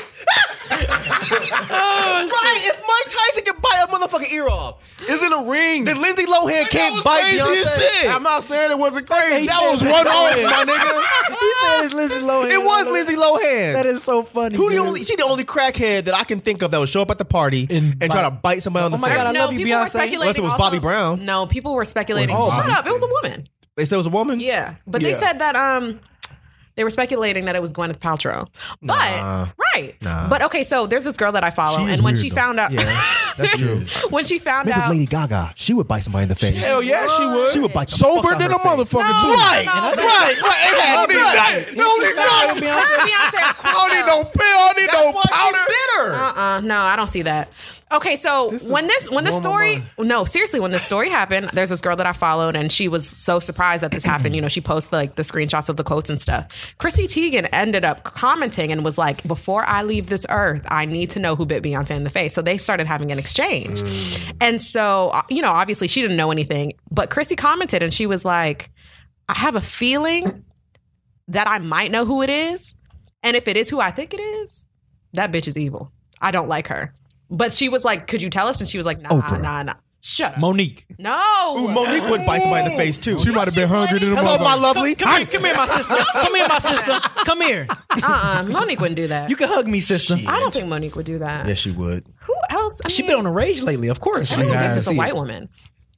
Speaker 7: Right, if Mike Tyson can bite a motherfucking ear off,
Speaker 2: it's in a ring.
Speaker 7: then Lindsay Lohan can't
Speaker 8: was
Speaker 7: bite
Speaker 8: crazy
Speaker 7: Beyonce.
Speaker 8: as shit.
Speaker 2: I'm not saying it wasn't crazy.
Speaker 8: That was one off, my nigga.
Speaker 4: He said it's Lindsay Lohan.
Speaker 7: It was Lindsay Lohan.
Speaker 4: That is so funny.
Speaker 7: Who the
Speaker 4: dude.
Speaker 7: only? She the only crackhead that I can think of that would show up at the party and,
Speaker 4: And
Speaker 7: try
Speaker 4: bite.
Speaker 7: to bite somebody on the
Speaker 4: Oh my
Speaker 7: face.
Speaker 4: God, I
Speaker 6: no,
Speaker 4: love you,
Speaker 6: people were
Speaker 4: Beyonce.
Speaker 6: speculating
Speaker 7: Unless it was
Speaker 6: also-
Speaker 7: Bobby Brown.
Speaker 6: No, people were speculating.
Speaker 7: Wasn't
Speaker 6: Shut
Speaker 7: Bobby
Speaker 6: up! It was a woman.
Speaker 7: they said it was a woman.
Speaker 6: Yeah, but they said that um they were speculating that it was Gwyneth Paltrow. But right, but okay. So there's this girl that I follow,
Speaker 7: She is
Speaker 6: and when
Speaker 7: weird,
Speaker 6: she
Speaker 7: though.
Speaker 6: found out,
Speaker 7: Yeah,
Speaker 6: (laughs)
Speaker 7: that's true.
Speaker 6: when she found
Speaker 7: Maybe it was
Speaker 6: out,
Speaker 7: Lady Gaga. She would bite somebody in the face.
Speaker 8: Hell yeah, she would.
Speaker 7: She would bite the
Speaker 8: sober
Speaker 7: fuck out
Speaker 8: than a
Speaker 7: of her face.
Speaker 8: motherfucker
Speaker 6: No,
Speaker 8: too.
Speaker 6: Right, no, right, no. right,
Speaker 8: It
Speaker 7: had
Speaker 8: I don't need
Speaker 6: her
Speaker 8: nothing.
Speaker 6: and Beyonce,
Speaker 8: I don't need no pill. I don't need
Speaker 7: That's
Speaker 8: no
Speaker 7: why she
Speaker 8: powder.
Speaker 7: bit her.
Speaker 6: Uh uh uh, no, I don't see that. Okay, so when this when this story no seriously when this story happened, there's this girl that I followed and she was so surprised that this happened. You know, she posted like the screenshots of the quotes and stuff. Chrissy Teigen ended up commenting and was like, "Before I leave this earth, I need to know who bit Beyonce in the face." So they started having an exchange, and so uh, you know, obviously she didn't know anything, but Chrissy commented and she was like, "I have a feeling that I might know who it is, and if it is who I think it is." that bitch is evil. I don't like her. But she was like, could you tell us? And she was like, nah, nah, nah. Shut up.
Speaker 4: Monique.
Speaker 6: no.
Speaker 7: Ooh, Monique would bite somebody in the face too.
Speaker 8: She might have been hungry to the
Speaker 7: Hello,
Speaker 8: motherfucker.
Speaker 7: (laughs) my lovely.
Speaker 4: Come here, come here, my
Speaker 7: (laughs)
Speaker 4: sister. Come here, my sister. Come here.
Speaker 6: Uh-uh. Monique wouldn't do that.
Speaker 4: You can hug me, sister.
Speaker 6: I don't think Monique would do that.
Speaker 7: Yes, she would.
Speaker 6: Who else? I
Speaker 4: She
Speaker 6: mean,
Speaker 4: been on the rage lately, of course.
Speaker 6: everyone
Speaker 8: has.
Speaker 6: thinks it's a white woman.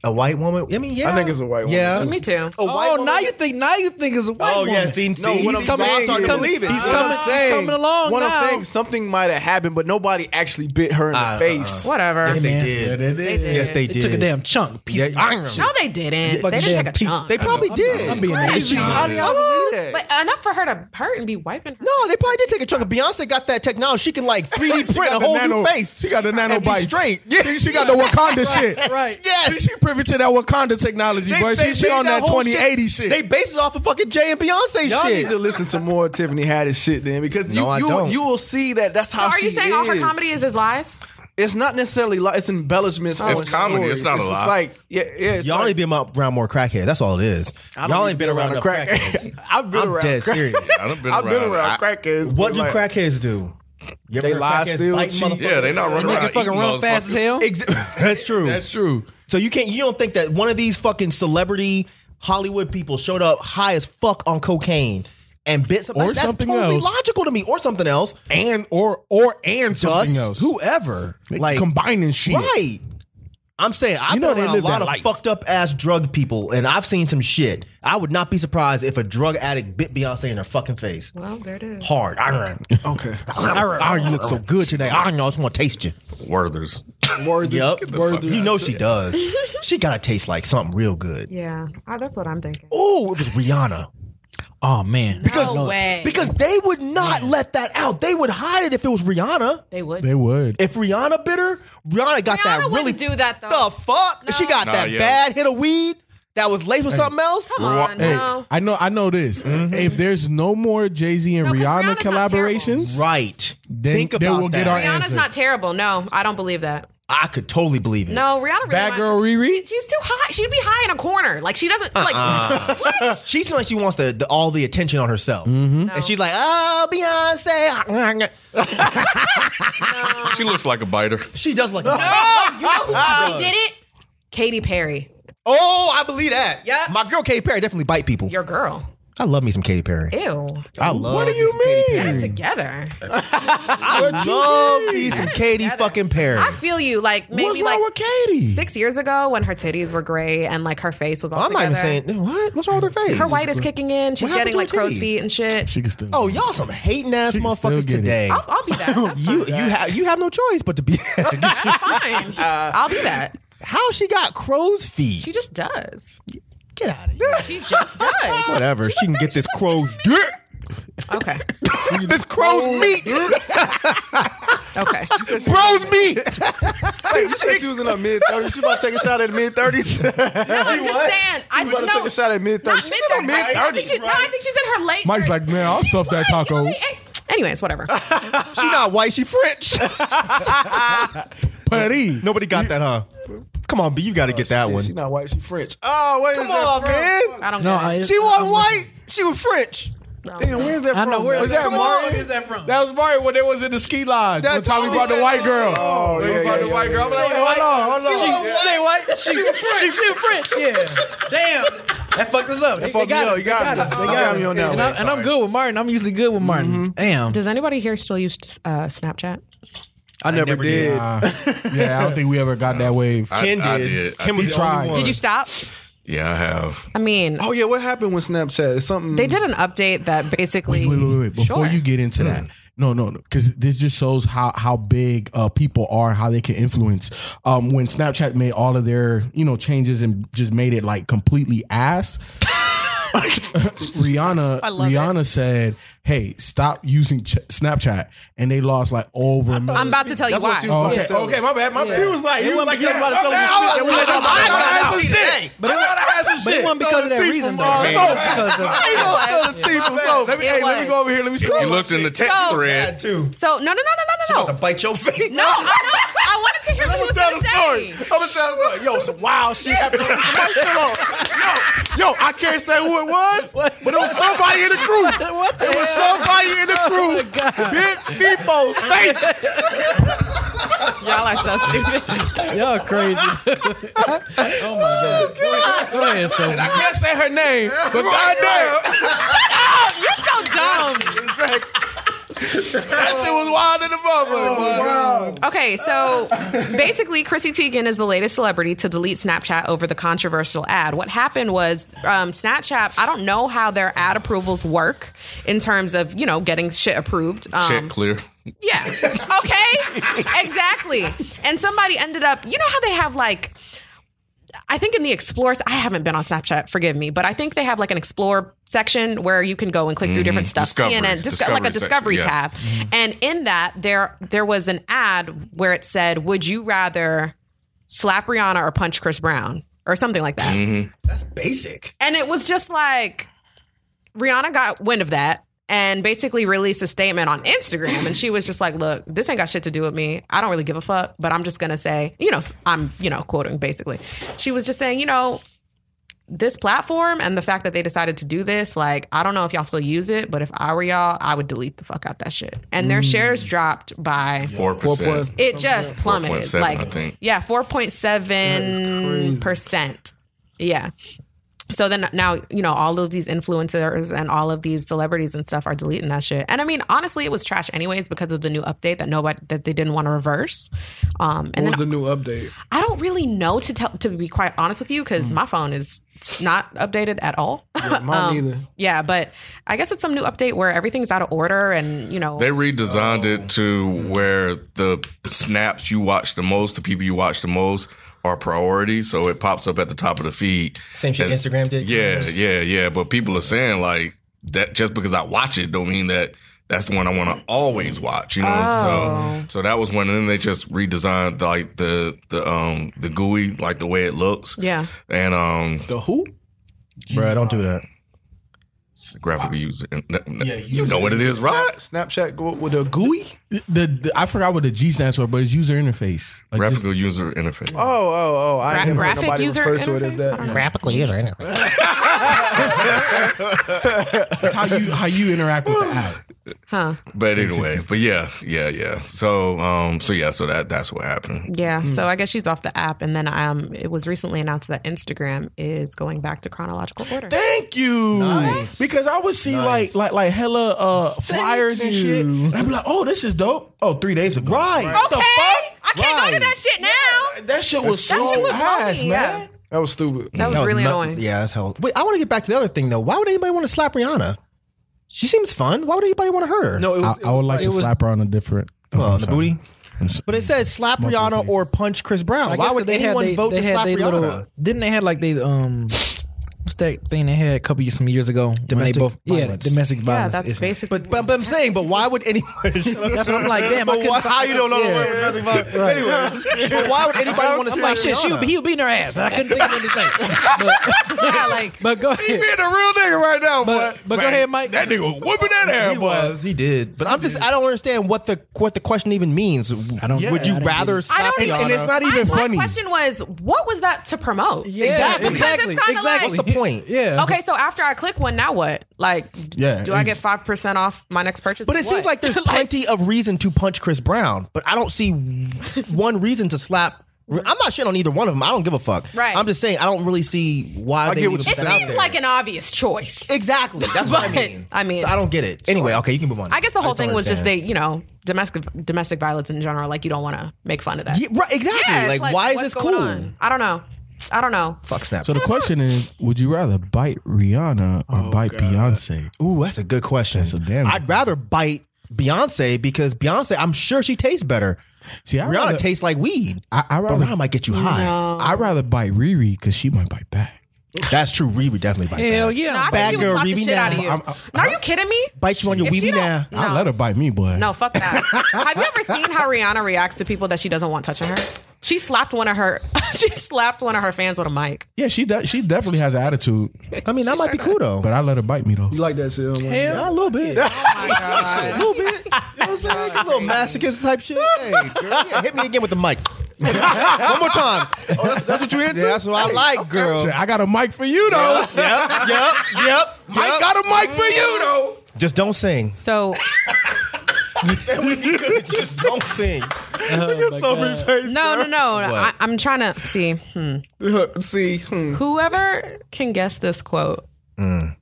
Speaker 7: A white woman. I mean, yeah.
Speaker 2: I think it's a white woman,
Speaker 7: Yeah.
Speaker 2: too.
Speaker 6: Me too.
Speaker 7: A white
Speaker 4: Oh,
Speaker 7: woman.
Speaker 4: now you think now you think it's a white
Speaker 7: Oh
Speaker 4: woman.
Speaker 7: yes, see,
Speaker 2: No,
Speaker 7: see,
Speaker 2: what
Speaker 7: he's
Speaker 2: I'm
Speaker 7: coming.
Speaker 2: saying
Speaker 7: I'm starting to
Speaker 2: is-
Speaker 7: believe it.
Speaker 4: He's
Speaker 2: What I'm
Speaker 4: coming. He's coming along
Speaker 2: What
Speaker 4: now.
Speaker 2: I'm saying, something might have happened, but nobody actually bit her in the face.
Speaker 6: Whatever.
Speaker 7: Yes, they
Speaker 4: man.
Speaker 7: did.
Speaker 6: They did.
Speaker 7: Yes, they
Speaker 4: It
Speaker 7: did.
Speaker 4: took a damn chunk. Piece
Speaker 7: Yeah,
Speaker 4: of
Speaker 7: yeah.
Speaker 4: iron.
Speaker 6: No, they didn't. They
Speaker 4: Fucking
Speaker 6: didn't take a
Speaker 4: damn piece.
Speaker 6: chunk. Oh,
Speaker 7: They probably did.
Speaker 4: I'm being crazy.
Speaker 2: How do y'all believe that?
Speaker 6: but enough for her to hurt and be wiping her.
Speaker 7: No, they probably did take a chunk. If Beyonce got that technology, she
Speaker 8: (laughs)
Speaker 7: can like 3D print a
Speaker 8: got the
Speaker 7: whole
Speaker 8: nano-
Speaker 7: new face.
Speaker 8: She got the
Speaker 7: And be
Speaker 8: nanobites.
Speaker 7: straight.
Speaker 8: Yeah. She, she got the Wakanda shit.
Speaker 7: (laughs) Right.
Speaker 8: She, she privy to that Wakanda technology,
Speaker 7: They-
Speaker 8: but
Speaker 7: they
Speaker 8: she, she
Speaker 7: made
Speaker 8: on that,
Speaker 7: whole
Speaker 8: 2080 shit.
Speaker 7: They based it off of fucking Jay and Beyonce
Speaker 2: Y'all
Speaker 7: shit.
Speaker 2: need to listen to more Tiffany Haddish shit then, because you
Speaker 7: No, I
Speaker 2: you,
Speaker 7: don't.
Speaker 2: you will see that that's
Speaker 6: So
Speaker 2: how
Speaker 6: are
Speaker 2: she
Speaker 6: you saying all her
Speaker 2: is.
Speaker 6: comedy is his lies?
Speaker 2: It's not necessarily li It's embellishments. on
Speaker 3: It's
Speaker 2: stories.
Speaker 3: comedy. It's not a
Speaker 2: just
Speaker 3: lie.
Speaker 2: Like yeah, yeah. It's
Speaker 7: Y'all
Speaker 2: like,
Speaker 7: ain't been around more crackheads. That's all it is.
Speaker 2: I don't
Speaker 7: Y'all
Speaker 2: need
Speaker 7: ain't
Speaker 2: to
Speaker 7: been
Speaker 2: be
Speaker 7: around,
Speaker 2: a
Speaker 7: enough
Speaker 2: crack-
Speaker 7: crackheads.
Speaker 2: (laughs) I've
Speaker 7: (laughs)
Speaker 2: been
Speaker 7: I'm
Speaker 2: around.
Speaker 7: dead
Speaker 2: crack-
Speaker 7: serious.
Speaker 3: (laughs) I've been
Speaker 2: I've been
Speaker 3: around.
Speaker 2: around
Speaker 3: I-
Speaker 2: crackheads.
Speaker 7: What
Speaker 2: but
Speaker 7: do
Speaker 2: like,
Speaker 7: crackheads do? You ever
Speaker 2: They
Speaker 7: heard
Speaker 2: lie
Speaker 7: crackheads
Speaker 2: still,
Speaker 7: bite
Speaker 2: cheat?
Speaker 7: motherfuckers?
Speaker 3: Yeah, they not running
Speaker 4: They
Speaker 3: around.
Speaker 4: can fucking
Speaker 3: eating
Speaker 4: run fast as
Speaker 3: motherfuckers.
Speaker 4: hell.
Speaker 7: Exa- (laughs) That's true.
Speaker 8: That's true.
Speaker 7: So you can't. You don't think that one of these fucking celebrity Hollywood people showed up high as fuck on cocaine and bit something
Speaker 8: Or
Speaker 7: That's
Speaker 8: something
Speaker 7: totally
Speaker 8: else.
Speaker 7: logical to me, or something else.
Speaker 8: And or or and something
Speaker 7: Dust,
Speaker 8: else.
Speaker 7: whoever,
Speaker 8: like
Speaker 7: like
Speaker 8: combining shit.
Speaker 7: right. I'm saying I've
Speaker 8: You know
Speaker 7: been
Speaker 8: they
Speaker 7: around a
Speaker 8: live
Speaker 7: lot
Speaker 8: that
Speaker 7: of
Speaker 8: life.
Speaker 7: fucked up ass drug people, and I've seen some shit. I would not be surprised if a drug addict bit Beyonce in her fucking face
Speaker 6: Well, there it is.
Speaker 7: hard. Iron, (laughs)
Speaker 2: Okay.
Speaker 7: iron, you look so good today. Iron, I just want to taste you.
Speaker 3: Werthers.
Speaker 2: Worthy.
Speaker 7: Yup,
Speaker 2: Worthy.
Speaker 7: you know she does. she gotta taste like something real good.
Speaker 6: Yeah, Ah, that's what I'm thinking.
Speaker 7: Oh, it was Rihanna.
Speaker 4: Oh man.
Speaker 6: no way.
Speaker 7: Because they would not let that out. They would hide it if it was Rihanna.
Speaker 6: they would.
Speaker 8: They would.
Speaker 7: If Rihanna bit her, Rihanna got
Speaker 6: Rihanna
Speaker 7: that
Speaker 6: wouldn't
Speaker 7: really.
Speaker 6: do that, though.
Speaker 7: The fuck?
Speaker 6: No.
Speaker 7: She got
Speaker 3: Nah,
Speaker 7: that
Speaker 3: yeah.
Speaker 7: bad hit of weed that was laced with something else.
Speaker 6: Come on,
Speaker 8: Hey,
Speaker 6: no.
Speaker 8: I know I know this.
Speaker 7: Mm-hmm.
Speaker 8: If there's no more Jay-Z and
Speaker 6: 'cause
Speaker 8: Rihanna
Speaker 6: Rihanna's not terrible.
Speaker 8: collaborations,
Speaker 7: Right.
Speaker 8: then,
Speaker 7: Think
Speaker 8: then
Speaker 7: about
Speaker 8: we'll get
Speaker 7: that.
Speaker 8: our
Speaker 6: Rihanna's
Speaker 8: answer.
Speaker 6: not terrible. No, I don't believe that.
Speaker 7: I could totally believe it.
Speaker 6: No, Rihanna. Really
Speaker 8: Bad
Speaker 6: might-
Speaker 8: girl Riri?
Speaker 6: She's too high. She'd be high in a corner. Like she doesn't
Speaker 4: Uh-uh.
Speaker 6: like.
Speaker 4: (laughs)
Speaker 6: (laughs) What?
Speaker 7: She seems like she wants the, the, all the attention on herself. Mm-hmm.
Speaker 6: No.
Speaker 7: And she's like, oh, Beyonce. (laughs)
Speaker 3: She looks like a biter.
Speaker 7: She does like,
Speaker 6: Oh, you know who probably did it? Katy Perry,
Speaker 7: oh, I believe that.
Speaker 6: Yeah.
Speaker 7: My girl Katy Perry definitely bite people.
Speaker 6: your girl.
Speaker 7: I love me some Katy Perry.
Speaker 6: Ew.
Speaker 7: I love
Speaker 8: What do
Speaker 7: me
Speaker 8: you
Speaker 7: some Katy Perry.
Speaker 8: mean?
Speaker 6: Together.
Speaker 7: I love me some Katy fucking Perry.
Speaker 6: I feel you. Like maybe
Speaker 8: What's
Speaker 6: like
Speaker 8: wrong with Katie?
Speaker 6: six years ago when her titties were gray and like her face was all
Speaker 7: Oh, I'm not even
Speaker 6: together.
Speaker 7: saying what. What's wrong with her face?
Speaker 6: her white is kicking in. She's
Speaker 7: What
Speaker 6: getting
Speaker 7: happened to
Speaker 6: like
Speaker 7: her
Speaker 6: crow's
Speaker 7: titties?
Speaker 6: feet and shit.
Speaker 8: She can still.
Speaker 7: Oh, y'all some hating ass
Speaker 8: can still
Speaker 7: motherfuckers
Speaker 8: get it.
Speaker 7: today.
Speaker 6: I'll, I'll be that. That's
Speaker 7: You you have you have no choice but to be. (laughs)
Speaker 6: fine.
Speaker 4: Uh,
Speaker 6: I'll be that.
Speaker 7: How she got crow's feet?
Speaker 6: She just does.
Speaker 7: get out of here.
Speaker 6: She just does.
Speaker 7: (laughs) Whatever. She can get this crow's dick.
Speaker 4: (laughs)
Speaker 6: Okay.
Speaker 7: This crow's meat.
Speaker 6: Oh. (laughs)
Speaker 7: (laughs)
Speaker 6: Okay.
Speaker 7: Bro's meat.
Speaker 2: Wait, you said she was in her mid thirties. She about to take a shot at mid thirties. (laughs) she
Speaker 6: I'm just saying. I
Speaker 2: She about to
Speaker 6: no,
Speaker 2: take a shot at mid
Speaker 6: Not
Speaker 2: thirties. She's in her
Speaker 6: mid-thirties.
Speaker 2: mid
Speaker 6: I think
Speaker 2: thirties.
Speaker 6: she's- No, I think she's in her late.
Speaker 8: Mike's like, man, I'll stuff that taco.
Speaker 6: eh, Anyways, whatever.
Speaker 7: she not white. She French.
Speaker 8: Petty.
Speaker 7: Nobody got that, huh? Come on, B. You got to
Speaker 6: Oh,
Speaker 7: get that one.
Speaker 2: She's not white. She's French. Oh, where is
Speaker 7: Come
Speaker 2: that
Speaker 7: on,
Speaker 2: from?
Speaker 7: man.
Speaker 6: I don't
Speaker 4: No,
Speaker 6: get it.
Speaker 4: I,
Speaker 7: She wasn't white. She was French.
Speaker 6: Oh,
Speaker 2: Damn, where's that
Speaker 4: I
Speaker 2: from?
Speaker 4: know where
Speaker 2: man?
Speaker 4: is that from?
Speaker 2: Come on.
Speaker 4: Where is that from?
Speaker 8: That was Mario when they was in the ski lodge. That's
Speaker 7: That's
Speaker 8: when Tommy brought
Speaker 7: what we
Speaker 8: the
Speaker 7: said.
Speaker 8: white girl.
Speaker 2: Oh,
Speaker 8: When we
Speaker 2: yeah,
Speaker 8: brought
Speaker 2: yeah,
Speaker 8: the white
Speaker 2: yeah,
Speaker 8: girl. I'm like, hold on, hold on.
Speaker 4: She white. She, she French. She French. Yeah. Damn. That fucked us up. They,
Speaker 2: fucked
Speaker 4: they got
Speaker 2: me up.
Speaker 4: us.
Speaker 2: You got
Speaker 4: us.
Speaker 2: me.
Speaker 4: They
Speaker 2: You
Speaker 4: got
Speaker 2: got
Speaker 4: us.
Speaker 2: me on that
Speaker 4: And,
Speaker 2: one.
Speaker 4: I, and I'm good with Martin. I'm usually good with Martin. Damn.
Speaker 6: Does anybody here still use uh, Snapchat?
Speaker 2: I never, did.
Speaker 8: Uh, yeah, I don't think we ever got that wave.
Speaker 3: I,
Speaker 7: Ken
Speaker 3: I
Speaker 7: did.
Speaker 3: did. I
Speaker 7: Ken was
Speaker 3: did.
Speaker 7: the only
Speaker 8: tried.
Speaker 7: one.
Speaker 6: Did you stop?
Speaker 3: Yeah, I have.
Speaker 6: I mean,
Speaker 2: Oh yeah, what happened with Snapchat? It's something
Speaker 6: they did an update that basically.
Speaker 8: Wait, wait, wait, wait. Before
Speaker 6: Sure.
Speaker 8: you get into that, no, no, because this just shows how how big uh, people are, how they can influence. Um, when Snapchat made all of their you know changes and just made it like completely ass. (laughs) Rihanna
Speaker 6: (laughs) I love
Speaker 8: Rihanna said, "Hey, stop using Ch- Snapchat," and they lost like over. a
Speaker 6: I'm
Speaker 8: million.
Speaker 6: about to tell you why.
Speaker 2: she
Speaker 8: Oh,
Speaker 2: was
Speaker 8: okay.
Speaker 2: about to
Speaker 8: Okay, my bad. My bad.
Speaker 2: He was like, he was like, yeah, okay, I was- I thought I had some shit. I thought I had some
Speaker 4: But it
Speaker 2: shit.
Speaker 4: wasn't because of that reason, though.
Speaker 2: Mars.
Speaker 4: It wasn't because of-
Speaker 2: I ain't gonna throw the teeth from Soap. Let me, hey, let me go over here. Let me see.
Speaker 3: If you looked in the text
Speaker 6: So-
Speaker 3: thread,
Speaker 7: too.
Speaker 6: So no, no, no, no, no, no,
Speaker 7: To
Speaker 6: no.
Speaker 7: bite your face.
Speaker 6: No, I, was- I wanted to hear what he was
Speaker 2: Tell
Speaker 6: going
Speaker 2: the
Speaker 6: to
Speaker 2: story.
Speaker 6: say.
Speaker 2: I'm gonna tell the story. Yo, some wild shit happened. Come on. Yo, yo, I can't say who
Speaker 4: (laughs)
Speaker 2: it was, but it was somebody in the group.
Speaker 4: What the Oh
Speaker 2: It was somebody in the group. Big Meepo's face.
Speaker 6: Y'all are so stupid.
Speaker 4: Y'all crazy. oh my god. Go ahead, Sophie.
Speaker 2: I can't say her name, but goddamn,
Speaker 6: You're so dumb.
Speaker 2: that shit was wild in the mother. Oh, wow.
Speaker 6: Okay, so basically, Chrissy Teigen is the latest celebrity to delete Snapchat over the controversial ad. What happened was um, Snapchat. I don't know how their ad approvals work in terms of you know getting shit approved. Um,
Speaker 3: check clear.
Speaker 6: Yeah. Okay. exactly. And somebody ended up, you know how they have like, I think in the explore, I haven't been on Snapchat, forgive me, but I think they have like an explore section where you can go and click through different stuff.
Speaker 3: Mm-hmm. Discovery.
Speaker 6: CNN, disco- like
Speaker 3: Discovery
Speaker 6: a
Speaker 3: section,
Speaker 6: discovery
Speaker 3: yeah. Mm-hmm.
Speaker 6: tab. And in that, there there was an ad where it said, "Would you rather slap Rihanna or punch Chris Brown?" or something like that.
Speaker 7: That's basic.
Speaker 6: And it was just like Rihanna got wind of that and basically released a statement on Instagram. And she was just like, look, this ain't got shit to do with me. I don't really give a fuck, but I'm just going to say, you know, I'm, you know, quoting basically. She was just saying, you know, this platform and the fact that they decided to do this, like, I don't know if y'all still use it, but if I were y'all, I would delete the fuck out that shit. And their shares dropped by
Speaker 3: Four percent.
Speaker 6: it just plummeted.
Speaker 3: 4.7,
Speaker 6: like
Speaker 3: I think.
Speaker 6: yeah, four point seven percent. Yeah. So then now you know all of these influencers and all of these celebrities and stuff are deleting that shit. And I mean, honestly, it was trash anyways because of the new update that nobody that they didn't want to reverse. Um, and then
Speaker 2: What was the new update?
Speaker 6: I don't really know to tell to be quite honest with you because my phone is not updated at all. Yeah, (laughs)
Speaker 2: Mine either.
Speaker 6: but I guess it's some new update where everything's out of order and you know
Speaker 3: They redesigned it to where the snaps you watch the most, the people you watch the most, are priority. So it pops up at the top of the feed.
Speaker 7: Same shit
Speaker 3: And-
Speaker 7: Instagram did.
Speaker 3: Yeah, yeah, yeah. But people are saying like that just because I watch it don't mean that that's the one I want to always watch. You know,
Speaker 6: Oh.
Speaker 3: so so that was one. And then they just redesigned like the the um the GUI, like the way it looks.
Speaker 6: yeah.
Speaker 3: And um,
Speaker 2: The who?
Speaker 9: Bro, don't do that.
Speaker 3: graphical user, you know what it is, right?
Speaker 2: Snapchat go- with the GUI?
Speaker 8: The, the I forgot what the G stands for, but it's user interface. Like just-
Speaker 3: Graphical user interface.
Speaker 2: Oh, oh, oh. I ain't
Speaker 6: Gra-
Speaker 2: never heard
Speaker 6: graphic
Speaker 2: nobody
Speaker 6: user
Speaker 2: refer to it
Speaker 6: interface.
Speaker 2: as
Speaker 6: I
Speaker 2: that.
Speaker 6: don't know.
Speaker 8: that's how you how you interact with the app.
Speaker 6: Huh.
Speaker 3: But anyway, but yeah, yeah, yeah. So um, so yeah, so that that's what happened.
Speaker 6: Yeah, so I guess she's off the app, and then um, it was recently announced that Instagram is going back to chronological order.
Speaker 8: Thank you. Because I would see like like like hella uh, flyers and shit. And I'd be like, oh, this is dope. Oh, three days ago. Right. What the
Speaker 6: Okay,
Speaker 8: fuck?
Speaker 6: I can't go to that shit now.
Speaker 8: That shit was
Speaker 6: That
Speaker 8: so
Speaker 6: shit was
Speaker 8: ass, man.
Speaker 6: funny, yeah.
Speaker 2: That was stupid.
Speaker 6: That was
Speaker 7: That was
Speaker 6: really
Speaker 7: nu-
Speaker 6: annoying.
Speaker 7: Yeah, that's hell. Wait, I want to get back to the other thing though. Why would anybody want to slap Rihanna? She seems fun. Why would anybody want to hurt her?
Speaker 2: No, it was,
Speaker 8: I,
Speaker 2: it
Speaker 8: I would
Speaker 2: was
Speaker 8: like to slap her on a different. Oh,
Speaker 7: Well,
Speaker 8: I'm
Speaker 7: the
Speaker 8: sorry.
Speaker 7: booty.
Speaker 8: I'm so-
Speaker 7: But it says slap Rihanna or punch Chris
Speaker 4: I
Speaker 7: Brown. Why
Speaker 4: guess
Speaker 7: would
Speaker 4: they had
Speaker 7: anyone
Speaker 4: they-
Speaker 7: vote
Speaker 4: they
Speaker 7: to
Speaker 4: had
Speaker 7: slap
Speaker 4: they
Speaker 7: Rihanna?
Speaker 4: Little, didn't they had like they um what's that thing they had a couple years some years ago?
Speaker 7: Domestic
Speaker 4: when they both,
Speaker 7: violence.
Speaker 4: Yeah, domestic
Speaker 6: Yeah,
Speaker 4: violence.
Speaker 6: that's
Speaker 4: issue.
Speaker 6: basically. (laughs)
Speaker 7: but, but but I'm saying, but why
Speaker 4: (laughs)
Speaker 7: would anyone?
Speaker 4: That's what I'm like, damn. I
Speaker 7: But
Speaker 4: couldn't
Speaker 7: why,
Speaker 4: find-
Speaker 7: how you don't know the
Speaker 4: Yeah.
Speaker 7: word domestic violence? (laughs) Anyway, but why would anybody want to
Speaker 4: I'm
Speaker 7: slap
Speaker 4: like, shit, she
Speaker 7: Rihanna?
Speaker 4: would be, he would be in her ass. I couldn't think of
Speaker 7: (laughs)
Speaker 4: anything.
Speaker 6: yeah, like
Speaker 4: But go ahead.
Speaker 2: being a real nigga right now,
Speaker 4: But, but go ahead, Mike.
Speaker 2: That nigga was whooping that ass,
Speaker 7: He was, he did. But I'm just, I don't understand what the what the question even means.
Speaker 4: I don't-
Speaker 7: Would
Speaker 4: Yeah, I
Speaker 7: you
Speaker 4: don't
Speaker 7: rather
Speaker 4: get it.
Speaker 6: I don't
Speaker 7: slap Rihanna?
Speaker 6: even- And it's
Speaker 8: not even
Speaker 6: my,
Speaker 8: funny.
Speaker 6: My question was, what was that to promote?
Speaker 4: Yeah,
Speaker 7: Exactly.
Speaker 4: Exactly.
Speaker 6: Because it's kinda
Speaker 4: exactly.
Speaker 6: like-
Speaker 7: What's the point?
Speaker 4: Yeah.
Speaker 6: Okay, so after I click one, now what? Like,
Speaker 8: Yeah,
Speaker 6: do I get
Speaker 8: it's-
Speaker 6: five percent off my next purchase?
Speaker 7: But
Speaker 6: or
Speaker 7: it
Speaker 6: what?
Speaker 7: seems
Speaker 6: (laughs)
Speaker 7: like there's plenty of reason to punch Chris Brown, but I don't see one reason to slap. I'm not shit on either one of them. I don't give a fuck.
Speaker 6: Right.
Speaker 7: I'm just saying I don't really see why they
Speaker 2: get
Speaker 7: need
Speaker 2: what
Speaker 7: to
Speaker 2: you're
Speaker 6: it
Speaker 7: put that out
Speaker 6: seems
Speaker 7: there.
Speaker 6: like an obvious choice.
Speaker 7: (laughs) exactly. That's what I
Speaker 6: But,
Speaker 7: mean.
Speaker 6: I mean-
Speaker 7: So I don't get it. Anyway, okay, you can move on.
Speaker 6: I guess the whole
Speaker 7: just don't
Speaker 6: thing was just they,
Speaker 7: understand.
Speaker 6: you know, domestic domestic violence in general. Like, you don't want to make fun of that.
Speaker 7: Yeah, right, exactly.
Speaker 6: Yeah, it's
Speaker 7: like, why is
Speaker 6: what's
Speaker 7: this
Speaker 6: going
Speaker 7: cool?
Speaker 6: on? I don't know. I don't know.
Speaker 7: Fuck snap.
Speaker 8: So the question is, would you rather bite Rihanna
Speaker 3: Oh,
Speaker 8: or bite Beyonce?
Speaker 7: Ooh, that's a good question.
Speaker 8: That's a damn-
Speaker 7: I'd rather bite Beyonce because Beyonce, I'm sure she tastes better.
Speaker 8: See, I
Speaker 7: Rihanna
Speaker 8: rather,
Speaker 7: tastes like weed.
Speaker 8: I, I
Speaker 7: but
Speaker 8: rather
Speaker 7: Rihanna might get you high.
Speaker 8: I rather bite Riri because she might bite back.
Speaker 7: That's true. Riri definitely bite
Speaker 4: Hell
Speaker 7: that.
Speaker 4: yeah.
Speaker 6: No, I
Speaker 7: Bad
Speaker 6: think she would
Speaker 7: girl,
Speaker 6: slap the
Speaker 7: Riri
Speaker 6: shit
Speaker 7: now.
Speaker 6: out of you.
Speaker 7: I'm-
Speaker 6: No,
Speaker 7: I'm-
Speaker 6: are you kidding me?
Speaker 7: Bite you on your
Speaker 6: If you
Speaker 7: weeby
Speaker 6: don't-
Speaker 7: now.
Speaker 6: No.
Speaker 8: I let her bite me, but
Speaker 6: No, fuck
Speaker 7: (laughs)
Speaker 6: that. Have you ever seen how Rihanna reacts to people that she doesn't want touching her? She slapped one of her. (laughs) she slapped one of her fans with a mic.
Speaker 8: yeah, she de- she definitely has an attitude.
Speaker 7: I mean, that might be cool though.
Speaker 8: But I let her bite me though.
Speaker 2: You like that shit? huh, man?
Speaker 7: Yeah, a little bit.
Speaker 6: Oh my god.
Speaker 7: A little bit. You know what I'm saying? Like a little masochist type shit. Hey, girl, yeah, hit me again with the mic. (laughs) One more time. Oh, that's, what you into? that's what I like, girl.
Speaker 8: Shit, I got a mic for you though.
Speaker 7: Yep, yep, yep.
Speaker 8: I got a mic for you though.
Speaker 7: Just don't sing.
Speaker 6: So
Speaker 7: Just don't sing.
Speaker 6: no, no, no. I, I'm trying to see. Hmm.
Speaker 2: See, hmm.
Speaker 6: Whoever can guess this quote,
Speaker 7: Mm.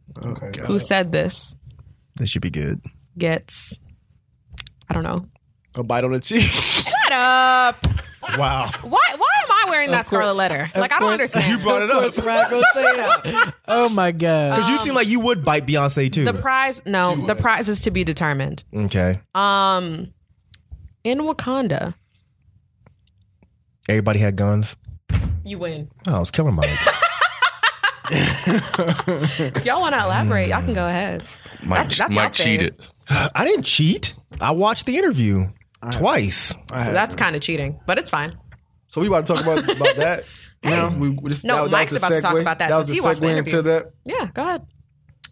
Speaker 6: who said this,
Speaker 7: This should be good.
Speaker 6: gets. I don't know.
Speaker 2: a bite on the cheek. (laughs)
Speaker 6: Shut up.
Speaker 7: Wow.
Speaker 6: Why? Why am I wearing that scarlet letter? Like I don't
Speaker 4: course.
Speaker 6: understand.
Speaker 7: it up.
Speaker 4: Oh my god.
Speaker 7: Because you seem like you would bite Beyonce too.
Speaker 6: the prize? No, the prize is to be determined.
Speaker 7: okay.
Speaker 6: Um, in Wakanda,
Speaker 7: Everybody had guns.
Speaker 6: you win.
Speaker 7: Oh, I was killing Mike.
Speaker 6: If y'all want to elaborate, y'all can go ahead.
Speaker 3: Mike,
Speaker 6: That's- that's
Speaker 3: Mike
Speaker 6: y'all saying.
Speaker 3: cheated.
Speaker 7: I didn't cheat. I watched the interview twice.
Speaker 6: So that's kind of cheating, but it's fine.
Speaker 2: So we about to talk about, about that. Now we, we just,
Speaker 6: No,
Speaker 2: that, was-
Speaker 6: Mike's
Speaker 2: that was a
Speaker 6: about to talk
Speaker 2: segue.
Speaker 6: about that
Speaker 2: That was
Speaker 6: since
Speaker 2: a
Speaker 6: he watched the
Speaker 2: segue into
Speaker 6: interview.
Speaker 2: that.
Speaker 6: Yeah, go ahead.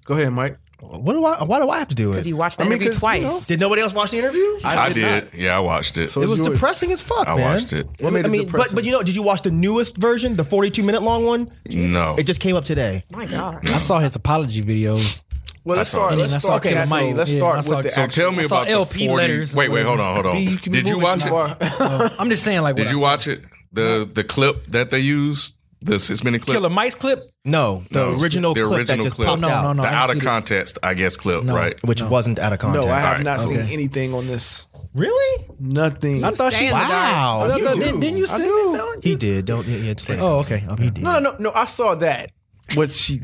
Speaker 2: Go ahead, Mike.
Speaker 7: What do I? Why do I have to do it?
Speaker 6: Because you watched the
Speaker 2: I mean,
Speaker 6: interview
Speaker 2: 'cause, you
Speaker 6: twice.
Speaker 2: know,
Speaker 7: Did nobody else watch the interview?
Speaker 3: I did. Yeah, I watched it.
Speaker 2: So
Speaker 7: It was
Speaker 2: yours.
Speaker 7: depressing as fuck.
Speaker 3: I
Speaker 7: man.
Speaker 3: watched it.
Speaker 2: What made
Speaker 7: I
Speaker 2: it
Speaker 7: mean, but
Speaker 2: depressing?
Speaker 7: but you know, did you watch the newest version, the forty-two minute long one?
Speaker 3: No.
Speaker 7: It just came up today.
Speaker 6: My God.
Speaker 4: I saw his apology
Speaker 7: (laughs)
Speaker 4: video.
Speaker 2: Well, let's start. Let's
Speaker 4: I saw
Speaker 2: start.
Speaker 4: Kid
Speaker 2: with-
Speaker 4: Mike.
Speaker 2: Let's
Speaker 4: Yeah, I
Speaker 2: start
Speaker 4: saw-
Speaker 2: with the
Speaker 4: so
Speaker 3: so
Speaker 2: actual-
Speaker 3: tell me
Speaker 4: I saw
Speaker 3: about
Speaker 4: LP
Speaker 3: the 40.
Speaker 4: letters.
Speaker 3: Wait, wait, hold on, hold on.
Speaker 2: B, you can
Speaker 3: did
Speaker 2: be
Speaker 3: you
Speaker 2: moving
Speaker 3: watch
Speaker 2: too
Speaker 3: it?
Speaker 2: far.
Speaker 4: I'm just saying, like,
Speaker 3: Did
Speaker 4: what
Speaker 3: you
Speaker 4: I
Speaker 3: watch it? The the clip that they used, the six minute
Speaker 4: saw.
Speaker 3: clip.
Speaker 4: Killer Mike's clip?
Speaker 7: No, the
Speaker 3: No,
Speaker 7: original
Speaker 3: the
Speaker 7: clip that
Speaker 3: original
Speaker 7: just
Speaker 3: clip.
Speaker 7: popped
Speaker 4: No,
Speaker 7: out,
Speaker 4: no, no.
Speaker 3: the
Speaker 4: I haven't
Speaker 3: out of
Speaker 4: seen it.
Speaker 3: context, I guess, clip,
Speaker 4: No.
Speaker 3: right?
Speaker 7: which wasn't out of
Speaker 2: No,
Speaker 7: context.
Speaker 2: I have
Speaker 3: Alright,
Speaker 2: not seen
Speaker 4: okay.
Speaker 2: anything on this.
Speaker 7: Really?
Speaker 2: Nothing.
Speaker 4: I thought she.
Speaker 6: Stand in the dark.
Speaker 7: Wow,
Speaker 4: I
Speaker 7: you
Speaker 4: thought-
Speaker 7: do.
Speaker 4: didn't, didn't you send it though?
Speaker 7: He did. Don't. Yeah, yeah, it's like,
Speaker 4: Oh, okay. okay.
Speaker 7: did.
Speaker 2: No, no, no. I saw that what she
Speaker 4: Mike.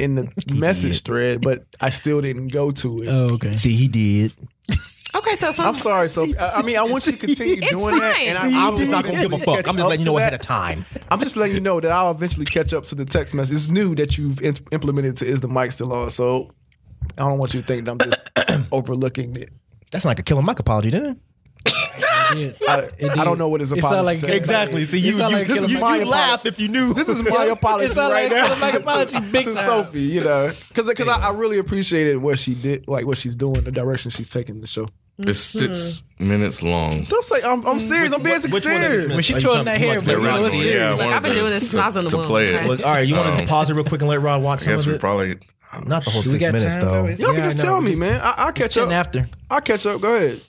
Speaker 7: (laughs)
Speaker 2: in the message thread, but I still didn't go to it.
Speaker 4: Oh, okay.
Speaker 7: See, he did.
Speaker 6: Okay, so if
Speaker 2: I'm
Speaker 7: (laughs)
Speaker 2: sorry, so I, I mean, I want you to continue
Speaker 6: It's
Speaker 2: doing that, and
Speaker 6: fine.
Speaker 2: I,
Speaker 7: I'm (laughs) just not gonna
Speaker 2: (laughs)
Speaker 7: give a fuck. I'm just letting you know ahead of time.
Speaker 2: I'm just letting you know that I'll eventually catch up to the text message. It's new that you've in- implemented to is the mic still on, so I don't want you to think that I'm just
Speaker 7: (coughs)
Speaker 2: overlooking it.
Speaker 7: That's like a killer Mike apology, didn't it?
Speaker 2: I, I don't know what his
Speaker 4: It sound
Speaker 2: apology
Speaker 4: like-
Speaker 2: said.
Speaker 4: Exactly. See, you- you- this is- you
Speaker 2: laugh
Speaker 7: if you knew.
Speaker 2: This is my apology
Speaker 4: It sound
Speaker 2: right
Speaker 4: like
Speaker 2: now. (laughs)
Speaker 4: Killer Mike apology big
Speaker 2: to
Speaker 4: time.
Speaker 2: Sophie, you know, because I, I really appreciated what she did, like what she's doing, the direction she's taking the show.
Speaker 3: It's 6 minutes long.
Speaker 2: Don't say I'm, I'm serious. I'm being
Speaker 7: one is
Speaker 2: serious.
Speaker 7: Miss-
Speaker 4: When she
Speaker 7: Are you
Speaker 4: twirling that
Speaker 7: talking-
Speaker 4: hair,
Speaker 7: you
Speaker 4: but
Speaker 7: want
Speaker 4: you know,
Speaker 3: original,
Speaker 4: it's serious.
Speaker 3: I
Speaker 6: Look, I've
Speaker 3: wanted
Speaker 6: been
Speaker 3: to-
Speaker 6: doing this since I was in the
Speaker 3: to
Speaker 6: womb,
Speaker 3: play
Speaker 6: okay?
Speaker 3: it.
Speaker 7: Well, all right, you want to
Speaker 3: Um,
Speaker 7: pause it real quick and let Rod watch
Speaker 3: I
Speaker 7: some
Speaker 3: guess
Speaker 7: of
Speaker 3: we
Speaker 7: it.
Speaker 3: probably.
Speaker 7: Not the whole
Speaker 4: we
Speaker 7: six
Speaker 4: got
Speaker 7: minutes
Speaker 4: time, though?
Speaker 7: though.
Speaker 4: It's-
Speaker 2: Y'all
Speaker 7: Yeah,
Speaker 2: can
Speaker 7: I
Speaker 2: just
Speaker 7: know.
Speaker 2: tell me, man. I, I'll catch up.
Speaker 4: Chin after.
Speaker 2: I'll catch up. Go ahead.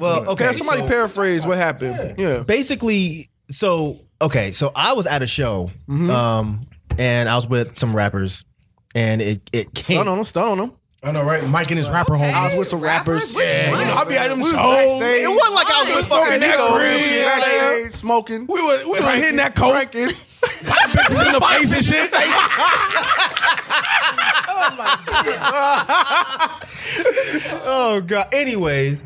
Speaker 7: Well, okay.
Speaker 2: Can somebody
Speaker 7: so-
Speaker 2: paraphrase what happened? Yeah.
Speaker 7: basically so okay so i was at a show um and i was with some rappers and it it
Speaker 2: Stun
Speaker 7: came
Speaker 2: on them. Stun on them.
Speaker 8: I know, right? Mike and his rapper
Speaker 6: Okay.
Speaker 2: I
Speaker 8: homies.
Speaker 2: was with some rappers.
Speaker 6: Rappers? Yeah,
Speaker 8: you know, I be at them
Speaker 2: We was
Speaker 8: shows.
Speaker 2: backstage.
Speaker 7: it wasn't like i was with
Speaker 2: Smoking
Speaker 7: fucking
Speaker 2: that
Speaker 7: niggas.
Speaker 2: green,
Speaker 7: Like,
Speaker 2: backstage, smoking.
Speaker 8: We were we were hitting that coke,
Speaker 2: Drinking.
Speaker 8: popping bitches in the face and shit.
Speaker 7: oh god anyways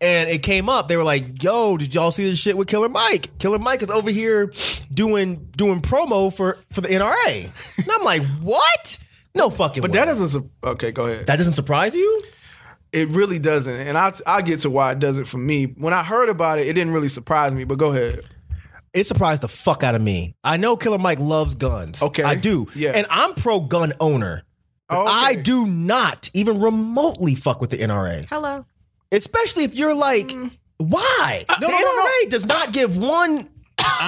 Speaker 7: and it came up they were like yo did y'all see this shit with killer mike killer mike is over here doing doing promo for for the nra and i'm like what no fucking
Speaker 2: But
Speaker 7: way.
Speaker 2: that doesn't. su- Okay, go ahead.
Speaker 7: that doesn't surprise you
Speaker 2: It really doesn't, and I I get to why it doesn't for me. When I heard about it, it didn't really surprise me. But go ahead.
Speaker 7: it surprised the fuck out of me. I know Killer Mike loves guns.
Speaker 2: Okay.
Speaker 7: I do.
Speaker 2: Yeah.
Speaker 7: And I'm pro gun owner.
Speaker 2: Oh, okay.
Speaker 7: I do not even remotely fuck with the NRA.
Speaker 6: Hello.
Speaker 7: Especially if you're like, why? the
Speaker 2: Uh, no, no, no.
Speaker 7: NRA does not give
Speaker 2: (coughs)
Speaker 7: one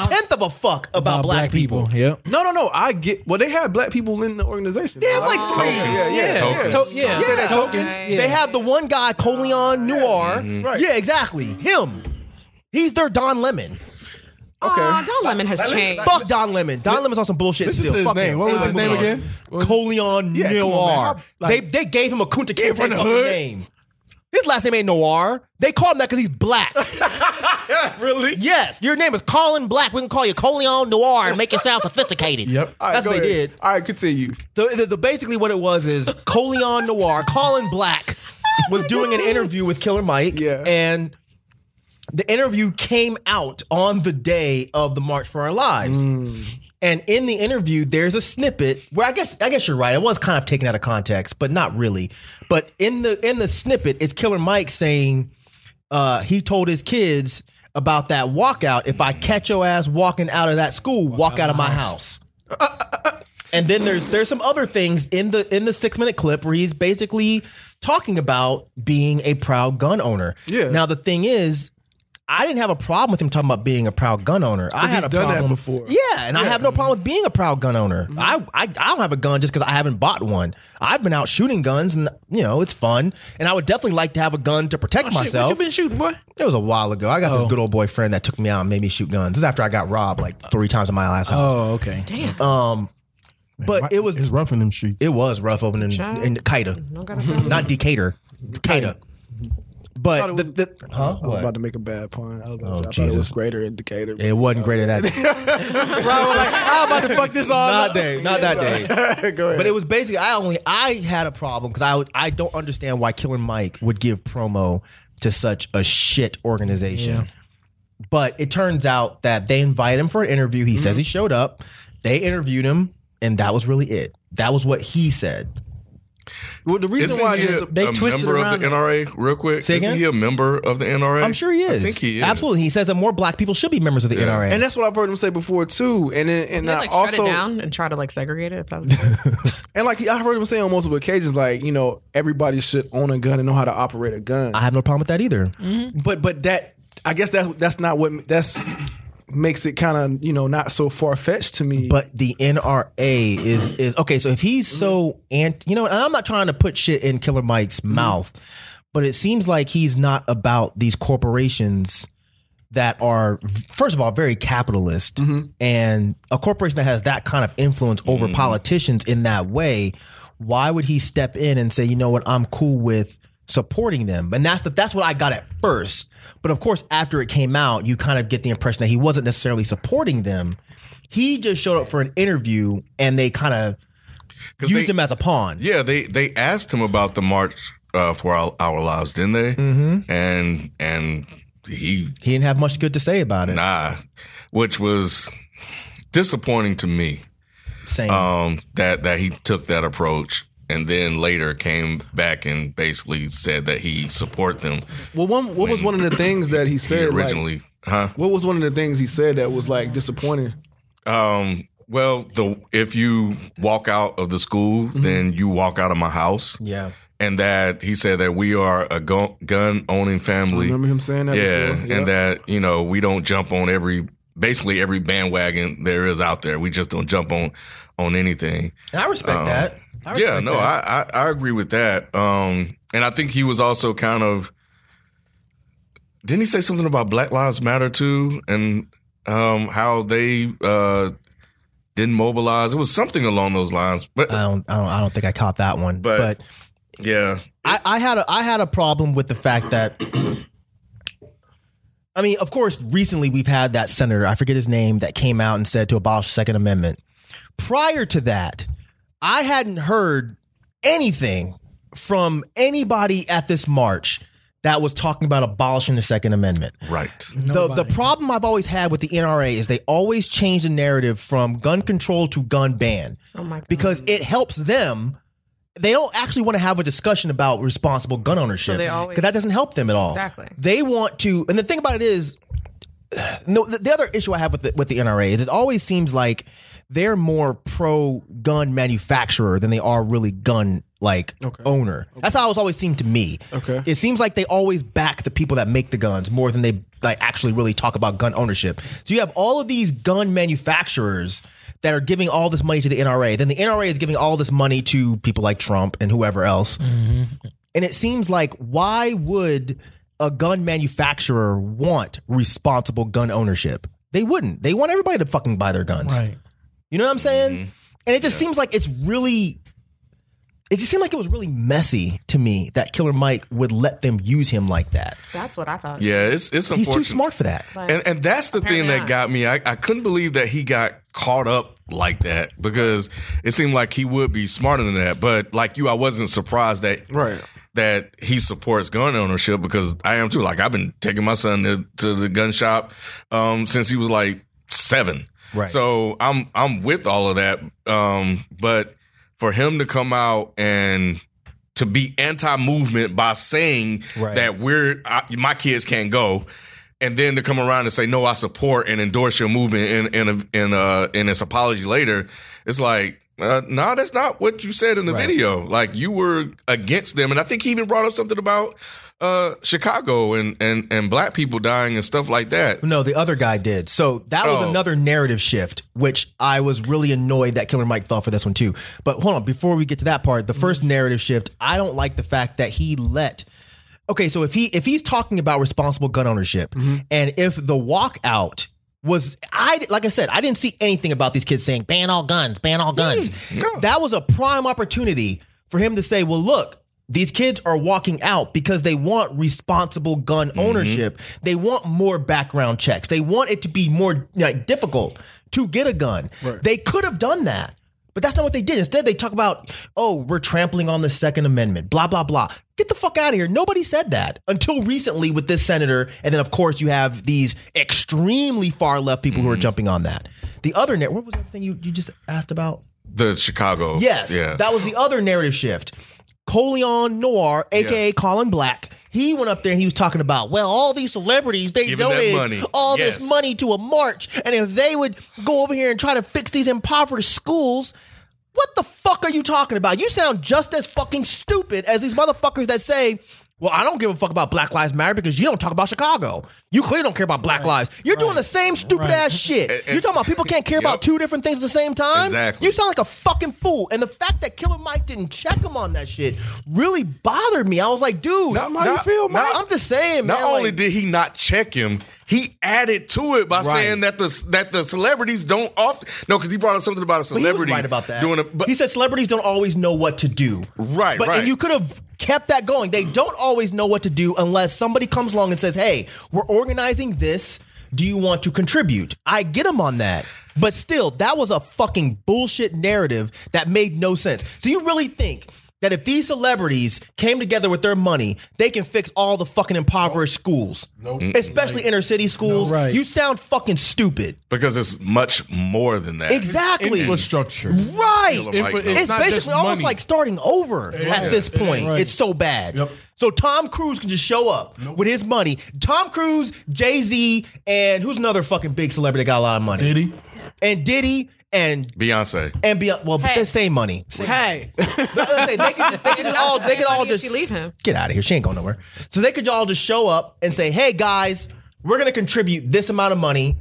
Speaker 7: tenth of a fuck about,
Speaker 4: About
Speaker 7: black, people.
Speaker 4: Yep.
Speaker 2: No, no, no. I get. Well, they have black people in the organization.
Speaker 7: They have like three.
Speaker 3: Tokens. Tokens.
Speaker 4: To- yeah.
Speaker 7: Yeah,
Speaker 4: Tokens.
Speaker 6: Right.
Speaker 4: Yeah.
Speaker 7: They have the one guy, Coleon Noir.
Speaker 8: Mm-hmm.
Speaker 2: Right.
Speaker 7: Yeah, exactly. Him. He's their Don Lemon.
Speaker 2: Okay.
Speaker 6: Aw, Don Lemon has changed.
Speaker 7: Fuck Don Lemon. Don Lemon's on some bullshit
Speaker 8: Listen
Speaker 7: still.
Speaker 8: to his
Speaker 7: Fuck
Speaker 8: name.
Speaker 7: him.
Speaker 8: What was
Speaker 7: Anyway,
Speaker 8: his name
Speaker 7: moving on.
Speaker 8: again? What was-
Speaker 7: Coleon
Speaker 8: Yeah, come on, man.
Speaker 7: Noir.
Speaker 8: How- like-
Speaker 7: they they gave him a Kunta Kinte
Speaker 8: from the
Speaker 7: fucking
Speaker 8: hood.
Speaker 7: name. His last name ain't Noir. They call him that because he's
Speaker 8: (laughs)
Speaker 7: black.
Speaker 2: really?
Speaker 7: yes, your name is Colin Black. We can call you Coleon Noir and make it sound sophisticated.
Speaker 8: Yep.
Speaker 2: All right,
Speaker 7: That's
Speaker 2: go
Speaker 7: what they
Speaker 2: ahead.
Speaker 7: did.
Speaker 2: All right, continue.
Speaker 7: The, the, the- basically what it was is Coleon Noir, Colin Black was doing an interview with Killer Mike.
Speaker 2: Yeah.
Speaker 7: And the interview came out on the day of the March for Our Lives. And in the interview, there's a snippet where I guess I guess you're right. It was kind of taken out of context, but not really. But in the in the snippet, it's Killer Mike saying uh, he told his kids about that walkout. If I catch your ass walking out of that school, walk, out, of my house. And then there's there's some other things in the in the six minute clip where he's basically talking about being a proud gun owner.
Speaker 2: Yeah.
Speaker 7: Now the thing is, I didn't have a problem with him talking about being a proud gun owner. I had
Speaker 2: he's
Speaker 7: a
Speaker 2: done that
Speaker 7: problem
Speaker 2: before.
Speaker 7: Yeah, and I have no problem with being a proud gun owner. I, I I don't have a gun just because I haven't bought one. I've been out shooting guns, and you know it's fun. And I would definitely like to have a gun to protect myself.
Speaker 4: Shit, what you been shooting, boy?
Speaker 7: It was a while ago. I got
Speaker 4: Oh.
Speaker 7: this good old boyfriend that took me out and made me shoot guns. This is after I got robbed like three times in my last house.
Speaker 4: Oh, okay.
Speaker 7: Um, but it was
Speaker 8: It's rough in them streets.
Speaker 7: it was rough open in, in Kaita, (laughs) not Decatur, Kaita. But the, the huh?
Speaker 2: I was
Speaker 7: What?
Speaker 2: about to make a bad pun. I was about to,
Speaker 7: Oh,
Speaker 2: I thought it was
Speaker 7: Jesus.
Speaker 2: greater (laughs) indicator.
Speaker 7: It wasn't greater than that.
Speaker 4: How about to fuck this all
Speaker 7: not day, not that day.
Speaker 2: Go ahead.
Speaker 7: But it was basically I only I had a problem because I would- I don't understand why Killer Mike would give promo to such a shit organization. But it turns out that they invited him for an interview. He
Speaker 3: Mm-hmm.
Speaker 7: says he showed up. They interviewed him, and that was really it. That was what he said.
Speaker 2: well, the reason
Speaker 3: Isn't
Speaker 2: why I
Speaker 3: he
Speaker 2: dis-
Speaker 3: a,
Speaker 4: they
Speaker 3: a
Speaker 4: twisted
Speaker 3: member of
Speaker 4: around
Speaker 3: the
Speaker 4: it.
Speaker 3: NRA? Real quick,
Speaker 7: Say
Speaker 3: isn't
Speaker 7: again?
Speaker 3: he a member of the NRA?
Speaker 7: I'm sure he is.
Speaker 3: I think he is.
Speaker 7: Absolutely. He says that more black people should be members of the NRA.
Speaker 2: and that's what I've heard him say before too. And then, and
Speaker 6: They
Speaker 2: I
Speaker 6: like
Speaker 2: also
Speaker 6: shut it down and try to like segregate it. If that was
Speaker 2: And like I've heard him say on multiple occasions, like you know everybody should own a gun and know how to operate a gun.
Speaker 7: I have no problem with that either.
Speaker 2: but but that I guess that that's not what that's makes it kind of you know not so far fetched to me.
Speaker 7: But the NRA is is okay. So if he's so anti, you know, and I'm not trying to put shit in Killer Mike's mouth, but it seems like he's not about these corporations that are first of all very capitalist
Speaker 3: Mm-hmm.
Speaker 7: and a corporation that has that kind of influence over politicians in that way why would he step in and say you know what i'm cool with supporting them and that's the, that's what i got at first but of course after it came out you kind of get the impression that he wasn't necessarily supporting them he just showed up for an interview and they kind of
Speaker 3: 'Cause
Speaker 7: used
Speaker 3: they-
Speaker 7: him as a pawn
Speaker 3: Yeah, they they asked him about the march uh, for our, our lives, didn't they? Mm-hmm. And and he
Speaker 7: he didn't have much good to say about it
Speaker 3: nah, which was disappointing to me.
Speaker 7: Same.
Speaker 3: Um, that that he took that approach. And then later came back and basically said that he support them.
Speaker 2: well, one what was one of the things that he said
Speaker 3: he
Speaker 2: like,
Speaker 3: originally, huh?
Speaker 2: what was one of the things he said that was like disappointing?
Speaker 3: Um, well, the if you walk out of the school, then you walk out of my house.
Speaker 7: Mm-hmm. yeah
Speaker 3: And that he said that we are a gun owning family.
Speaker 2: Remember him saying that?
Speaker 3: yeah,
Speaker 2: before?
Speaker 3: and that you know we don't jump on every basically every bandwagon there is out there. We just don't jump on on anything.
Speaker 7: and i respect
Speaker 3: Um,
Speaker 7: that I respect
Speaker 3: yeah, no,
Speaker 7: that.
Speaker 3: I, I I agree with that. Um, and I think he was also kind of didn't he say something about Black Lives Matter too, and um, how they uh didn't mobilize. It was something along those lines, but
Speaker 7: I don't, I don't, I don't think I caught that one.
Speaker 3: But-
Speaker 7: But,
Speaker 3: yeah,
Speaker 7: I, I had, a, I had a problem with the fact that, I mean, of course, recently we've had that senator, I forget his name, that came out and said to abolish the Second Amendment. Prior to that, I hadn't heard anything from anybody at this march that was talking about abolishing the Second Amendment.
Speaker 3: right.
Speaker 7: The, the problem I've always had with the NRA is they always change the narrative from gun control to gun ban
Speaker 6: oh my god.
Speaker 7: because it helps them. They don't actually want to have a discussion about responsible gun ownership
Speaker 6: they always-
Speaker 7: because that doesn't help them at all.
Speaker 6: Exactly.
Speaker 7: They want to, and the thing about it is, (sighs) no. The, the other issue I have with the, with the NRA is it always seems like they're more pro gun manufacturer than they are really gun like owner. That's how it's always seemed to me.
Speaker 2: Okay.
Speaker 7: It seems like they always back the people that make the guns more than they like actually really talk about gun ownership. So you have all of these gun manufacturers that are giving all this money to the NRA. Then the NRA is giving all this money to people like Trump and whoever else. And it seems like why would a gun manufacturer want responsible gun ownership? They wouldn't. They want everybody to fucking buy their guns.
Speaker 4: Right.
Speaker 7: You know what I'm saying?
Speaker 3: Mm-hmm.
Speaker 7: And it just seems like it's really it just seemed like it was really messy to me that Killer Mike would let them use him
Speaker 3: (laughs)
Speaker 7: like that.
Speaker 6: That's what I thought.
Speaker 3: Yeah, it's it's
Speaker 7: He's
Speaker 3: unfortunate.
Speaker 7: too smart for that.
Speaker 6: Like,
Speaker 3: and and that's the thing
Speaker 6: Apparently
Speaker 3: that
Speaker 6: not.
Speaker 3: got me. I, I couldn't believe that he got caught up like that because it seemed like he would be smarter than that. But like you, I wasn't surprised that
Speaker 2: Right.
Speaker 3: that he supports gun ownership because I am too. Like I've been taking my son to, to the gun shop um, since he was like seven.
Speaker 7: Right.
Speaker 3: So I'm I'm with all of that. Um, but for him to come out and to be anti-movement by saying
Speaker 7: Right.
Speaker 3: that we're I, my kids can't go, and then to come around and say no, I support and endorse your movement in in a, in uh in its apology later, it's like. Uh, no, that's not what you said in the video. Like you were against them, and I think he even brought up something about uh, Chicago and, and and black people dying and stuff like that.
Speaker 7: No, the other guy did. So that was
Speaker 3: Oh.
Speaker 7: another narrative shift, which I was really annoyed that Killer Mike fell for this one too. But hold on, before we get to that part, the first narrative shift, I don't like the fact that he let Okay, so if he if he's talking about responsible gun ownership and if the walkout was I like I said, I didn't see anything about these kids saying ban all guns, ban all guns. That was a prime opportunity for him to say, "Well, look, these kids are walking out because they want responsible gun ownership. They want more background checks. They want it to be more like, difficult to get a gun. They could have done that, but that's not what they did. Instead, they talk about, oh, we're trampling on the Second Amendment, blah, blah, blah. Get the fuck out of here. Nobody said that until recently with this senator. And then, of course, you have these extremely far left people who are jumping on that. The other net, what was that thing you, you just asked about?
Speaker 3: The Chicago.
Speaker 7: Yes,
Speaker 3: Yeah.
Speaker 7: that was the other narrative shift. Coleon Noir, aka
Speaker 3: Yeah.
Speaker 7: Colin Black, he went up there and he was talking about, well, all these celebrities they
Speaker 3: Giving that
Speaker 7: donated
Speaker 3: money.
Speaker 7: all
Speaker 3: Yes.
Speaker 7: this money to a march, and if they would go over here and try to fix these impoverished schools. What the fuck are you talking about? You sound just as fucking stupid as these motherfuckers that say, well, I don't give a fuck about Black Lives Matter because you don't talk about Chicago. You clearly don't care about Black lives. You're doing the same stupid ass shit. You're talking about people can't care about
Speaker 3: Yep.
Speaker 7: two different things at the same time?
Speaker 3: Exactly.
Speaker 7: You sound like a fucking fool. And the fact that Killer Mike didn't check him on that shit really bothered me. I was like, dude,
Speaker 3: Not how you feel, Mike.
Speaker 7: I'm just saying,
Speaker 3: Not
Speaker 7: man.
Speaker 3: only
Speaker 7: like-
Speaker 3: did he not check him, he added to it by saying that the that the celebrities don't often no because he brought up something about a
Speaker 7: but he was
Speaker 3: celebrity
Speaker 7: right about that.
Speaker 3: doing a but
Speaker 7: he said celebrities don't always know what to do.
Speaker 3: Right,
Speaker 7: but
Speaker 3: right.
Speaker 7: and you could have kept that going. They don't always know what to do unless somebody comes along and says, "Hey, we're organizing this. Do you want to contribute?" I get him on that, but still, that was a fucking bullshit narrative that made no sense. So you really think? That if these celebrities came together with their money, they can fix all the fucking impoverished schools, especially inner city schools.
Speaker 4: Right.
Speaker 7: You sound fucking stupid.
Speaker 3: because it's much more than that.
Speaker 7: Exactly.
Speaker 8: Infrastructure.
Speaker 7: Right.
Speaker 3: Killer Mike,
Speaker 8: Infra-
Speaker 3: though.
Speaker 8: it's
Speaker 7: It's
Speaker 8: not just
Speaker 7: basically almost
Speaker 8: money.
Speaker 7: like starting over at this point.
Speaker 4: Right.
Speaker 7: It's so bad.
Speaker 8: Yep.
Speaker 7: So Tom Cruise can just show up with his money. Tom Cruise, Jay Z, and who's another fucking big celebrity that got a lot of money?
Speaker 8: Diddy.
Speaker 7: And Diddy and
Speaker 3: Beyonce.
Speaker 7: and Beyonce. Well,
Speaker 6: Hey.
Speaker 7: the same money.
Speaker 2: Hey,
Speaker 7: But I was gonna say, (laughs) they could, they could all they could all
Speaker 6: If
Speaker 7: just
Speaker 6: she leave him.
Speaker 7: get out of here. She ain't going nowhere. So they could all just show up and say, hey guys, we're gonna contribute this amount of money.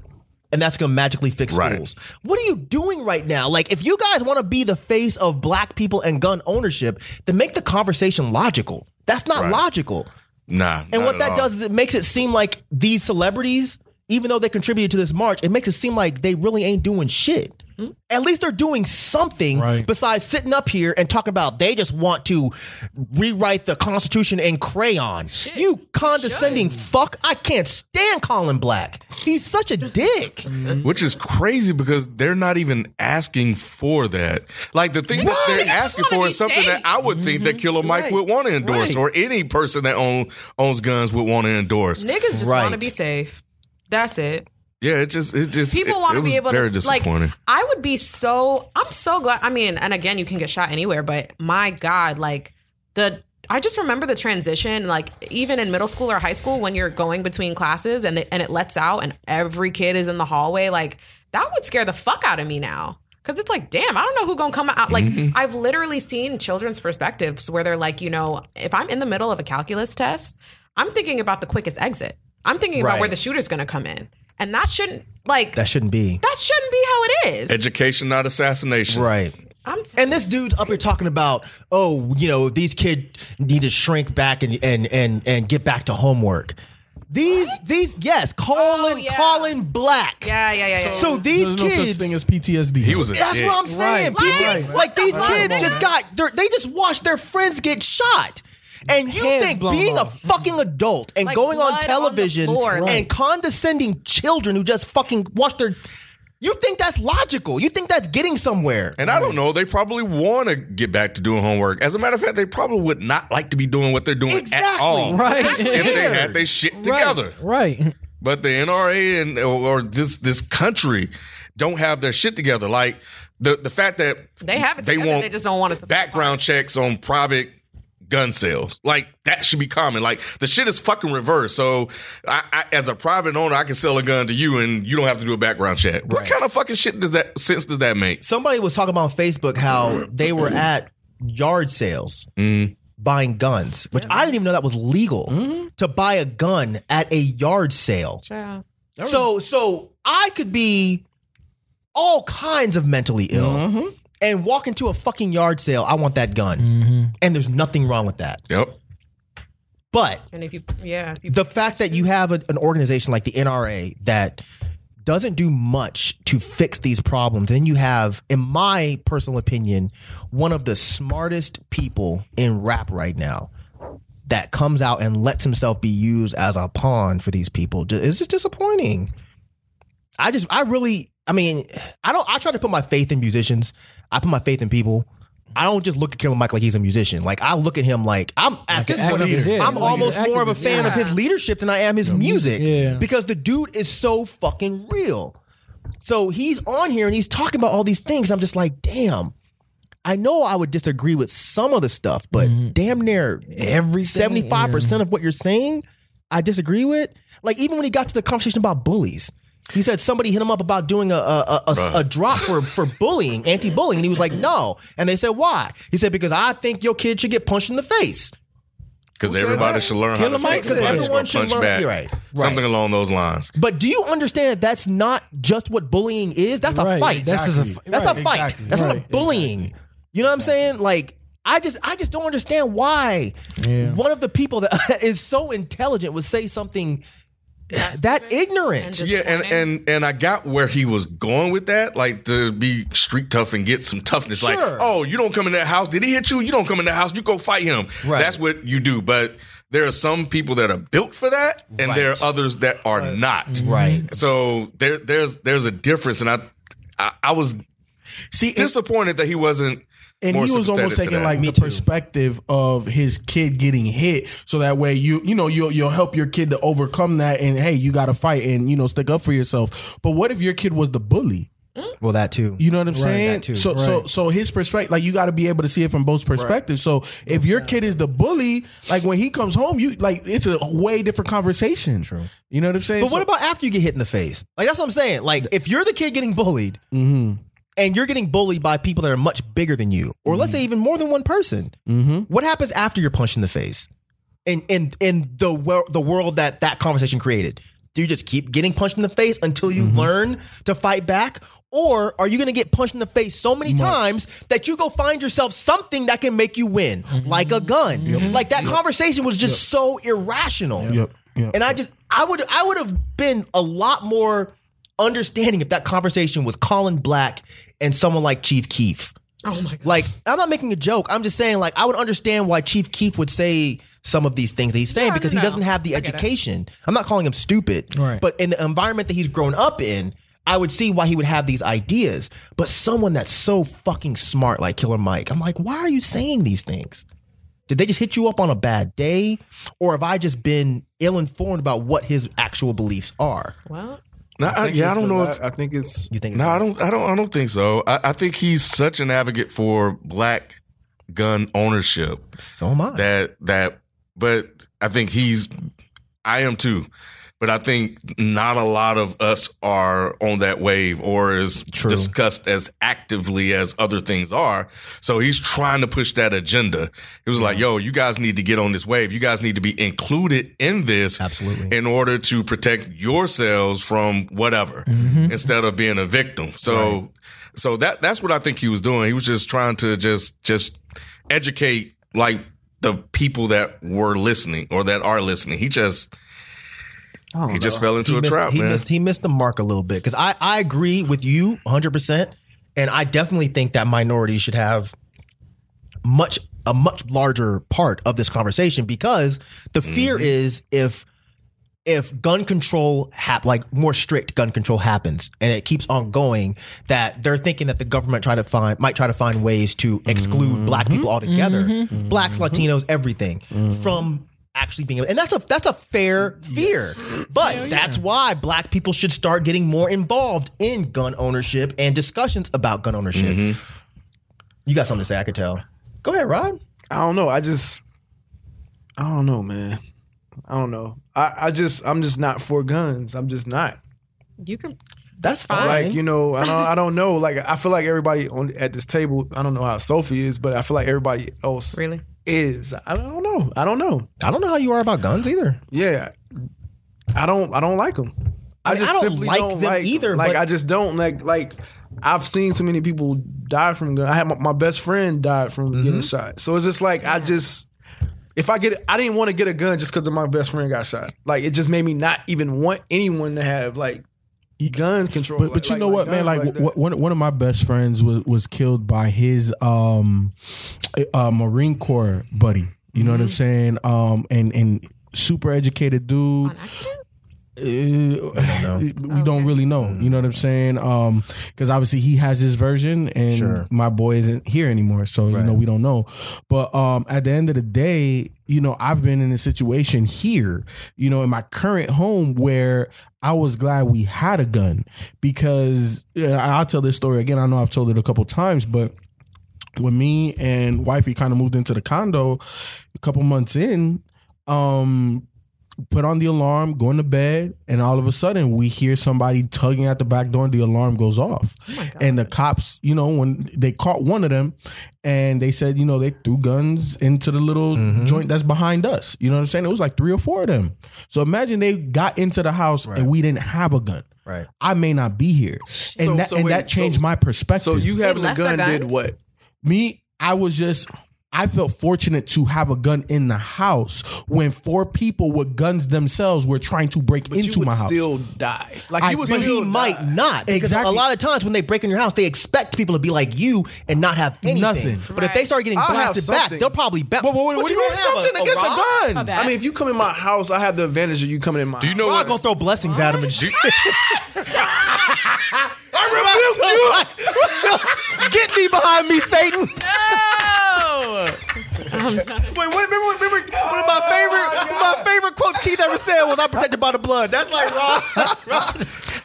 Speaker 7: And that's gonna magically fix
Speaker 3: Right.
Speaker 7: schools. What are you doing right now? Like, if you guys wanna be the face of black people and gun ownership, then make the conversation logical. That's not
Speaker 3: Right.
Speaker 7: logical.
Speaker 3: Nah.
Speaker 7: And
Speaker 3: not
Speaker 7: what
Speaker 3: at
Speaker 7: that
Speaker 3: all.
Speaker 7: does is it makes it seem like these celebrities, even though they contributed to this march, it makes it seem like they really ain't doing shit. At least they're doing something
Speaker 4: Right.
Speaker 7: besides sitting up here and talking about they just want to rewrite the Constitution in crayon. You condescending fuck. I can't stand Colin Black. He's such a dick.
Speaker 3: Which is crazy because they're not even asking for that. Like the thing that
Speaker 7: Right.
Speaker 3: they're asking
Speaker 6: They just wanna
Speaker 3: for
Speaker 6: be
Speaker 3: is something that
Speaker 6: safe.
Speaker 3: I would think
Speaker 7: Mm-hmm.
Speaker 3: that Killer Mike would want to endorse, or any person that own, owns guns would want to endorse.
Speaker 6: Niggas just want
Speaker 7: Right.
Speaker 6: to be safe. That's it.
Speaker 3: Yeah, it just it just
Speaker 6: People
Speaker 3: it-
Speaker 6: want
Speaker 3: it
Speaker 6: to be
Speaker 3: was
Speaker 6: able
Speaker 3: very
Speaker 6: to
Speaker 3: disappointing.
Speaker 6: like. I would be so. I'm so glad. I mean, and again, you can get shot anywhere, but my God, like the. I just remember the transition, like even in middle school or high school, when you're going between classes and it, and it lets out, and every kid is in the hallway. Like that would scare the fuck out of me now, because it's like, damn, I don't know who gonna come out. Like
Speaker 3: Mm-hmm.
Speaker 6: I've literally seen children's perspectives where they're like, you know, if I'm in the middle of a calculus test, I'm thinking about the quickest exit. I'm thinking about where
Speaker 7: Right.
Speaker 6: the shooter's gonna come in, and that shouldn't like
Speaker 7: That shouldn't be.
Speaker 6: that shouldn't be how it is.
Speaker 3: Education, not assassination.
Speaker 7: Right.
Speaker 6: I'm t-
Speaker 7: And this dude's up here talking about, oh, you know, these kids need to shrink back and and and and get back to homework. These these yes, Colin
Speaker 6: Oh, yeah.
Speaker 7: Colin Black.
Speaker 6: yeah, yeah, yeah, yeah. yeah.
Speaker 7: So these
Speaker 8: There's no
Speaker 7: kids
Speaker 8: such thing as PTSD.
Speaker 3: He was a
Speaker 7: that's
Speaker 3: dick.
Speaker 7: what I'm saying.
Speaker 8: Right,
Speaker 7: people-
Speaker 8: right.
Speaker 7: Like these
Speaker 6: What the
Speaker 7: kids
Speaker 6: fuck?
Speaker 7: just got they're- they just watched their friends get shot. And you
Speaker 4: Hands
Speaker 7: think
Speaker 4: blown
Speaker 7: being
Speaker 4: off.
Speaker 7: a fucking adult and
Speaker 6: Like
Speaker 7: going on
Speaker 6: blood on the
Speaker 7: television
Speaker 6: floor.
Speaker 7: and
Speaker 6: Right.
Speaker 7: condescending children who just fucking watch their you think that's logical. You think that's getting somewhere.
Speaker 3: And I don't know. They probably want to get back to doing homework. As a matter of fact, they probably would not like to be doing what they're doing at
Speaker 7: Exactly.
Speaker 3: all.
Speaker 4: Right.
Speaker 3: If
Speaker 4: (laughs)
Speaker 3: they
Speaker 7: (laughs)
Speaker 3: had their shit together.
Speaker 4: Right.
Speaker 3: But the NRA and or, or this this country don't have their shit together. Like the the fact that
Speaker 6: They have it
Speaker 3: They
Speaker 6: together,
Speaker 3: want
Speaker 6: they just don't want it to fall
Speaker 3: background checks on private gun sales. Like that should be common. Like the shit is fucking reversed. So I, I as a private owner, I can sell a gun to you and you don't have to do a background check. What kind of fucking shit does that sense does that make?
Speaker 7: Somebody was talking about on Facebook how they were at yard sales buying guns, which I didn't even know that was legal to buy a gun at a yard sale.
Speaker 6: Child.
Speaker 7: So so I could be all kinds of mentally ill and walk into a fucking yard sale. I want that gun, and there's nothing wrong with that.
Speaker 3: Yep.
Speaker 7: But
Speaker 6: And if you, yeah, if you,
Speaker 7: the fact that you have a, an organization like the NRA that doesn't do much to fix these problems, then you have, in my personal opinion, one of the smartest people in rap right now that comes out and lets himself be used as a pawn for these people. Ju- It's just disappointing. I just, I really, I mean, I don't, I try to put my faith in musicians. I put my faith in people. I don't just look at Killer Mike like he's a musician. Like I look at him like I'm at this point.
Speaker 4: activist, yeah.
Speaker 7: I'm
Speaker 4: Like,
Speaker 7: almost
Speaker 4: he's an
Speaker 7: more of a
Speaker 4: activist,
Speaker 7: fan of
Speaker 6: yeah.
Speaker 7: his leadership than I am his music
Speaker 4: yeah.
Speaker 7: because the dude is so fucking real. So he's on here and he's talking about all these things. I'm just like, damn. I know I would disagree with some of the stuff, but damn near
Speaker 4: Mm-hmm. Everything,
Speaker 7: seventy five percent of what you're saying, I disagree with. Like even when he got to the conversation about bullies, he said somebody hit him up about doing a a, a- a, a drop for for bullying, anti bullying, and he was like, no. And they said why? He said because I think your kid should get punched in the face.
Speaker 3: Because everybody should learn how
Speaker 4: Killer
Speaker 3: to
Speaker 4: Mike
Speaker 3: punch,
Speaker 4: said
Speaker 3: punch,
Speaker 7: everyone
Speaker 3: or
Speaker 7: should
Speaker 3: punch
Speaker 7: learn-
Speaker 3: back.
Speaker 7: You're right. Right.
Speaker 3: Something along those lines.
Speaker 7: But do you understand that's not just what bullying is? That's a
Speaker 4: Right,
Speaker 7: fight.
Speaker 4: that's just a f-
Speaker 7: that's
Speaker 4: right,
Speaker 7: a fight.
Speaker 8: exactly.
Speaker 7: That's not a
Speaker 8: Right,
Speaker 7: bullying. You know what I'm saying? Like I just I just don't understand why
Speaker 4: Yeah.
Speaker 7: one of the people that (laughs) is so intelligent would say something that
Speaker 6: and
Speaker 7: ignorant.
Speaker 6: just
Speaker 3: Yeah, and,
Speaker 6: wanted-
Speaker 3: and and I got where he was going with that, like to be street tough and get some toughness. Like,
Speaker 7: Sure.
Speaker 3: oh, you don't come in that house. Did he hit you? You don't come in that house. You go fight him.
Speaker 7: Right.
Speaker 3: That's what you do. But there are some people that are built for that, and there are others that are not.
Speaker 7: (laughs) Right.
Speaker 3: So there there's there's a difference, and I I, I was
Speaker 8: See, and-
Speaker 3: disappointed that he wasn't.
Speaker 8: and
Speaker 3: more
Speaker 8: he was
Speaker 3: sympathetic
Speaker 8: almost
Speaker 3: to
Speaker 8: taking
Speaker 3: that.
Speaker 8: like the perspective of his kid getting hit, so that way you you know you'll you'll help your kid to overcome that, and hey, you got to fight and you know stick up for yourself. But what if your kid was the bully?
Speaker 7: Well, that too.
Speaker 8: You know what I'm saying?
Speaker 7: that too.
Speaker 8: So so so his perspective, like you got to be able to see it from both perspectives. So if your kid is the bully, like when he comes home, you like it's a way different conversation. True. You know what I'm saying?
Speaker 7: But
Speaker 8: So-
Speaker 7: what about after you get hit in the face? Like that's what I'm saying. Like if you're the kid getting bullied, and you're getting bullied by people that are much bigger than you, or let's say even more than one person,
Speaker 8: Mm-hmm.
Speaker 7: what happens after you're punched in the face? In in in the wor- the world that that conversation created, do you just keep getting punched in the face until you
Speaker 8: Mm-hmm.
Speaker 7: learn to fight back? Or are you going to get punched in the face so many times that you go find yourself something that can make you win,
Speaker 8: Mm-hmm.
Speaker 7: like a gun? Like that conversation was just so irrational.
Speaker 8: Yep. Yep.
Speaker 7: And I just I would I would have been a lot more understanding if that conversation was Colin Black and someone like Chief Keef.
Speaker 6: oh my god,
Speaker 7: Like I'm not making a joke. I'm just saying like I would understand why Chief Keef would say some of these things that he's saying
Speaker 6: No,
Speaker 7: because
Speaker 6: no,
Speaker 7: he
Speaker 6: no.
Speaker 7: doesn't have the
Speaker 6: I get it.
Speaker 7: education. I'm not calling him stupid,
Speaker 4: Right.
Speaker 7: but in the environment that he's grown up in, I would see why he would have these ideas. But someone that's so fucking smart like Killer Mike, I'm like, why are you saying these things? Did they just hit you up on a bad day? Or have I just been ill informed about what his actual beliefs are?
Speaker 6: well,
Speaker 3: Nah, I- yeah, I don't know if
Speaker 2: I think it's
Speaker 7: You think
Speaker 3: No, I don't. I don't. I don't think so. I, I think he's such an advocate for black gun ownership
Speaker 7: so am I.
Speaker 3: that that. But I think he's. I am too, but I think not a lot of us are on that wave or is discussed as actively as other things are. So he's trying to push that agenda. It was like, yo, you guys need to get on this wave. You guys need to be included in this
Speaker 7: Absolutely.
Speaker 3: in order to protect yourselves from whatever instead of being a victim. So so that that's what I think he was doing. He was just trying to just just educate like the people that were listening or that are listening. He just he
Speaker 2: Oh,
Speaker 3: just fell into
Speaker 7: he
Speaker 3: a
Speaker 7: missed,
Speaker 3: trap,
Speaker 7: he
Speaker 3: man.
Speaker 7: missed he missed the mark a little bit because I, I agree with you 100% and i definitely think that minorities should have much a much larger part of this conversation because the fear
Speaker 3: Mm-hmm.
Speaker 7: is if if gun control hap like more strict gun control happens and it keeps on going that they're thinking that the government try to find might try to find
Speaker 2: Mm-hmm.
Speaker 7: ways to exclude black people altogether blacks latinos everything from actually being able, and that's a that's a fair fear. But that's why black people should start getting more involved in gun ownership and discussions about gun ownership.
Speaker 2: Mm-hmm.
Speaker 7: You got something to say? I could tell. Go ahead, Rod.
Speaker 2: I don't know. I just, I don't know, man. I don't know. I, I just, I'm just not for guns. I'm just not.
Speaker 6: You can.
Speaker 7: That's fine.
Speaker 2: Like you know, I don't, I don't know. Like I feel like everybody on at this table. I don't know how Sophie is, but I feel like everybody else
Speaker 6: Really?
Speaker 2: is. I don't know. I don't know.
Speaker 7: I don't know how you are about guns either.
Speaker 2: Yeah, I don't. I don't like them. I,
Speaker 7: mean,
Speaker 2: just
Speaker 7: I don't
Speaker 2: simply
Speaker 7: like
Speaker 2: don't
Speaker 7: them
Speaker 2: like 'em.
Speaker 7: either,
Speaker 2: Like
Speaker 7: but-
Speaker 2: I just don't like like. I've seen too many people die from gun. I had my, my best friend died from
Speaker 7: Mm-hmm.
Speaker 2: getting shot. So it's just like I just if I get I didn't want to get a gun just because my best friend got shot. Like it just made me not even want anyone to have like gun control.
Speaker 8: But, but you know what, man? Like,
Speaker 2: guns
Speaker 8: wh-
Speaker 2: that.
Speaker 8: one one of my best friends was was killed by his um, uh, Marine Corps buddy. You know what I'm saying? Um, and and super educated dude.
Speaker 6: On accident?
Speaker 8: Uh, (laughs) we don't really know. You know what I'm saying? Um, because obviously he has his version, and
Speaker 7: Sure.
Speaker 8: my boy isn't here anymore, so you know we don't know. But um, at the end of the day, you know I've been in a situation here, you know, in my current home where I was glad we had a gun because and I'll tell this story again. I know I've told it a couple times, but when me and wifey kind of moved into the condo a couple months in um put on the alarm going to bed and all of a sudden we hear somebody tugging at the back door and the alarm goes off
Speaker 2: Oh
Speaker 8: and the cops you know when they caught one of them and they said you know they threw guns into the little
Speaker 2: Mm-hmm.
Speaker 8: joint that's behind us you know what i'm saying it was like three or four of them so imagine they got into the house and we didn't have a gun
Speaker 7: Right.
Speaker 8: i may not be here and
Speaker 2: So-
Speaker 8: that
Speaker 2: so
Speaker 8: and
Speaker 2: wait,
Speaker 8: that changed
Speaker 2: so-
Speaker 8: my perspective
Speaker 2: So you having a
Speaker 6: left their
Speaker 2: gun did
Speaker 6: guns?
Speaker 2: what?
Speaker 8: me, I was just I felt fortunate to have a gun in the house when four people with guns themselves were trying to break
Speaker 2: But
Speaker 8: into
Speaker 2: you would
Speaker 8: my house.
Speaker 2: still die. Like
Speaker 8: I
Speaker 2: you would
Speaker 8: feel-
Speaker 7: But he
Speaker 2: still
Speaker 7: might
Speaker 2: die.
Speaker 7: not. Because
Speaker 8: Exactly.
Speaker 7: A lot of times when they break in your house, they expect people to be like you and not have anything.
Speaker 8: Nothing.
Speaker 7: But if they start getting
Speaker 2: I'll have
Speaker 7: blasted back,
Speaker 2: something.
Speaker 7: they'll probably back.
Speaker 8: What- what- what do you mean something against a gun?
Speaker 6: A bat?
Speaker 2: I mean, if you come in my house, I have the advantage of you coming in my.
Speaker 3: Do you know
Speaker 7: I'm
Speaker 3: what?
Speaker 7: gonna throw blessings at him
Speaker 8: (laughs)
Speaker 7: and shit.
Speaker 3: I
Speaker 7: (laughs) Get thee behind me, Satan.
Speaker 6: No! I'm done.
Speaker 7: Wait, what, remember, remember one of my
Speaker 8: Oh,
Speaker 7: favorite my favorite quotes Keith ever said was "I'm protected by the blood." That's like Rob.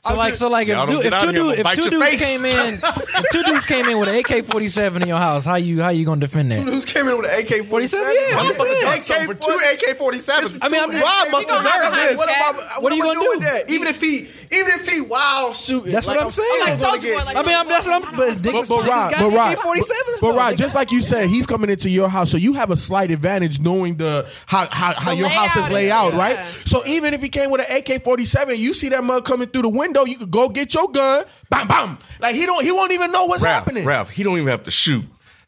Speaker 4: So like, so like,
Speaker 3: Y'all
Speaker 4: if,
Speaker 3: don't
Speaker 4: du-
Speaker 3: get
Speaker 4: if
Speaker 3: out
Speaker 4: two,
Speaker 3: here,
Speaker 4: dude,
Speaker 3: I'm gonna
Speaker 4: if
Speaker 3: bite
Speaker 4: two
Speaker 3: your
Speaker 4: dudes
Speaker 3: face.
Speaker 4: came
Speaker 3: (laughs)
Speaker 4: in, if two dudes came in with an AK forty seven in your house, how you how you gonna defend that?
Speaker 2: Who's came in with an AK
Speaker 4: 47? Yeah, I'm
Speaker 2: AK
Speaker 7: AK for two AK forty seven.
Speaker 4: I mean, I'm just-
Speaker 7: Rob must
Speaker 6: You gonna have
Speaker 7: deserve
Speaker 6: a high
Speaker 7: this.
Speaker 2: What, am I,
Speaker 4: What
Speaker 2: what
Speaker 4: are you
Speaker 2: am I
Speaker 4: gonna
Speaker 2: doing
Speaker 4: do?
Speaker 2: that? Even if he, even if he wild shooting,
Speaker 4: That's what I'm saying.
Speaker 2: still
Speaker 4: Like
Speaker 2: gonna
Speaker 6: Soulja Boy,
Speaker 2: get-
Speaker 6: like-
Speaker 4: I mean, I'm that's what I'm. But it's dick
Speaker 8: But, but Rod, but Rod,
Speaker 4: AK forty sevens.
Speaker 8: but Rod, just like you said, he's coming into your house, so you have a slight advantage knowing the how how, how
Speaker 6: The
Speaker 8: your house is
Speaker 6: layout
Speaker 8: laid
Speaker 6: is-
Speaker 8: out,
Speaker 6: yeah.
Speaker 8: right? So even if he came with an AK forty seven, you see that mug coming through the window, you could go get your gun, bam, bam. Like he don't, he won't even know what's
Speaker 3: Ralph,
Speaker 8: happening.
Speaker 3: Ralph, he don't even have to shoot.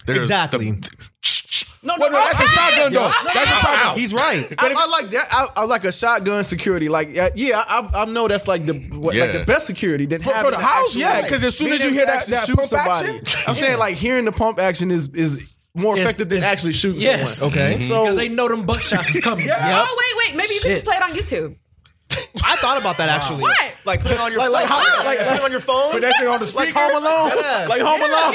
Speaker 3: There's
Speaker 7: Exactly.
Speaker 2: no,
Speaker 8: Well, no, that's a shotgun though. That's a shotgun.
Speaker 7: He's right.
Speaker 2: I, I (laughs) like that. I, I like a shotgun security. Like, uh, yeah, I, I know that's like the what, like
Speaker 3: Yeah.
Speaker 2: the best security. Than
Speaker 8: For- for
Speaker 2: having
Speaker 8: the
Speaker 2: an
Speaker 8: house,
Speaker 2: actual
Speaker 8: yeah,
Speaker 2: knife.
Speaker 8: 'cause as soon
Speaker 2: Being
Speaker 8: as you
Speaker 2: able
Speaker 8: hear
Speaker 2: to
Speaker 8: that-
Speaker 2: actually
Speaker 8: that
Speaker 2: shoot
Speaker 8: pump
Speaker 2: somebody.
Speaker 8: action?
Speaker 2: I'm saying like hearing the pump action is is more
Speaker 4: It's-
Speaker 2: effective than
Speaker 4: it's-
Speaker 2: actually shooting
Speaker 4: yes.
Speaker 2: someone.
Speaker 7: Okay.
Speaker 2: so
Speaker 4: because they know them buckshots is coming.
Speaker 6: Oh, wait, wait. Maybe you could just play it on YouTube.
Speaker 7: I thought about that actually.
Speaker 6: What?
Speaker 7: Like put it on your
Speaker 2: Like- like how- like-
Speaker 7: put it on your phone.
Speaker 2: Put that shit on the
Speaker 7: Like
Speaker 2: speaker. Home Alone?
Speaker 7: Yeah.
Speaker 2: Like Home Alone?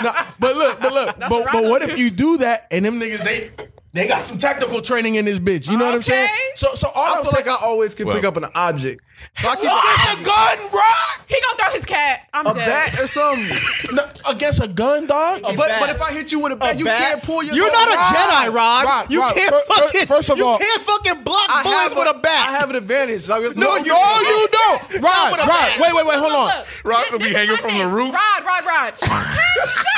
Speaker 8: No, but look, but
Speaker 6: (laughs)
Speaker 8: look, but,
Speaker 6: what I
Speaker 8: but what
Speaker 6: don't
Speaker 8: if you do that and them niggas they they got some tactical training in this bitch? You know what I'm saying?
Speaker 6: Okay.
Speaker 8: So so all
Speaker 2: (laughs) I
Speaker 8: I'm
Speaker 2: feel like
Speaker 8: saying,
Speaker 2: I always can pick
Speaker 3: Well.
Speaker 2: up an object. So I can
Speaker 8: against a gun, bro,
Speaker 6: He gonna throw his cat. I'm
Speaker 2: a
Speaker 6: dead.
Speaker 2: bat or something.
Speaker 8: no, against a gun, dog.
Speaker 2: But but if I hit you with a bat, you
Speaker 7: bat?
Speaker 2: can't pull your.
Speaker 7: You're
Speaker 2: gun
Speaker 7: not a
Speaker 2: out.
Speaker 7: Jedi, Rod.
Speaker 8: Rod,
Speaker 7: you
Speaker 8: Rod,
Speaker 7: can't
Speaker 8: fir- fir-
Speaker 7: fucking.
Speaker 8: first of all-
Speaker 7: you can't fucking block
Speaker 2: I
Speaker 7: bullets
Speaker 2: have
Speaker 7: with a bat.
Speaker 2: I have an advantage. Like, it's
Speaker 7: No,
Speaker 2: longer
Speaker 7: you're
Speaker 2: than-
Speaker 7: all you
Speaker 8: don't, Rod,
Speaker 7: with a
Speaker 8: Rod.
Speaker 7: bat.
Speaker 8: Wait, wait, wait, hold on.
Speaker 3: Rod
Speaker 6: This-
Speaker 3: would be
Speaker 6: this
Speaker 3: hanging
Speaker 6: my
Speaker 3: from
Speaker 6: thing.
Speaker 3: the roof.
Speaker 6: Rod, Rod, Rod. Shut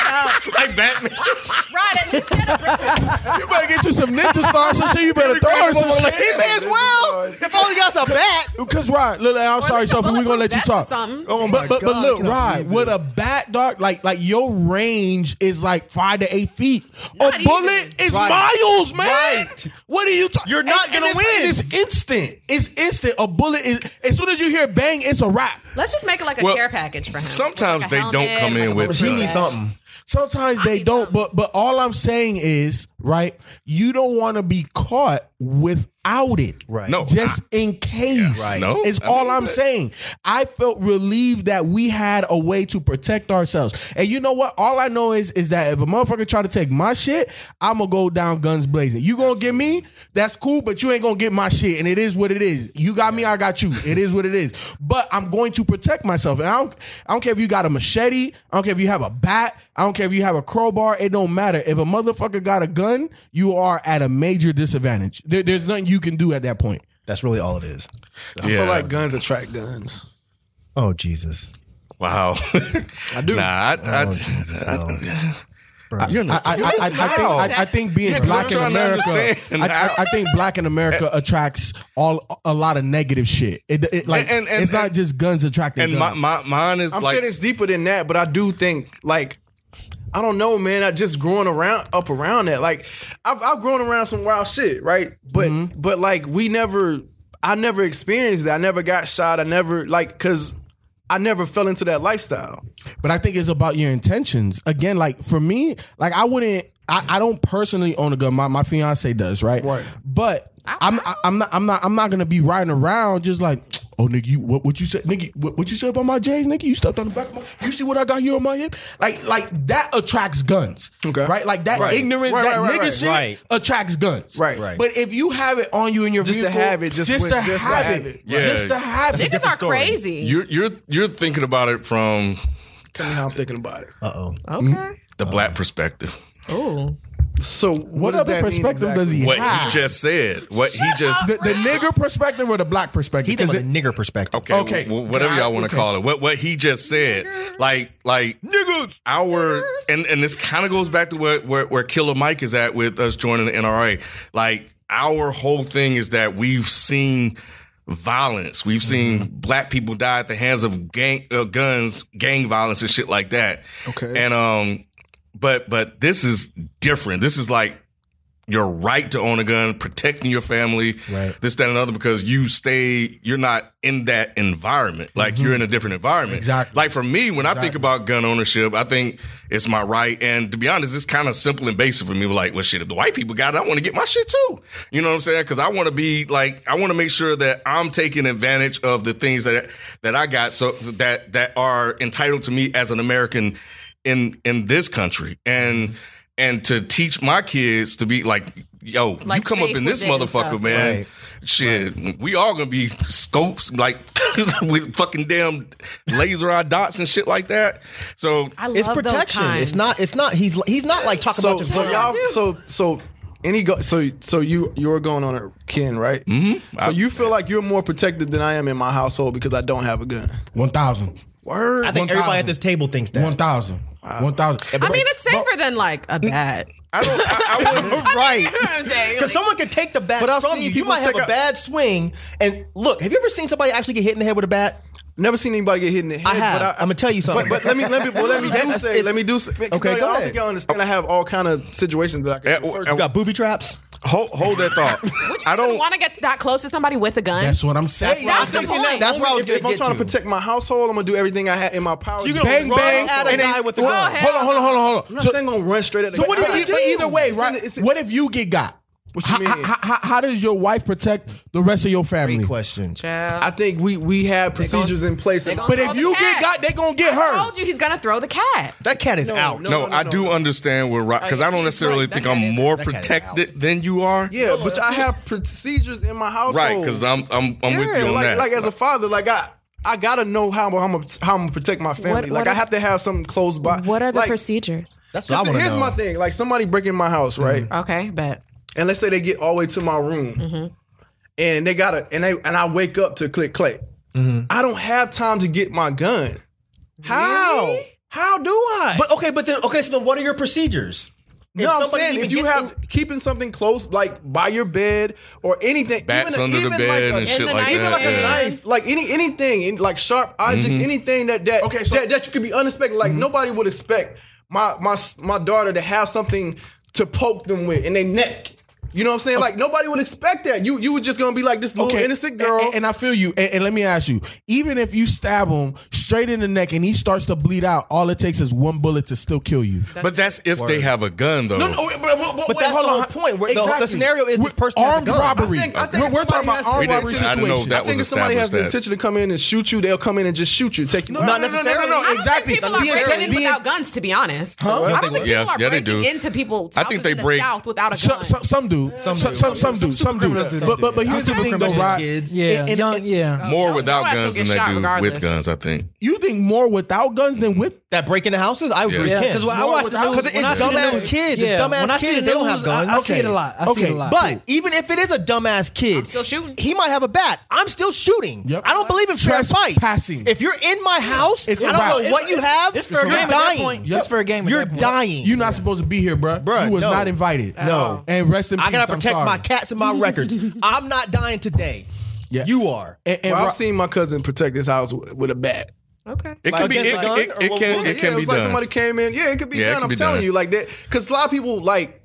Speaker 6: up.
Speaker 3: Like (laughs) Batman.
Speaker 6: Rod, at least get up.
Speaker 8: You better get you some ninja stars and shit. You better throw her some
Speaker 7: He
Speaker 8: shit.
Speaker 7: may as well. If only got a bat.
Speaker 8: Cause Rod, look, I'm sorry,
Speaker 6: it's a
Speaker 8: Sophie. We're gonna let you talk.
Speaker 6: bulletproof vest or something.
Speaker 8: Oh, but, but, but look, Rod, with a bat, dog, like like your range is like five to eight feet.
Speaker 6: Not
Speaker 8: a
Speaker 6: even.
Speaker 8: bullet is
Speaker 7: Right.
Speaker 8: miles, man.
Speaker 7: Right.
Speaker 8: What are you talking?
Speaker 7: You're not gonna win.
Speaker 8: It's instant. It's instant. A bullet is as soon as you hear bang, it's a wrap.
Speaker 6: Let's just make it like a
Speaker 3: Well,
Speaker 6: care package for him.
Speaker 3: Sometimes
Speaker 6: Like a
Speaker 3: they don't
Speaker 6: helmet,
Speaker 3: come
Speaker 6: like a
Speaker 3: in with
Speaker 6: bulletproof
Speaker 3: guns.
Speaker 6: vest.
Speaker 8: Sometimes they don't, but but all I'm saying is, right? You don't want to be caught without it, right?
Speaker 3: No,
Speaker 8: just in case.
Speaker 3: right. No,
Speaker 8: it's
Speaker 3: I
Speaker 8: all
Speaker 3: mean,
Speaker 8: I'm
Speaker 3: but-
Speaker 8: saying. I felt relieved that we had a way to protect ourselves. And you know what? All I know is is that if a motherfucker try to take my shit, I'm gonna go down guns blazing. You gonna get me? That's cool, but you ain't gonna get my shit. And it is what it is. You got me, I got you. It is what it is. But I'm going to protect myself. And I don't I don't care if you got a machete. I don't care if you have a bat. I don't care if you have a crowbar. It don't matter. If a motherfucker got a gun, you are at a major disadvantage. There- there's nothing you can do at that point.
Speaker 7: That's really all it is.
Speaker 3: I yeah.
Speaker 2: I feel like guns attract guns.
Speaker 7: Oh Jesus.
Speaker 3: wow. I do. (laughs) Nah, I, I,
Speaker 4: Oh,
Speaker 3: I- (laughs) you're not.
Speaker 8: I, I, I, I think, I, I think being black in
Speaker 3: I'm trying to
Speaker 8: America, I,
Speaker 3: understand.
Speaker 8: I, I think black in America attracts all a lot of negative shit. It, it like
Speaker 3: And- and-
Speaker 8: it's not
Speaker 3: and-
Speaker 8: just guns attracting
Speaker 3: and my,
Speaker 8: guns.
Speaker 3: my mine is
Speaker 2: I'm
Speaker 3: like
Speaker 2: saying it's deeper than that, but I do think like I don't know, man. I just growing around up around that. Like I've I've grown around some wild shit, right? But but like we never I never experienced that. I never got shot. I never like cause I never fell into that lifestyle.
Speaker 8: but I think it's about your intentions. Again, like for me, like I wouldn't. I, I don't personally own a gun. My my fiance does, right?
Speaker 2: Right.
Speaker 8: But I'm I, I'm not I'm not I'm not gonna be riding around just like. Oh nigga, you what what you said, nigga? What, what you said about my J's, nigga? You stepped on the back of my. You see what I got here on my hip? Like like that attracts guns,
Speaker 2: Okay.
Speaker 8: Right? Like that
Speaker 2: Right.
Speaker 8: ignorance,
Speaker 2: Right,
Speaker 8: that
Speaker 2: right, right,
Speaker 8: nigga
Speaker 2: right.
Speaker 8: shit
Speaker 7: Right.
Speaker 8: attracts guns,
Speaker 2: Right. Right.
Speaker 8: But if you have it on you in your
Speaker 2: Just to
Speaker 8: vehicle,
Speaker 2: have it, just with-
Speaker 8: to
Speaker 2: just to
Speaker 8: have
Speaker 2: have
Speaker 8: it,
Speaker 2: it.
Speaker 3: Yeah.
Speaker 8: just to have it,
Speaker 6: Niggas are crazy.
Speaker 3: you're you're you're thinking about it from
Speaker 2: Tell me how I'm thinking about it.
Speaker 6: okay.
Speaker 3: the black perspective.
Speaker 6: Oh,
Speaker 2: So what,
Speaker 8: What,
Speaker 2: does
Speaker 8: other
Speaker 2: that mean
Speaker 8: perspective does
Speaker 2: exactly?
Speaker 8: he
Speaker 3: What
Speaker 8: have?
Speaker 3: he just said. What he just.
Speaker 8: the, the nigger perspective or the black perspective?
Speaker 7: He thinks
Speaker 8: Because
Speaker 7: with a nigger perspective.
Speaker 3: Okay,
Speaker 8: Okay.
Speaker 3: okay. whatever y'all want to call it. What what he just said, like like niggas, our and and this kind of goes back to where, where where Killer Mike is at with us joining the NRA. Like our whole thing is that we've seen violence, we've seen black people die at the hands of gang uh, guns, gang violence and shit like that.
Speaker 2: Okay.
Speaker 3: and um, but but this is different. This is like your right to own a gun, protecting your family, right. this, that, and other, because you stay, you're not in that environment. Like you're in a different environment.
Speaker 8: Exactly.
Speaker 3: Like for me, when I think about gun ownership, I think it's my right. And to be honest, it's kind of simple and basic for me. Like, well, shit, if the white people got it, I want to get my shit too. You know what I'm saying? Because I want to be like, I want to make sure that I'm taking advantage of the things that that I got, so that that are entitled to me as an American in in this country and and to teach my kids to be like yo you
Speaker 6: Like,
Speaker 3: come up
Speaker 6: safe
Speaker 3: in this
Speaker 6: with it and
Speaker 3: motherfucker
Speaker 6: stuff.
Speaker 3: man shit we all gonna be scopes like (laughs) with fucking damn laser eye dots and shit like that so
Speaker 6: I love
Speaker 7: It's
Speaker 6: Those
Speaker 7: protection.
Speaker 6: kinds.
Speaker 7: It's not. It's not. He's he's not like talking about
Speaker 2: So
Speaker 7: just
Speaker 2: so
Speaker 7: going-
Speaker 2: y'all so so any go so so you you're going on a Ken, right? Mm-hmm. So you feel like you're more protected than I am in my household because I don't have a gun.
Speaker 8: one thousand.
Speaker 2: Word.
Speaker 7: I think everybody
Speaker 8: 1,000.
Speaker 7: at this table thinks that.
Speaker 8: One thousand. One thousand.
Speaker 6: I mean, it's safer than like a bat.
Speaker 3: i don't i, I
Speaker 6: (laughs)
Speaker 3: wouldn't
Speaker 7: right.
Speaker 6: You know what I'm saying?
Speaker 7: Because someone can take the bat
Speaker 2: But I've
Speaker 7: from
Speaker 2: seen
Speaker 7: you. You
Speaker 2: people
Speaker 7: might have
Speaker 2: take
Speaker 7: a
Speaker 2: out-
Speaker 7: bad swing. And look, have you ever seen somebody actually get hit in the head with a bat?
Speaker 2: Never seen anybody get hit in the head.
Speaker 7: I have.
Speaker 2: But
Speaker 7: I, am gonna tell you something.
Speaker 2: But, but let me let me well, let me do
Speaker 7: That's-
Speaker 2: say
Speaker 7: it's-
Speaker 2: let me do say, okay.
Speaker 7: Okay,
Speaker 2: I
Speaker 7: go
Speaker 2: don't
Speaker 7: ahead.
Speaker 2: think y'all understand. I have all kind of situations that I
Speaker 3: Yeah,
Speaker 2: can. refer to.
Speaker 7: You got booby traps.
Speaker 3: hold, hold that thought i don't
Speaker 6: want to get that close to somebody with a gun.
Speaker 8: That's what I'm saying.
Speaker 6: That's the point.
Speaker 7: That's where I was
Speaker 2: If, if
Speaker 7: gonna
Speaker 2: I'm
Speaker 7: get
Speaker 2: trying
Speaker 7: to.
Speaker 2: to. protect my household, I'm gonna do everything I have in my power.
Speaker 7: You
Speaker 2: to
Speaker 7: gonna
Speaker 2: do
Speaker 8: bang
Speaker 2: that.
Speaker 7: run
Speaker 8: bang
Speaker 7: at a
Speaker 8: and then-
Speaker 7: guy with a
Speaker 8: Well,
Speaker 7: gun.
Speaker 8: Hold on, hold on, hold on,
Speaker 2: I'm
Speaker 8: hold on.
Speaker 2: not
Speaker 8: So,
Speaker 2: saying gonna run straight at.
Speaker 8: so what do you do? But either way, right?
Speaker 2: It's,
Speaker 8: what if you get got?
Speaker 2: What you
Speaker 8: How,
Speaker 2: mean?
Speaker 8: how, how, how does your wife protect the rest of your family?
Speaker 7: question.
Speaker 6: Child.
Speaker 2: I think we we have procedures in place.
Speaker 6: they gonna
Speaker 8: But
Speaker 6: throw
Speaker 8: if
Speaker 6: the
Speaker 8: you
Speaker 6: cat.
Speaker 8: get got, they gonna get
Speaker 6: I
Speaker 8: her.
Speaker 6: told you he's gonna throw the cat.
Speaker 7: That cat is out.
Speaker 2: no,
Speaker 3: no,
Speaker 2: no,
Speaker 3: I
Speaker 2: no,
Speaker 3: do
Speaker 2: no.
Speaker 3: understand where right because
Speaker 6: yeah,
Speaker 3: I don't
Speaker 6: he's
Speaker 3: necessarily
Speaker 6: right. That
Speaker 3: think
Speaker 6: guy
Speaker 3: I'm
Speaker 6: is-
Speaker 3: more
Speaker 7: that guy is
Speaker 3: protected than you are.
Speaker 2: yeah, but I have procedures in my household.
Speaker 3: right. Because I'm I'm I'm with you on
Speaker 2: like,
Speaker 3: that.
Speaker 2: Like as a father, like I. I gotta know how I'm gonna how I'm gonna protect my family. like
Speaker 6: what
Speaker 2: I
Speaker 6: are-
Speaker 2: have to have something close by.
Speaker 6: What are the
Speaker 2: like,
Speaker 6: procedures?
Speaker 7: That's what I want
Speaker 2: Listen,
Speaker 7: to
Speaker 2: here's
Speaker 7: know. Mm-hmm.
Speaker 2: my thing. Like somebody break in my house, right?
Speaker 6: Okay, bet.
Speaker 2: And let's say they get all the way to my room,
Speaker 7: Mm-hmm.
Speaker 2: and they gotta and they and I wake up to click click.
Speaker 7: Mm-hmm.
Speaker 2: I don't have time to get my gun. How? How do I?
Speaker 7: But okay, but then okay. So then, what are your procedures?
Speaker 2: no, I'm
Speaker 7: somebody
Speaker 2: saying
Speaker 7: even
Speaker 2: if you
Speaker 7: gets
Speaker 2: have keeping something close, like by your bed or anything,
Speaker 3: Bats
Speaker 2: even,
Speaker 3: under
Speaker 2: even
Speaker 3: the bed
Speaker 2: like a,
Speaker 3: and shit
Speaker 6: the
Speaker 3: like
Speaker 6: night-
Speaker 2: even
Speaker 3: that.
Speaker 2: like
Speaker 3: yeah.
Speaker 2: a
Speaker 3: Mm-hmm.
Speaker 2: knife, like any anything, any- like sharp objects, anything that that,
Speaker 8: Okay, so-
Speaker 2: that that you could be unexpected. Like nobody would expect my my my daughter to have something to poke them with in their neck. You know what I'm saying? Like nobody would expect that. You you were just gonna be like this little innocent Oh, girl.
Speaker 8: And, and I feel you. And, and let me ask you: even if you stab him straight in the neck and he starts to bleed out, all it takes is one bullet to still kill you.
Speaker 3: But that's if they have a gun, though.
Speaker 2: No, no, wait, Oh, but, but, but
Speaker 9: But
Speaker 2: wait,
Speaker 9: that's
Speaker 2: hold
Speaker 9: the
Speaker 2: on.
Speaker 9: whole point. Where the- the scenario is this
Speaker 8: With
Speaker 9: person has a
Speaker 8: armed
Speaker 9: gun.
Speaker 8: robbery.
Speaker 2: I think- I think
Speaker 8: we're, we're talking
Speaker 2: somebody
Speaker 8: about armed
Speaker 3: has-
Speaker 8: robbery
Speaker 3: We didn't- I didn't know
Speaker 8: situations.
Speaker 3: that
Speaker 2: I think
Speaker 3: was
Speaker 2: if somebody has the
Speaker 3: established that-
Speaker 2: intention to come in and shoot you, they'll come in and just shoot you, take you. out.
Speaker 8: Not
Speaker 2: no,
Speaker 8: necessarily.
Speaker 6: I don't
Speaker 8: exactly.
Speaker 6: think people are
Speaker 8: The
Speaker 6: breaking
Speaker 8: intent-
Speaker 6: in
Speaker 8: the
Speaker 6: without guns. To be honest, I don't think
Speaker 3: Yeah,
Speaker 6: people are
Speaker 3: yeah, they
Speaker 6: breaking
Speaker 3: do.
Speaker 6: into people's
Speaker 3: I think
Speaker 6: houses
Speaker 3: they
Speaker 6: in the
Speaker 3: break-
Speaker 6: South without a
Speaker 8: Some,
Speaker 6: gun.
Speaker 8: some, some do. Some, some, some, do. Some do.
Speaker 4: criminals do.
Speaker 8: But, but, but here's the
Speaker 4: Some
Speaker 8: thing, though,
Speaker 4: criminals
Speaker 8: Rod.
Speaker 4: do.
Speaker 8: It-
Speaker 4: Yeah,
Speaker 8: it-
Speaker 4: young,
Speaker 8: it-
Speaker 4: yeah.
Speaker 3: More
Speaker 6: Y'all-
Speaker 3: without
Speaker 6: y'all
Speaker 3: guns
Speaker 6: have to
Speaker 3: than
Speaker 6: get
Speaker 3: they
Speaker 6: shot
Speaker 3: do
Speaker 6: regardless.
Speaker 3: with guns, I think.
Speaker 8: You think more without guns than with
Speaker 9: that break into houses, I would
Speaker 3: Yeah.
Speaker 4: Yeah, because when I watch the news,
Speaker 9: because it's
Speaker 4: when I see the
Speaker 9: dumbass
Speaker 4: news-
Speaker 9: kids. It's
Speaker 4: yeah, when I
Speaker 9: dumbass
Speaker 4: see
Speaker 9: kids.
Speaker 4: the
Speaker 9: They don't
Speaker 4: news,
Speaker 9: have guns.
Speaker 4: I, I see it a lot. I see it
Speaker 8: Okay,
Speaker 4: a lot.
Speaker 9: But even if it is a dumbass kid,
Speaker 6: I'm still shooting.
Speaker 9: He might have a bat. I'm still shooting.
Speaker 8: Yep.
Speaker 9: I don't believe in fair fights.
Speaker 8: Trespassing.
Speaker 9: If you're in my house,
Speaker 8: It's
Speaker 9: I
Speaker 8: a riot.
Speaker 9: don't know what you have.
Speaker 4: it's fair
Speaker 9: you're
Speaker 4: game at that
Speaker 9: dying.
Speaker 4: point. It's fair game at
Speaker 9: You're
Speaker 4: that point.
Speaker 9: dying.
Speaker 8: You're not supposed to be here, bruh.
Speaker 9: Bruh,
Speaker 8: you was
Speaker 9: no.
Speaker 8: not invited.
Speaker 9: No.
Speaker 8: And rest in peace.
Speaker 9: I gotta
Speaker 8: I'm
Speaker 9: protect
Speaker 8: sorry.
Speaker 9: my cats and my
Speaker 4: (laughs)
Speaker 9: records. I'm not dying today.
Speaker 8: Yeah.
Speaker 9: You are.
Speaker 8: And, and
Speaker 2: Well,
Speaker 8: Ro-
Speaker 2: I've seen my cousin protect his house with, with a bat.
Speaker 6: Okay.
Speaker 3: It can be. It,
Speaker 9: against a gun
Speaker 3: it,
Speaker 9: or
Speaker 3: it
Speaker 9: what-
Speaker 3: can. Oh, It
Speaker 2: yeah,
Speaker 3: can be
Speaker 2: it was like
Speaker 3: done.
Speaker 2: somebody came in. Yeah, it could be
Speaker 3: Yeah, it
Speaker 2: done.
Speaker 3: could
Speaker 2: I'm
Speaker 3: be
Speaker 2: telling
Speaker 3: done.
Speaker 2: you, like that, because a lot of people like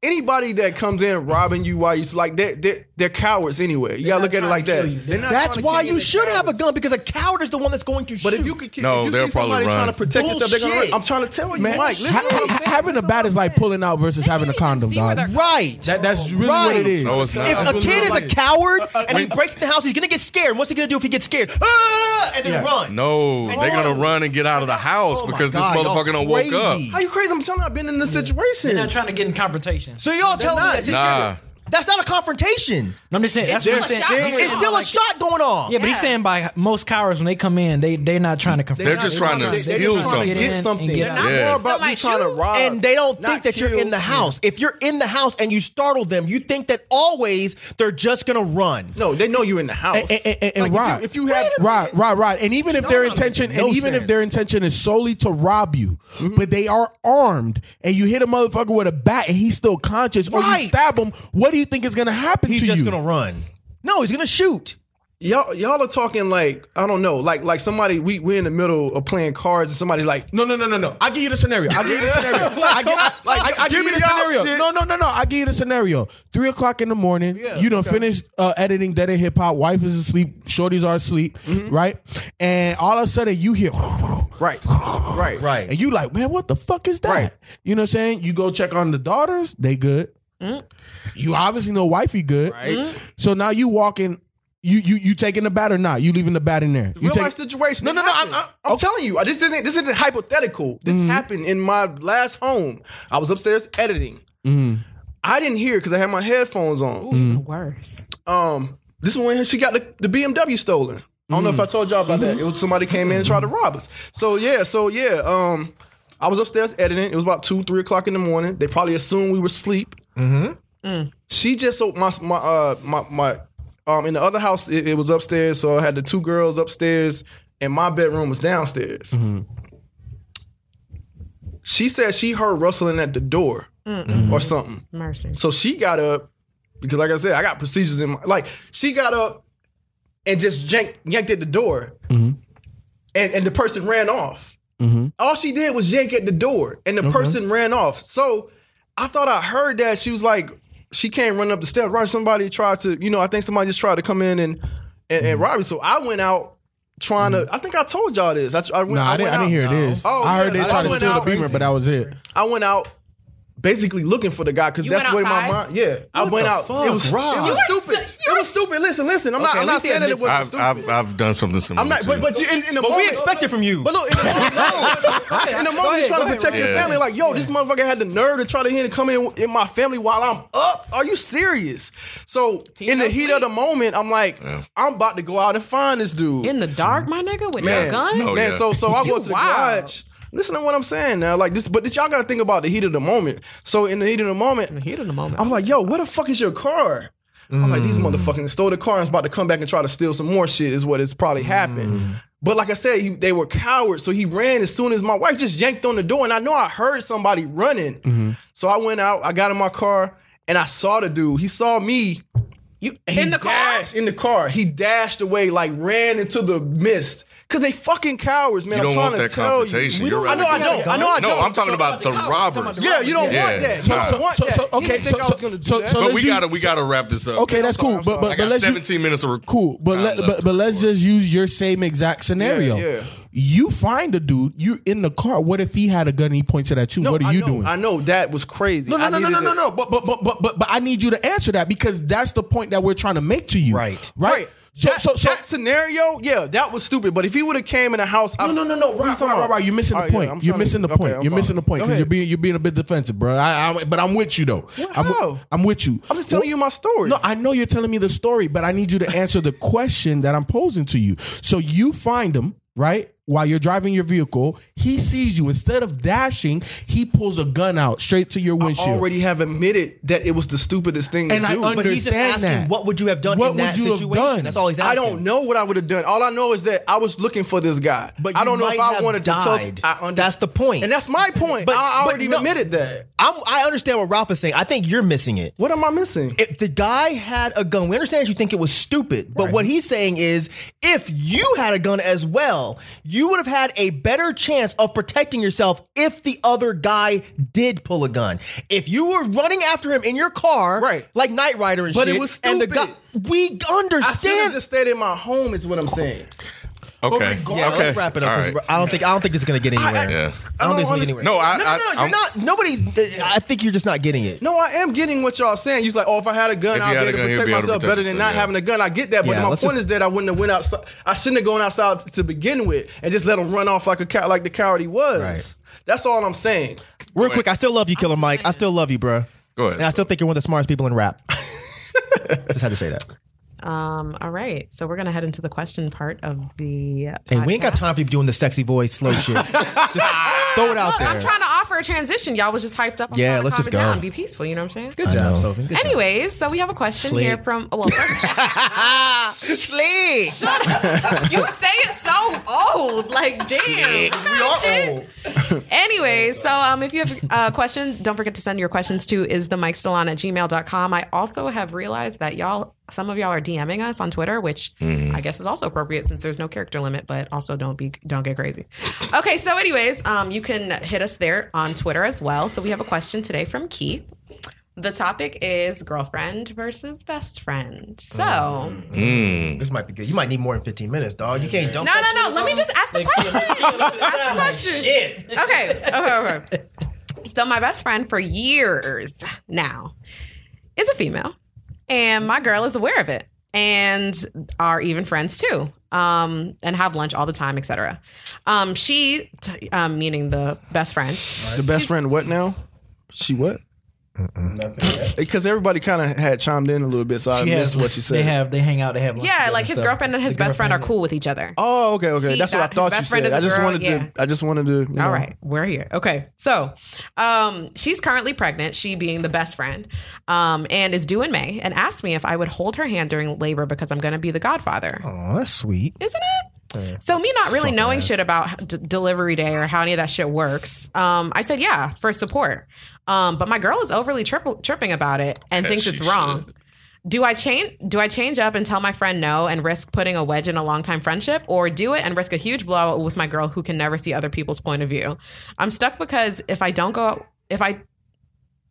Speaker 2: anybody that comes in robbing you while you like they're they're, they're cowards anyway. You gotta look at it like that. They're not
Speaker 9: That's
Speaker 2: trying to
Speaker 9: why
Speaker 2: kill
Speaker 9: you
Speaker 2: they're
Speaker 9: should have a
Speaker 2: cowards.
Speaker 9: gun because a coward is the one that's going to shoot.
Speaker 2: But if you could, ki-
Speaker 3: No,
Speaker 2: if you
Speaker 3: they'll
Speaker 2: see
Speaker 3: probably
Speaker 2: somebody
Speaker 3: run.
Speaker 2: trying to protect yourself, they're gonna run.
Speaker 9: Bullshit.
Speaker 2: I'm trying to tell you,
Speaker 8: man,
Speaker 2: Mike. Listen,
Speaker 8: ha-
Speaker 2: to what I'm
Speaker 8: ha-
Speaker 2: saying.
Speaker 8: having a bat is like pulling out versus having a
Speaker 6: didn't even
Speaker 8: condom,
Speaker 6: see where
Speaker 8: dog.
Speaker 6: they're-
Speaker 9: right.
Speaker 8: That, that's really
Speaker 9: Right.
Speaker 8: what it is.
Speaker 3: No, it's not.
Speaker 9: if a
Speaker 8: That's
Speaker 9: kid
Speaker 8: really
Speaker 9: is
Speaker 8: what
Speaker 9: a
Speaker 8: it
Speaker 9: coward and he breaks in the house, he's gonna get scared. What's he gonna do if he gets scared? Ah! And then
Speaker 8: Yeah.
Speaker 9: run.
Speaker 3: No, they're gonna run and get out of the house
Speaker 9: Oh my
Speaker 3: because this
Speaker 9: God, y'all
Speaker 3: motherfucker don't woke up.
Speaker 9: crazy.
Speaker 2: Are you crazy? I'm telling you, I've been in this situation.
Speaker 4: They're not trying to get in confrontation.
Speaker 9: So y'all telling me that this
Speaker 3: Nah.
Speaker 9: shit- that's not a confrontation.
Speaker 4: I'm just saying. That's
Speaker 6: still
Speaker 4: what I'm
Speaker 6: a
Speaker 4: saying.
Speaker 6: shot
Speaker 4: He's
Speaker 6: going
Speaker 4: saying
Speaker 9: It's still
Speaker 4: like-
Speaker 9: a shot going on.
Speaker 4: Yeah, but he's
Speaker 6: Yeah.
Speaker 4: saying by most cowards when they come in, they they're not trying to confront.
Speaker 3: They're just trying to
Speaker 2: They're just
Speaker 3: steal
Speaker 2: trying to
Speaker 3: something.
Speaker 4: Get in
Speaker 2: Get
Speaker 4: and
Speaker 2: something.
Speaker 4: get
Speaker 2: They're
Speaker 4: out.
Speaker 2: not
Speaker 3: Yeah.
Speaker 2: more about
Speaker 6: Somebody
Speaker 2: you trying to
Speaker 6: shoot.
Speaker 2: rob.
Speaker 9: And they don't
Speaker 2: uh, not
Speaker 9: think that you're
Speaker 2: kill.
Speaker 9: in the house. If you're in the house and you startle them, you think that always they're just gonna run.
Speaker 2: No, they know you're in the house.
Speaker 8: And, and, and, and
Speaker 2: Like, if
Speaker 8: Rod,
Speaker 2: you- if you had-
Speaker 8: Rod, Rod, Rod, and even if their
Speaker 9: no,
Speaker 8: intention,
Speaker 9: no
Speaker 8: and even if their
Speaker 9: sense.
Speaker 8: intention is solely to rob you, but they are armed, and you hit a motherfucker with a bat, and he's still conscious, or
Speaker 9: Right.
Speaker 8: you stab him, what do you think is going to happen
Speaker 9: He's
Speaker 8: to
Speaker 9: just
Speaker 8: you?
Speaker 9: gonna run. No, he's gonna shoot.
Speaker 2: y'all y'all are talking like I don't know, like like somebody we we're in the middle of playing cards and somebody's like,
Speaker 8: No, no, no, no, no. I give you the scenario. I give you the (laughs) scenario. I give, like, I, I give, you the
Speaker 2: y'all
Speaker 8: scenario.
Speaker 2: shit.
Speaker 8: No, no, no, no. I give you the scenario. Three o'clock in the morning. you done finished uh, editing Dead and Hip Hop. Wife is asleep. Shorties are asleep. Right. And all of a sudden you hear.
Speaker 2: right, right,
Speaker 9: Right.
Speaker 8: And you like, man, what the fuck is that?
Speaker 2: Right.
Speaker 8: You know what I'm saying? You go check on the daughters. They good. You obviously know wifey good. Right. So now you walking. You you you taking the bat or not? You leaving the bat in there? You
Speaker 2: Real
Speaker 8: take-
Speaker 2: life situation.
Speaker 8: No,
Speaker 2: It
Speaker 8: no, no. I'm, Mm-hmm.
Speaker 2: happened.
Speaker 8: I'm,
Speaker 2: I'm telling you, this isn't this isn't hypothetical. This happened in my last home. I was upstairs editing.
Speaker 8: Mm-hmm.
Speaker 2: I didn't hear because I had my headphones on.
Speaker 6: Worse.
Speaker 2: Um, this is when she got the, the BMW stolen. I don't know if I told y'all about that. It was somebody came in and tried to rob us. So yeah, so yeah. Um, I was upstairs editing. It was about two, three o'clock in the morning. They probably assumed we were asleep. She just so my my uh my my um in the other house it, it was upstairs, so I had the two girls upstairs and my bedroom was downstairs. She said she heard rustling at the door or something.
Speaker 6: Mercy.
Speaker 2: So she got up because, like I said, I got procedures in my like. She got up and just jank, yanked at the door,
Speaker 8: Mm-hmm.
Speaker 2: and and the person ran off. All she did was yank at the door, and the person ran off. So I thought I heard that she was like, she came running up the steps. Right, somebody tried to, you know, I think somebody just tried to come in and and,
Speaker 8: Mm-hmm.
Speaker 2: and rob me. So I went out. Trying to, I think I told y'all this. I, I went,
Speaker 8: No, Mm-hmm. I,
Speaker 2: went
Speaker 8: didn't, I didn't
Speaker 2: out-
Speaker 8: hear it is.
Speaker 2: Oh,
Speaker 8: I heard
Speaker 2: yes,
Speaker 8: they tried
Speaker 2: I
Speaker 8: to
Speaker 2: went
Speaker 8: steal the
Speaker 2: out-
Speaker 8: beamer, but that was it.
Speaker 2: I went out basically looking for the guy because
Speaker 6: You
Speaker 2: that's
Speaker 6: went
Speaker 2: where my
Speaker 6: outside?
Speaker 2: mind. Yeah, I
Speaker 9: What
Speaker 2: went
Speaker 9: the
Speaker 2: out. it
Speaker 9: fuck,
Speaker 2: was, it
Speaker 9: Rob? You
Speaker 2: was
Speaker 9: were
Speaker 2: stupid. it was stupid. Listen, listen. I'm not.
Speaker 9: Okay,
Speaker 2: I'm
Speaker 9: at
Speaker 2: not
Speaker 9: least he
Speaker 2: saying that it
Speaker 9: admits
Speaker 2: was
Speaker 3: I've,
Speaker 2: stupid.
Speaker 3: I've I've done something similar.
Speaker 2: I'm not.
Speaker 3: too.
Speaker 2: But but you, in, in the
Speaker 9: But
Speaker 2: moment,
Speaker 9: we expect it from you.
Speaker 2: But look, in the moment,
Speaker 9: (laughs)
Speaker 2: in the moment, you're trying to
Speaker 4: ahead,
Speaker 2: protect your
Speaker 3: yeah.
Speaker 2: family. Like, yo, this motherfucker had the nerve to try to hit and come in in my family while I'm up. Are you serious? So in the
Speaker 6: knows
Speaker 2: heat
Speaker 6: me.
Speaker 2: of the moment, I'm like,
Speaker 3: Yeah.
Speaker 2: I'm about to go out and find this dude.
Speaker 6: In the dark, my nigga, with
Speaker 2: Man,
Speaker 6: a gun.
Speaker 3: no. Oh,
Speaker 2: man,
Speaker 3: yeah.
Speaker 2: so so I
Speaker 6: (laughs) You
Speaker 2: go to the
Speaker 6: wild.
Speaker 2: garage. Listen to what I'm saying now. Like this, but this, y'all gotta think about the heat of the moment. So in the heat of the moment,
Speaker 6: Heat in the moment.
Speaker 2: I was like, yo, where the fuck is your car? I'm like,
Speaker 6: Mm.
Speaker 2: these motherfuckers stole the car and is about to come back and try to steal some more shit, is what has
Speaker 6: Mm.
Speaker 2: probably happened. But like I said, he, they were cowards. So he ran as soon as my wife just yanked on the door. And I know I heard somebody running.
Speaker 6: Mm-hmm.
Speaker 2: So I went out, I got in my car, and I saw the dude. He saw me
Speaker 6: you
Speaker 2: he
Speaker 6: in the car.
Speaker 2: dashed- in the car. He dashed away, like ran into the mist. because they fucking cowards,
Speaker 3: You
Speaker 2: man. I'm
Speaker 3: don't
Speaker 2: trying
Speaker 3: want
Speaker 2: to
Speaker 3: that
Speaker 2: tell
Speaker 3: confrontation.
Speaker 2: You.
Speaker 3: You're
Speaker 2: I know, I
Speaker 3: right.
Speaker 2: know, I know, I
Speaker 3: No,
Speaker 2: don't.
Speaker 3: I'm talking about the robbers.
Speaker 6: cowards.
Speaker 2: yeah, you don't
Speaker 3: Yeah.
Speaker 2: want that.
Speaker 3: So-
Speaker 2: You don't
Speaker 3: so-
Speaker 2: want
Speaker 8: so-
Speaker 2: that.
Speaker 8: so-
Speaker 2: You didn't
Speaker 8: okay,
Speaker 2: think
Speaker 8: so-
Speaker 2: I was gonna do
Speaker 8: so-
Speaker 2: that.
Speaker 8: so
Speaker 3: But
Speaker 8: let's
Speaker 3: we
Speaker 8: use-
Speaker 3: gotta we gotta wrap this up.
Speaker 8: Okay, that's
Speaker 2: sorry,
Speaker 8: cool. But
Speaker 2: I'm sorry.
Speaker 8: but
Speaker 3: I
Speaker 8: but
Speaker 3: got
Speaker 8: let's u-
Speaker 3: 17 minutes of rec-
Speaker 8: cool. But
Speaker 3: time
Speaker 8: let,
Speaker 3: left
Speaker 8: but but let's
Speaker 3: before-
Speaker 8: just use your same exact scenario.
Speaker 2: yeah.
Speaker 8: You find a dude. You in the car. What if he had a gun and he points it at you?
Speaker 2: No,
Speaker 8: what are
Speaker 2: I
Speaker 8: you
Speaker 2: know,
Speaker 8: doing?
Speaker 2: I know that was crazy.
Speaker 8: No, no,
Speaker 2: I
Speaker 8: no, no,
Speaker 2: needed
Speaker 8: no, no,
Speaker 2: to-
Speaker 8: no. But, but, but, but, but, but I need you to answer that because that's the point that we're trying to make to you.
Speaker 7: Right.
Speaker 8: Right.
Speaker 2: Right.
Speaker 8: So,
Speaker 2: that,
Speaker 8: so, so,
Speaker 2: that scenario, yeah, that was stupid. But if he would have came in the house, I,
Speaker 8: no, no, no, no.
Speaker 2: What are
Speaker 8: Right,
Speaker 2: you talking
Speaker 8: right, right,
Speaker 2: about?
Speaker 8: right. You're missing
Speaker 2: All
Speaker 8: the
Speaker 2: right, yeah,
Speaker 8: point.
Speaker 2: I'm
Speaker 8: you're
Speaker 2: trying to-
Speaker 8: missing the
Speaker 2: okay,
Speaker 8: point.
Speaker 2: I'm
Speaker 8: you're missing the point
Speaker 2: following. Go
Speaker 8: because
Speaker 2: ahead.
Speaker 8: you're being you're being a bit defensive, bro. I, I, but I'm with you though. I'm,
Speaker 2: how?
Speaker 8: with, I'm with you.
Speaker 2: I'm just telling you my story.
Speaker 8: No, I know you're telling me the story, but I need you to answer the question that I'm posing to you. So you find him right while you're driving your vehicle. He sees you. Instead of dashing, he pulls a gun out straight to your
Speaker 2: I
Speaker 8: windshield.
Speaker 2: already have admitted that it was the stupidest thing
Speaker 8: And
Speaker 2: to
Speaker 8: I
Speaker 2: do.
Speaker 8: under-
Speaker 9: But he's just
Speaker 8: understand
Speaker 9: asking,
Speaker 8: that.
Speaker 9: what would you have done
Speaker 8: What
Speaker 9: in
Speaker 8: would
Speaker 9: that
Speaker 8: you have
Speaker 9: situation?
Speaker 8: done?
Speaker 9: That's all he's
Speaker 2: I
Speaker 9: asking.
Speaker 2: don't know what I would have done. All I know is that I was looking for this guy.
Speaker 9: But
Speaker 2: I
Speaker 9: you
Speaker 2: don't know if
Speaker 9: might
Speaker 2: I
Speaker 9: have
Speaker 2: wanted to.
Speaker 9: died.
Speaker 2: Tell, I under-
Speaker 9: That's the point.
Speaker 2: and that's my point.
Speaker 9: But-
Speaker 2: I, I
Speaker 9: but
Speaker 2: already
Speaker 9: no-
Speaker 2: admitted that.
Speaker 9: I'm, I understand what Ralph is saying. I think you're missing it.
Speaker 2: What am I missing?
Speaker 9: If the guy had a gun, we understand you think it was stupid, but what he's saying is if you had a gun as well, you would have had a better chance of protecting yourself if the other guy did pull a gun. If you were running after him in your car,
Speaker 2: Right.
Speaker 9: like Knight Rider and
Speaker 2: But it
Speaker 9: shit,
Speaker 2: was
Speaker 9: and the guy,
Speaker 2: stupid.
Speaker 9: we
Speaker 2: I should have
Speaker 9: understand.
Speaker 2: just stayed in my home. Is what I'm saying.
Speaker 3: Okay.
Speaker 9: yeah,
Speaker 3: okay.
Speaker 9: let's wrap it up.
Speaker 3: All
Speaker 9: 'cause
Speaker 3: right.
Speaker 9: I don't think I don't think it's gonna get anywhere.
Speaker 3: Yeah.
Speaker 9: Oh, I don't, think it's
Speaker 2: I
Speaker 9: gonna
Speaker 2: don't
Speaker 9: get anywhere.
Speaker 3: No, I,
Speaker 9: no,
Speaker 3: I,
Speaker 9: no, no, you're
Speaker 3: I'm-
Speaker 9: not.
Speaker 7: uh,
Speaker 9: Nobody's. I think you're just not getting it.
Speaker 2: No, I am getting what y'all saying. You're like, oh, if I had a gun,
Speaker 3: If
Speaker 2: I'd
Speaker 3: you
Speaker 2: be
Speaker 3: had
Speaker 2: able
Speaker 3: a
Speaker 2: to
Speaker 3: gun, you'd
Speaker 2: protect
Speaker 3: be able to
Speaker 2: myself
Speaker 3: protect
Speaker 2: better than
Speaker 3: yourself,
Speaker 2: not
Speaker 3: yeah.
Speaker 2: having a gun. I get that, but
Speaker 9: Yeah,
Speaker 2: my point
Speaker 9: let's just-
Speaker 2: is that I wouldn't have went outside. I shouldn't have gone outside to begin with and just let him run off like a cat, like the coward he was.
Speaker 9: Right.
Speaker 2: That's all I'm saying.
Speaker 9: Real quick, I still love you, Killer Mike. I still love you, bro.
Speaker 3: Go ahead.
Speaker 9: And I still think you're one of the smartest people in rap. (laughs) Just had to say that.
Speaker 6: Um, all right. So we're going to head into the question part of the.
Speaker 9: Hey, we ain't got
Speaker 6: podcast.
Speaker 9: time for you doing the sexy voice slow
Speaker 7: (laughs)
Speaker 9: shit. Just throw it out
Speaker 6: Look,
Speaker 9: there.
Speaker 6: I'm trying to offer a transition. Y'all was just hyped up. I'm
Speaker 9: Yeah,
Speaker 6: trying to
Speaker 9: let's
Speaker 6: calm
Speaker 9: just
Speaker 6: it
Speaker 9: go.
Speaker 6: Down. Be peaceful. You know what I'm saying?
Speaker 4: Good job, Sophie. Good job.
Speaker 6: Anyways, so we have a question
Speaker 4: Slick.
Speaker 6: here from. Well, first,
Speaker 9: Slick.
Speaker 6: you say it so old, like damn. We are old. (laughs) Anyway, so um, if you have a question, don't forget to send your questions to is the mic still on at gmail.com. I also have realized that y'all, some of y'all are DMing us on Twitter, which I guess is also appropriate since there's no character limit, but also don't be don't get crazy. Okay, so anyways, um, you can hit us there on Twitter as well. So we have a question today from Key. The topic is girlfriend versus best friend. So
Speaker 9: This might be good. You might need more than 15 minutes, dog. You can't dump
Speaker 6: no,
Speaker 9: that shit
Speaker 6: no,
Speaker 9: or
Speaker 6: no. Let me
Speaker 9: something.
Speaker 6: just (laughs) ask the question. ask the question. Okay. Okay. Okay. So my best friend for years now is a female, and my girl is aware of it, and are even friends too, um, and have lunch all the time, etc. Um, she, t- um, meaning the best friend,
Speaker 2: The best friend, what now? She what? Because everybody kind of had chimed in a little bit, so I
Speaker 4: She has-
Speaker 2: missed what you said.
Speaker 4: They have. They hang out. They have. lunch
Speaker 6: yeah,
Speaker 4: together
Speaker 6: like his
Speaker 4: stuff.
Speaker 6: girlfriend and his
Speaker 4: The
Speaker 6: best friend are
Speaker 4: girlfriend-
Speaker 6: cool with each other.
Speaker 2: Oh, okay, okay.
Speaker 6: He-
Speaker 2: That's what I
Speaker 6: that- his
Speaker 2: thought you
Speaker 6: best friend
Speaker 2: said.
Speaker 6: is a
Speaker 2: I just
Speaker 6: girl,
Speaker 2: wanted
Speaker 6: yeah.
Speaker 2: to. I just wanted to. you know.
Speaker 6: All right, we're here. Okay, so um, she's currently pregnant, she being the best friend, um, and is due in May, and asked me if I would hold her hand during labor because I'm going to be the godfather.
Speaker 9: Aw, that's sweet.
Speaker 6: Isn't it? So me not really knowing shit about d- delivery day or how any of that shit works, um, I said yeah for support. Um, but my girl is overly tripp- tripping about it and thinks
Speaker 3: she
Speaker 6: it's wrong. Do I change? Do I change up and tell my friend no and risk putting a wedge in a longtime friendship, or do it and risk a huge blowout with my girl who can never see other people's point of view? I'm stuck because if I don't go, if I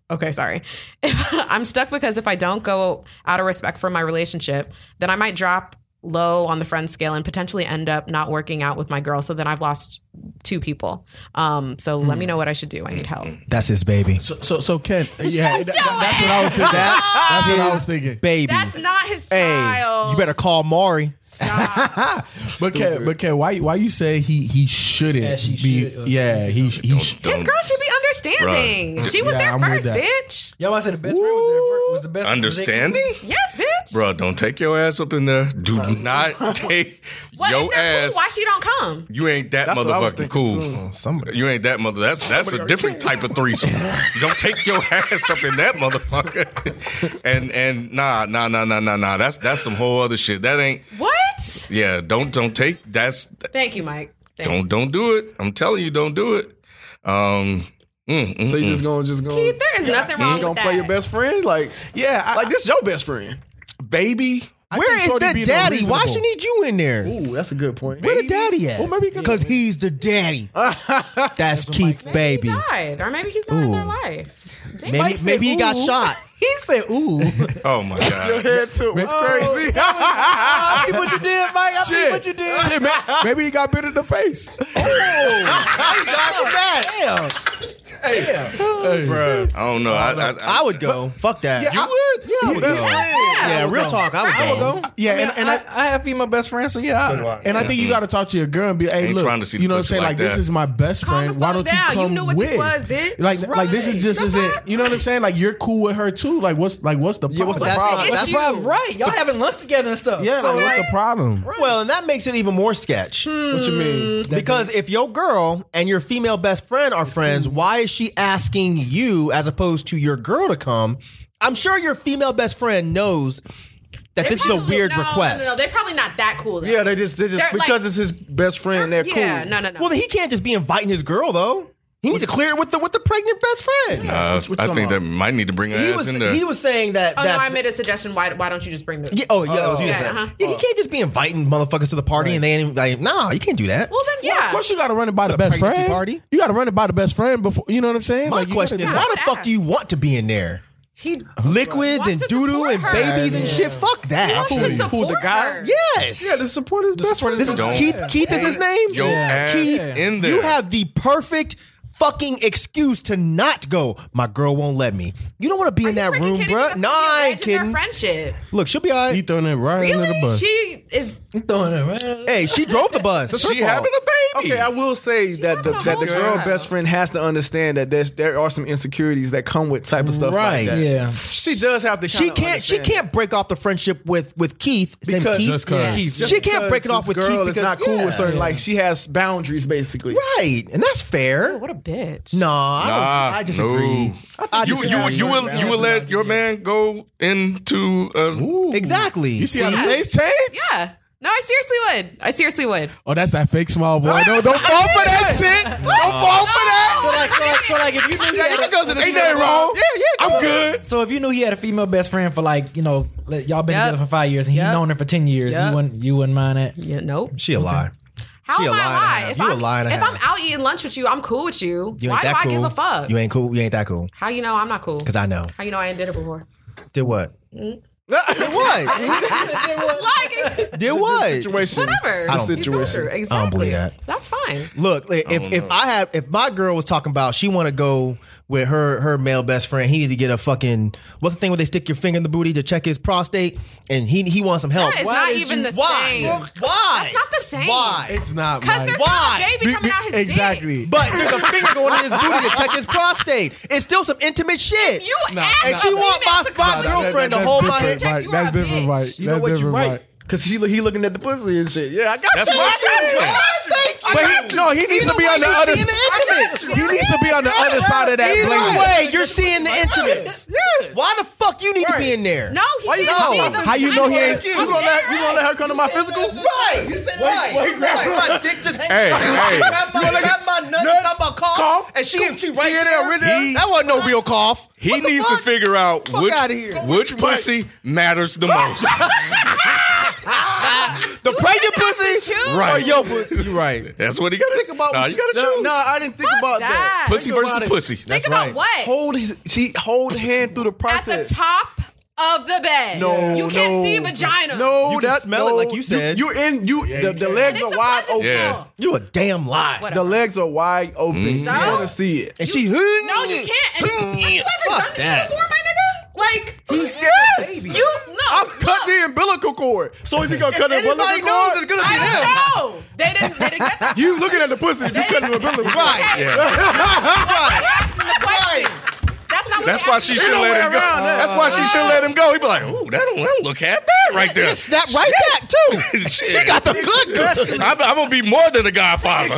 Speaker 6: okay, sorry, (laughs) I'm stuck because if I don't go out of respect for my relationship, then I might drop low on the friend scale and potentially end up not working out with my girl. So then I've lost two people. Um, so let me
Speaker 8: Hmm.
Speaker 6: know what I should do. I need help.
Speaker 9: That's his baby.
Speaker 8: So, so, so Ken, yeah, that, that's what I was thinking. that's what I was thinking.
Speaker 9: Baby.
Speaker 6: That's not his
Speaker 9: hey,
Speaker 6: child.
Speaker 9: you better call Maury.
Speaker 6: Stop.
Speaker 8: But Ken, but Ken, why, why you say he he shouldn't
Speaker 4: Yeah, she
Speaker 8: be?
Speaker 4: should.
Speaker 8: yeah, he he. sh-
Speaker 6: His girl should be understanding.
Speaker 3: Bruh.
Speaker 6: She was
Speaker 8: Yeah,
Speaker 6: there
Speaker 8: I'm with
Speaker 6: first,
Speaker 8: that.
Speaker 6: bitch.
Speaker 4: Y'all, I said the best friend was there. fir- Was the best
Speaker 3: Understanding?
Speaker 6: Yes, bitch.
Speaker 3: Bro, don't take your ass up in there. Do not take
Speaker 6: What if
Speaker 3: your
Speaker 6: they're
Speaker 3: ass.
Speaker 6: Cool, why she don't come?
Speaker 3: you ain't that
Speaker 2: That's what I was
Speaker 3: motherfucking
Speaker 2: thinking,
Speaker 7: Oh,
Speaker 3: cool.
Speaker 9: Somebody.
Speaker 3: You ain't that mother. That's that's a different type of threesome.
Speaker 2: (laughs)
Speaker 3: Don't take your ass up in that motherfucker. (laughs) And and nah nah nah nah nah nah. That's that's some whole other shit. That ain't.
Speaker 6: What?
Speaker 3: Yeah. Don't don't take. That's
Speaker 6: Thank you, Mike. Thanks.
Speaker 3: don't don't do it. I'm telling you, don't do it. Um. mm, mm,
Speaker 2: So you
Speaker 3: mm.
Speaker 2: just gonna just gonna
Speaker 6: There is nothing wrong
Speaker 2: you gonna
Speaker 6: with
Speaker 2: play your
Speaker 6: that.
Speaker 2: best friend? Like
Speaker 8: yeah, I,
Speaker 2: like this your best friend?
Speaker 3: baby.
Speaker 8: I
Speaker 7: Where
Speaker 8: think
Speaker 7: is
Speaker 8: Shorty
Speaker 7: the
Speaker 8: being
Speaker 7: daddy? Why
Speaker 8: unreasonable.
Speaker 7: she need you in there?
Speaker 2: Ooh, that's a good point.
Speaker 7: Where the daddy at?
Speaker 8: Well, maybe he could-
Speaker 7: (laughs) because he's the
Speaker 9: (laughs)
Speaker 7: daddy. That's Keith,
Speaker 6: He
Speaker 7: baby.
Speaker 6: died, or maybe he's not in their
Speaker 7: Ooh.
Speaker 6: life. Damn.
Speaker 7: Maybe, maybe he got shot. (laughs)
Speaker 2: He said, "Ooh,
Speaker 3: Oh my god.
Speaker 8: It's
Speaker 2: Oh.
Speaker 8: crazy.
Speaker 2: (laughs)
Speaker 7: I see what you did, Mike. (laughs) I see
Speaker 8: Shit.
Speaker 7: what you did.
Speaker 8: Shit,
Speaker 7: (laughs)
Speaker 8: man. ah, Maybe he got bit in the face.
Speaker 7: Damn.
Speaker 3: Bruh. I don't know. I, I,
Speaker 7: I would go. Fuck that.
Speaker 8: Yeah, I would. Yeah, I would.
Speaker 7: Yeah, real talk. I would go.
Speaker 8: Yeah,
Speaker 4: I mean,
Speaker 8: and, and I,
Speaker 4: I, have you my best friend, so yeah. I-
Speaker 8: and I think you got to talk to your girl and be, hey,
Speaker 3: Ain't
Speaker 8: look,
Speaker 3: trying to see
Speaker 8: you know
Speaker 3: the
Speaker 8: what I'm
Speaker 3: pussy
Speaker 8: saying? Like,
Speaker 3: like
Speaker 8: this
Speaker 3: that.
Speaker 8: is my best friend.
Speaker 6: the
Speaker 8: Why don't
Speaker 6: fuck
Speaker 8: you
Speaker 6: down. You
Speaker 8: come
Speaker 6: knew what
Speaker 8: with?
Speaker 6: this was, bitch.
Speaker 8: Like, like this
Speaker 6: Right.
Speaker 8: is just
Speaker 6: The
Speaker 8: isn't.
Speaker 6: fuck?
Speaker 8: You know what I'm saying? Like, you're cool with her too. Like, what's like what's the problem?
Speaker 2: what's the
Speaker 7: That's-
Speaker 2: problem?
Speaker 7: that's
Speaker 4: That's why, right? Y'all having lunch together and stuff.
Speaker 8: yeah,
Speaker 4: So,
Speaker 8: like, what's the problem?
Speaker 7: Well, and that makes it even more sketch.
Speaker 6: Hmm.
Speaker 2: what you mean?
Speaker 7: Because if your girl and your female best friend are friends, why is she asking you as opposed to your girl to come? I'm sure your female best friend knows
Speaker 6: They
Speaker 7: that this is a
Speaker 6: probably-
Speaker 7: weird
Speaker 6: no, no, no,
Speaker 7: request.
Speaker 6: No, they're probably not that cool. though.
Speaker 2: Yeah, they just they just
Speaker 6: They're
Speaker 2: because
Speaker 6: like-
Speaker 2: it's his best friend. They're
Speaker 6: yeah,
Speaker 2: cool.
Speaker 6: no, no, no.
Speaker 7: Well, then he can't just be inviting his girl though. He needs to clear it with the with the pregnant best friend.
Speaker 3: Uh,
Speaker 2: what you
Speaker 3: I
Speaker 2: talking
Speaker 3: think
Speaker 2: about?
Speaker 3: that might need to bring her
Speaker 7: He
Speaker 3: ass
Speaker 7: was
Speaker 3: in there.
Speaker 7: he was saying that
Speaker 6: oh
Speaker 7: that
Speaker 6: no, I made a suggestion. Why why don't you just bring this?
Speaker 7: yeah, oh yeah, that was you
Speaker 6: Yeah,
Speaker 7: that said.
Speaker 6: uh-huh.
Speaker 7: Yeah, he can't just be inviting motherfuckers to the party and they ain't even like, nah, you can't do that.
Speaker 6: Well then, yeah.
Speaker 8: Of course, you got to run it by the best
Speaker 7: pregnancy
Speaker 8: friend.
Speaker 7: party?
Speaker 8: You got to run it by the best friend before. You know what I'm saying?
Speaker 7: My
Speaker 8: Like, you
Speaker 7: question is,
Speaker 8: gotta-
Speaker 7: why the
Speaker 6: I
Speaker 7: fuck
Speaker 6: asked.
Speaker 7: do you want to be in there?
Speaker 6: he
Speaker 7: Liquids
Speaker 6: Wants
Speaker 7: and
Speaker 6: to
Speaker 7: doo doo
Speaker 6: support
Speaker 7: and
Speaker 6: her.
Speaker 7: babies and shit. Fuck that.
Speaker 6: wants to support
Speaker 2: Who, the guy?
Speaker 6: her.
Speaker 7: Yes.
Speaker 2: Yeah, the support is best friend.
Speaker 7: This is
Speaker 3: Don't
Speaker 7: Keith. Keith is his name.
Speaker 3: Your ass
Speaker 7: Keith,
Speaker 3: in there.
Speaker 7: You have the perfect fucking excuse to not go. My girl won't let me. You don't want to be in
Speaker 6: Are you
Speaker 7: that
Speaker 6: freaking
Speaker 7: room,
Speaker 6: kidding me?
Speaker 7: bro.
Speaker 6: That's
Speaker 7: Nah,
Speaker 6: gonna be a
Speaker 7: I ain't
Speaker 6: wedge in their
Speaker 7: kidding.
Speaker 6: Friendship.
Speaker 7: Look, she'll be all
Speaker 8: You
Speaker 7: right.
Speaker 8: throwing it right under the
Speaker 6: Really?
Speaker 8: bus.
Speaker 6: She is.
Speaker 4: I'm throwing it around.
Speaker 7: Hey, she drove the bus. That's her
Speaker 3: she
Speaker 7: fault.
Speaker 3: having a baby.
Speaker 2: Okay, I will say that
Speaker 6: having a
Speaker 2: the, that the
Speaker 6: whole
Speaker 2: girl
Speaker 6: child.
Speaker 2: best friend has to understand that there's, there are some insecurities that come with type of stuff
Speaker 7: Right.
Speaker 2: like that.
Speaker 4: Yeah.
Speaker 2: She does have to.
Speaker 7: She
Speaker 2: kinda
Speaker 7: can't. She
Speaker 2: understand
Speaker 7: can't break off the friendship with with Keith. His name's
Speaker 2: Because-
Speaker 7: Keith.
Speaker 2: Just
Speaker 8: cause.
Speaker 2: that.
Speaker 7: She
Speaker 2: Just
Speaker 7: can't break it
Speaker 2: because
Speaker 7: off with
Speaker 2: this girl
Speaker 7: Keith
Speaker 2: is
Speaker 7: because-
Speaker 2: not cool
Speaker 7: yeah.
Speaker 2: with certain. Like she has boundaries basically.
Speaker 7: Right, and that's fair.
Speaker 6: What a bitch.
Speaker 7: Nah, I, don't,
Speaker 3: Nah,
Speaker 7: I disagree.
Speaker 3: no.
Speaker 7: I
Speaker 3: you
Speaker 7: disagree.
Speaker 3: you you will you will let your man go into uh,
Speaker 7: exactly.
Speaker 8: You see how the face changed?
Speaker 6: Yeah. No, I seriously would. I seriously would.
Speaker 8: Oh, that's that fake smile boy. No,
Speaker 6: (laughs)
Speaker 8: don't fall for that shit. Don't fall for that.
Speaker 4: So like, so like, so like, if you knew he had a-
Speaker 8: Ain't nothing wrong. Yeah, yeah. I'm good.
Speaker 4: So if you knew he had a female best friend for like, you know, like, y'all been
Speaker 6: Yep.
Speaker 4: together for five years and he
Speaker 6: Yep.
Speaker 4: known her for ten years,
Speaker 6: Yep.
Speaker 4: you wouldn't you wouldn't mind that?
Speaker 6: Yeah, nope.
Speaker 7: She a lie.
Speaker 6: How
Speaker 7: She a
Speaker 6: am I
Speaker 7: lie and a
Speaker 6: lie?
Speaker 7: half.
Speaker 6: If
Speaker 7: You a
Speaker 6: I'm,
Speaker 7: lie and a
Speaker 6: if I'm
Speaker 7: half.
Speaker 6: out eating lunch with you, I'm cool with you.
Speaker 7: You ain't
Speaker 6: Why do
Speaker 7: that
Speaker 6: I
Speaker 7: cool.
Speaker 6: give a fuck?
Speaker 7: You ain't cool. You ain't that cool.
Speaker 6: How you know I'm not cool?
Speaker 7: Cause I know.
Speaker 6: How you know I ain't did it
Speaker 7: (laughs)
Speaker 6: before? (laughs)
Speaker 7: Did what? Did what?
Speaker 6: Like,
Speaker 7: Did what?
Speaker 2: Situation.
Speaker 6: whatever.
Speaker 7: I don't-
Speaker 6: He's going through. Exactly.
Speaker 7: I don't believe that.
Speaker 6: That's fine.
Speaker 7: Look, like, if if I had if my girl was talking about she want to go with her her male best friend, he need to get a fucking what's the thing where they stick your finger in the booty to check his prostate, and he he wants some help.
Speaker 6: That is
Speaker 7: Why
Speaker 6: not
Speaker 7: did
Speaker 6: even the
Speaker 7: why?
Speaker 6: same.
Speaker 7: Why?
Speaker 6: That's not the same.
Speaker 7: Why?
Speaker 8: It's not
Speaker 6: Because
Speaker 8: Mike.
Speaker 6: there's
Speaker 7: Why?
Speaker 6: not a baby coming out his dick.
Speaker 8: exactly.
Speaker 7: But there's a finger going in his booty to check his prostate. It's still some intimate shit.
Speaker 6: You asked
Speaker 7: and she
Speaker 6: a
Speaker 7: want
Speaker 6: female
Speaker 7: my,
Speaker 6: to come
Speaker 7: my
Speaker 6: out.
Speaker 7: girlfriend to
Speaker 8: That's
Speaker 7: hold my
Speaker 8: different,
Speaker 7: hand.
Speaker 6: Jack,
Speaker 8: Mike.
Speaker 6: you are
Speaker 8: That's
Speaker 6: a
Speaker 8: different,
Speaker 6: bitch.
Speaker 8: Mike.
Speaker 4: You know
Speaker 8: That's
Speaker 4: what, you
Speaker 8: different,
Speaker 4: right.
Speaker 8: Mike.
Speaker 2: Because he he looking at the pussy and shit. Yeah, I got
Speaker 3: That's
Speaker 2: you.
Speaker 3: what I'm
Speaker 8: But he, no, he needs to be on the other.
Speaker 7: Either way, you're seeing the
Speaker 8: He needs to be on the other side of that
Speaker 7: Either
Speaker 8: blade.
Speaker 7: way, you're seeing the intimates. Why the fuck you need to be in there?
Speaker 6: No, he
Speaker 7: Why you-
Speaker 6: can't see
Speaker 7: No.
Speaker 6: the
Speaker 8: How you know he ain't?
Speaker 2: You gonna let you gonna let her come to my physical?
Speaker 7: Right, you said right.
Speaker 2: wait, grab
Speaker 7: right. My dick just hanging.
Speaker 3: Hey,
Speaker 7: out.
Speaker 3: hey.
Speaker 7: Grab my, grab my nuts,
Speaker 2: nuts,
Speaker 7: talk about cough,
Speaker 2: cough,
Speaker 7: and she, she right
Speaker 2: in there, right there.
Speaker 7: He- That wasn't no real cough.
Speaker 3: He
Speaker 7: What the
Speaker 3: needs to
Speaker 7: fuck?
Speaker 3: figure out
Speaker 7: Fuck
Speaker 3: which
Speaker 7: outta here.
Speaker 3: which pussy matters the most.
Speaker 7: the pregnant
Speaker 6: You have to
Speaker 7: pussy
Speaker 6: choose.
Speaker 7: or your pussy. You right.
Speaker 3: That's what he got to think about. Nah, you got to choose.
Speaker 2: Nah, I didn't think about
Speaker 6: that.
Speaker 2: that.
Speaker 3: pussy
Speaker 2: think
Speaker 3: versus
Speaker 2: about it.
Speaker 3: pussy.
Speaker 6: Think
Speaker 3: That's
Speaker 6: about
Speaker 3: right.
Speaker 6: what?
Speaker 2: Hold his she hold hand through the
Speaker 6: At
Speaker 2: process.
Speaker 6: the top of the bed.
Speaker 2: No,
Speaker 6: You can't
Speaker 2: no.
Speaker 6: see vagina.
Speaker 2: No,
Speaker 7: You can
Speaker 2: that-
Speaker 7: smell it
Speaker 2: no,
Speaker 7: like you said.
Speaker 2: You, are in you. the, the legs
Speaker 6: It's
Speaker 2: are
Speaker 6: a
Speaker 2: wide
Speaker 6: pleasant
Speaker 2: open.
Speaker 3: Yeah.
Speaker 7: You a damn lie.
Speaker 6: Whatever.
Speaker 2: The legs are wide open. You
Speaker 4: Mm-hmm.
Speaker 6: So?
Speaker 2: want to see it.
Speaker 7: And she
Speaker 6: No, you can't. And, have you ever done
Speaker 7: Fuck
Speaker 6: this
Speaker 7: that.
Speaker 6: before, my nigga? Like,
Speaker 2: Yes.
Speaker 6: you no.
Speaker 2: I
Speaker 6: look.
Speaker 2: cut the umbilical cord. So is he gonna cut the
Speaker 7: Anybody
Speaker 2: umbilical
Speaker 7: knows
Speaker 2: cord?
Speaker 7: it's gonna be them.
Speaker 6: I don't know. They didn't. They didn't get that.
Speaker 2: You looking at the pussy if you cut the umbilical cord?
Speaker 7: Right.
Speaker 3: Yeah.
Speaker 6: They asked him the question. That's not. What
Speaker 3: That's
Speaker 6: they
Speaker 3: why
Speaker 6: asked
Speaker 3: she
Speaker 6: him.
Speaker 3: should
Speaker 2: no
Speaker 3: let
Speaker 2: way
Speaker 3: him go.
Speaker 2: around that.
Speaker 3: That's why she should let him go. He'd be like, "Ooh, that don't, that don't look half bad right there."
Speaker 7: Just snap right back
Speaker 8: (laughs)
Speaker 7: too.
Speaker 3: (laughs) Shit.
Speaker 7: She got the good.
Speaker 3: (laughs)
Speaker 7: good.
Speaker 3: I'm, I'm gonna be more than a godfather.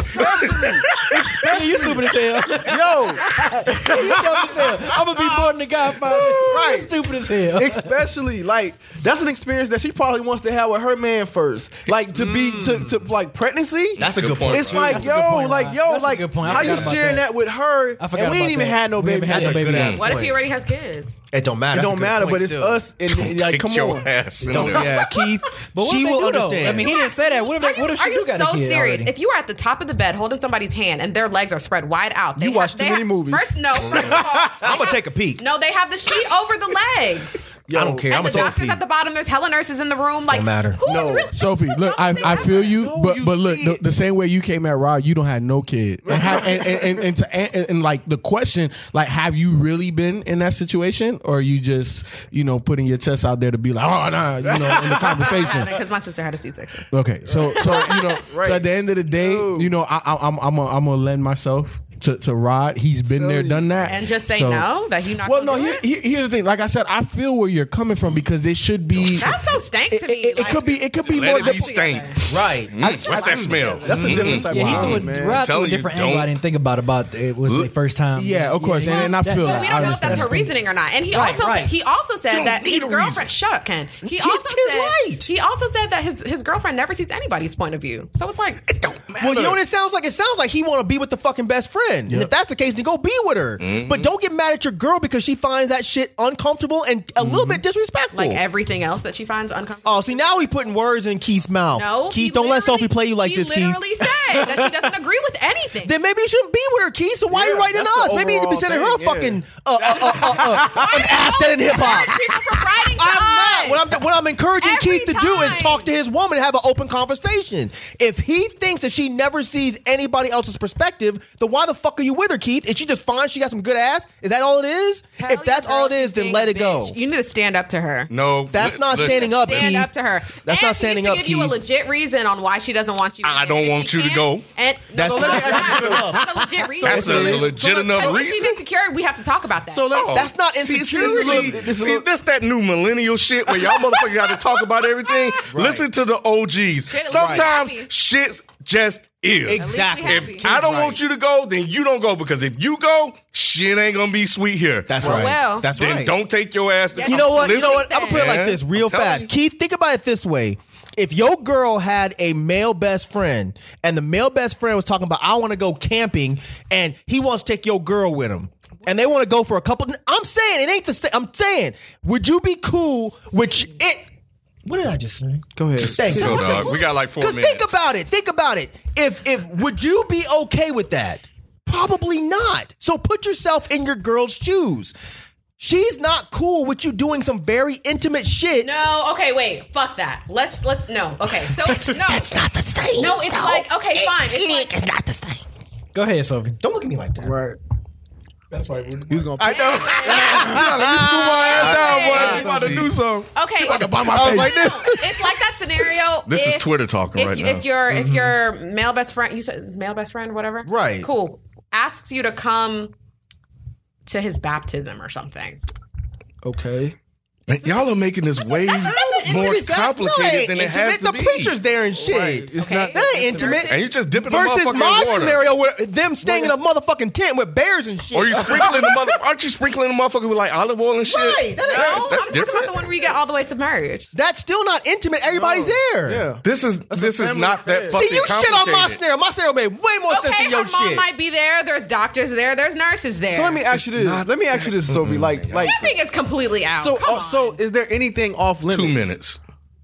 Speaker 4: you stupid as hell.
Speaker 2: Yo,
Speaker 4: you dumb as hell. I'm gonna be more than the Godfather. Right. You stupid as hell.
Speaker 2: especially like that's an experience that she probably wants to have with her man first. Like to be to, to like pregnancy.
Speaker 7: That's a good point.
Speaker 2: it's like
Speaker 4: That's Mm. a
Speaker 2: yo,
Speaker 4: good point,
Speaker 2: like
Speaker 4: Ryan.
Speaker 2: yo,
Speaker 4: That's a
Speaker 2: like
Speaker 4: good point. I
Speaker 2: how you
Speaker 4: forgot about
Speaker 2: sharing
Speaker 4: that.
Speaker 2: that. with her?
Speaker 4: I
Speaker 2: and
Speaker 4: forgot
Speaker 2: we ain't
Speaker 4: about
Speaker 2: even
Speaker 4: that.
Speaker 2: had no
Speaker 4: We
Speaker 2: baby.
Speaker 4: haven't had
Speaker 7: That's
Speaker 4: no
Speaker 7: a
Speaker 4: baby
Speaker 7: good
Speaker 4: yet.
Speaker 7: ass
Speaker 6: What if if he already has kids?
Speaker 7: It don't matter. That's
Speaker 2: It
Speaker 7: a
Speaker 2: don't
Speaker 7: good
Speaker 2: matter,
Speaker 7: point
Speaker 2: but it's
Speaker 7: still.
Speaker 2: us. And like,
Speaker 3: Take
Speaker 2: come
Speaker 3: your
Speaker 2: on.
Speaker 3: ass in
Speaker 7: Don't,
Speaker 3: there.
Speaker 7: (laughs) yeah, Keith. But
Speaker 4: What if
Speaker 7: she
Speaker 4: they
Speaker 7: will
Speaker 4: do, though?
Speaker 7: understand.
Speaker 4: I mean, he didn't say that. What if,
Speaker 6: Are
Speaker 4: they,
Speaker 6: you,
Speaker 4: what if
Speaker 6: are
Speaker 4: she
Speaker 6: you
Speaker 4: do got a
Speaker 6: so
Speaker 4: kid
Speaker 6: serious?
Speaker 4: already?
Speaker 6: If you are at the top of the bed holding somebody's hand and their legs are spread wide out, they
Speaker 2: You watch
Speaker 6: have-
Speaker 2: too
Speaker 6: they
Speaker 2: many
Speaker 6: have-
Speaker 2: movies.
Speaker 6: First, no, first of all,
Speaker 7: (laughs) I'm
Speaker 6: they
Speaker 7: gonna
Speaker 6: have-
Speaker 7: take a peek.
Speaker 6: No, they have the sheet over the legs.
Speaker 7: I don't care. I'm
Speaker 6: and the
Speaker 7: gonna take a
Speaker 6: doctors
Speaker 7: peek.
Speaker 6: at the bottom. There's hella nurses in the room. Like,
Speaker 7: matter.
Speaker 6: who is
Speaker 2: No.
Speaker 6: really? (laughs)
Speaker 8: Sophie,
Speaker 4: (laughs)
Speaker 8: look, I, I feel you, but but look, the, the same way you came at Rod, you don't have no kid, and have, and, and, and, and, to, and, and like the question, like, have you really been in that situation, or are you just you know putting your chest out there to be like, oh nah, you know, in the conversation?
Speaker 6: (laughs) Because my sister had a C-section.
Speaker 8: Okay, so so you know,
Speaker 2: Right.
Speaker 8: so at the end of the day, you know, I, I, I'm I'm gonna I'm gonna lend myself to, to Rod. He's been there, done that,
Speaker 6: And just say
Speaker 8: So-
Speaker 6: no, that he not
Speaker 8: Well, no.
Speaker 6: gonna do
Speaker 8: Here,
Speaker 6: it?
Speaker 8: here- here's the thing. Like I said, I feel where you're coming from because it should be.
Speaker 6: That's so stank to
Speaker 8: It,
Speaker 6: me,
Speaker 8: it- it
Speaker 6: like-
Speaker 8: could be. It could be
Speaker 3: Let
Speaker 8: more.
Speaker 3: it be
Speaker 8: difficult.
Speaker 3: stank.
Speaker 7: right.
Speaker 3: Mm, what's that smell?
Speaker 2: That's
Speaker 7: Mm-hmm.
Speaker 2: a different type
Speaker 4: Yeah,
Speaker 2: of
Speaker 4: he
Speaker 2: wow,
Speaker 4: threw a, Rod
Speaker 2: man.
Speaker 4: threw a
Speaker 3: Telling you,
Speaker 4: different angle.
Speaker 3: don't-
Speaker 4: I didn't think about about it was the
Speaker 3: Look.
Speaker 4: first time.
Speaker 8: Yeah, of course, and, and I feel that.
Speaker 6: we
Speaker 8: I
Speaker 6: don't know if
Speaker 8: understand.
Speaker 6: that's her reasoning or not. And he also
Speaker 4: right.
Speaker 6: said he also said
Speaker 3: don't
Speaker 6: that
Speaker 3: need
Speaker 6: his
Speaker 3: a
Speaker 6: girlfriend.
Speaker 3: reason.
Speaker 6: Shut up, Ken. He
Speaker 7: Kid-
Speaker 6: also
Speaker 7: kid's
Speaker 6: said
Speaker 7: right.
Speaker 6: he also said that his his girlfriend never sees anybody's point of view. So it's like
Speaker 3: It don't matter.
Speaker 2: Mm-hmm.
Speaker 7: Well, you know what it sounds like? It sounds like he want to be with the fucking best friend. And if that's the case, then go be with her.
Speaker 2: Mm-hmm.
Speaker 7: But don't get mad at your girl because she finds that shit uncomfortable and a
Speaker 2: Mm-hmm.
Speaker 7: little bit disrespectful.
Speaker 6: like everything else that she finds uncomfortable.
Speaker 7: oh, see, now we putting words in Keith's mouth.
Speaker 6: no, he
Speaker 7: Keith, don't let
Speaker 6: literally-
Speaker 7: Sophie play you like
Speaker 6: he
Speaker 7: this, Keith.
Speaker 6: literally said that she
Speaker 7: (laughs)
Speaker 6: doesn't agree with anything.
Speaker 7: Then maybe you shouldn't be with her, Keith. So why are you
Speaker 2: Yeah,
Speaker 7: writing
Speaker 2: that's
Speaker 7: us?
Speaker 2: the
Speaker 7: Maybe you need to be
Speaker 2: overall
Speaker 7: sending her a
Speaker 2: thing, yeah.
Speaker 7: fucking uh, uh, uh, uh, uh, an act in hip hop.
Speaker 6: people from writing to us.
Speaker 7: I'm not. What I'm, what I'm encouraging
Speaker 6: Every
Speaker 7: Keith to do is
Speaker 6: time.
Speaker 7: talk to his woman and have an open conversation. If he thinks that she never sees anybody else's perspective, then why the fuck are you with her, Keith? Is she just fine? She got some good ass? Is that all it is?
Speaker 6: Tell
Speaker 7: if
Speaker 6: your
Speaker 7: that's
Speaker 6: girl
Speaker 7: all it
Speaker 6: she's
Speaker 7: is, then
Speaker 6: being
Speaker 7: let
Speaker 6: a
Speaker 7: it go.
Speaker 6: bitch. You need to stand up to her.
Speaker 3: No,
Speaker 7: That's
Speaker 3: li-
Speaker 7: not
Speaker 3: listen.
Speaker 7: standing up,
Speaker 6: Stand
Speaker 7: Keith.
Speaker 6: up to her. And
Speaker 7: That's not
Speaker 6: she
Speaker 7: standing
Speaker 6: needs
Speaker 7: up,
Speaker 6: to Give you a
Speaker 7: Keith.
Speaker 6: legit reason on why she doesn't want you.
Speaker 3: I don't
Speaker 6: And
Speaker 3: want
Speaker 6: if she
Speaker 3: you to
Speaker 6: can't-
Speaker 3: go.
Speaker 6: And
Speaker 7: That's
Speaker 6: no,
Speaker 7: not
Speaker 6: that's
Speaker 7: standing up.
Speaker 6: not a legit reason.
Speaker 3: That's a legit enough
Speaker 6: Because If she's
Speaker 3: reason.
Speaker 6: insecure, we have to talk about that.
Speaker 2: So let,
Speaker 7: That's not
Speaker 3: See,
Speaker 7: insecurity.
Speaker 3: see, see, this that new millennial shit where y'all motherfuckers got to talk about everything. Listen to the OGs.
Speaker 6: Shit is
Speaker 3: Sometimes
Speaker 6: happy.
Speaker 3: shit just is.
Speaker 7: Exactly.
Speaker 6: At least we
Speaker 3: If
Speaker 6: happy.
Speaker 3: I don't
Speaker 7: Right.
Speaker 3: want you to go, then you don't go because if you go, shit ain't gonna be sweet here.
Speaker 7: That's
Speaker 6: Well,
Speaker 7: right.
Speaker 6: well.
Speaker 7: that's
Speaker 3: then
Speaker 7: right.
Speaker 3: don't take your ass. To
Speaker 6: Yes,
Speaker 7: You know what? You know what?
Speaker 6: Listen.
Speaker 7: I'm gonna put it like
Speaker 3: Yeah.
Speaker 7: this, real
Speaker 3: I'm telling
Speaker 7: fast.
Speaker 3: you.
Speaker 7: Keith, think about it this way: If your girl had a male best friend, and the male best friend was talking about, "I want to go camping," and he wants to take your girl with him. And they want to go for a couple. I'm saying it ain't the same. I'm saying, would you be cool? Which it? What did I just say?
Speaker 2: Go ahead.
Speaker 7: Thank
Speaker 3: Just
Speaker 7: you.
Speaker 3: go,
Speaker 7: What's
Speaker 3: dog.
Speaker 7: that?
Speaker 3: We got like four
Speaker 7: Because
Speaker 3: minutes.
Speaker 7: think about it. Think about it. If if would you be okay with that? Probably not. So put yourself in your girl's shoes. She's not cool with you doing some very intimate shit.
Speaker 6: No, okay, wait. Fuck that. Let's let's no. Okay, so no,
Speaker 7: That's not the same.
Speaker 6: no. It's like okay, fine. It's like,
Speaker 7: not the same.
Speaker 4: Go ahead, Sophie.
Speaker 7: Don't look at me like that.
Speaker 2: Right. That's why he was gonna.
Speaker 7: I know.
Speaker 3: I,
Speaker 2: about to do something.
Speaker 6: okay,
Speaker 7: I was like
Speaker 6: no,
Speaker 7: this.
Speaker 6: it's like that scenario.
Speaker 3: (laughs) This is
Speaker 6: if-
Speaker 3: Twitter talking
Speaker 6: if,
Speaker 3: right
Speaker 6: you-
Speaker 3: now.
Speaker 6: If your if your male best friend, you said male best friend, whatever,
Speaker 7: Mm-hmm. Right.
Speaker 6: Cool. Asks you to come to his baptism or something.
Speaker 2: Okay.
Speaker 3: Man, y'all are making
Speaker 6: (laughs)
Speaker 3: this way
Speaker 7: That's
Speaker 3: more
Speaker 7: intimate. No,
Speaker 3: complicated
Speaker 7: ain't
Speaker 3: than it
Speaker 7: intimate.
Speaker 3: has to
Speaker 7: the
Speaker 3: be.
Speaker 7: preacher's there and shit.
Speaker 2: It's
Speaker 6: Okay.
Speaker 2: not.
Speaker 7: That ain't intimate.
Speaker 3: And you just dipping
Speaker 7: Versus
Speaker 3: the motherfucker
Speaker 7: my
Speaker 3: in water.
Speaker 7: scenario with them staying in a motherfucking tent with bears and shit.
Speaker 3: Or you sprinkling the mother? Aren't you sprinkling the motherfucker with like olive oil and shit?
Speaker 7: Right, that ain't-
Speaker 3: Yeah,
Speaker 6: No,
Speaker 3: that's
Speaker 6: I'm talking
Speaker 3: different.
Speaker 6: about the one where you get all the way submerged.
Speaker 7: That's still not intimate. Everybody's there.
Speaker 2: Yeah.
Speaker 3: This is this is
Speaker 2: family
Speaker 3: not
Speaker 2: affair.
Speaker 3: that fucking
Speaker 7: See, you shit on my
Speaker 3: complicated.
Speaker 7: snare. My snare made way more sense
Speaker 6: Okay,
Speaker 7: than
Speaker 6: her
Speaker 7: your
Speaker 6: mom
Speaker 7: shit.
Speaker 6: might be there. There's doctors there. There's nurses there.
Speaker 2: So let me ask you this. Let me ask you this, Sophie. Like, like.
Speaker 6: Camping is completely out.
Speaker 2: So,
Speaker 6: Come
Speaker 2: uh,
Speaker 6: on.
Speaker 7: oh,
Speaker 2: so is there anything off limits?
Speaker 3: Two minutes.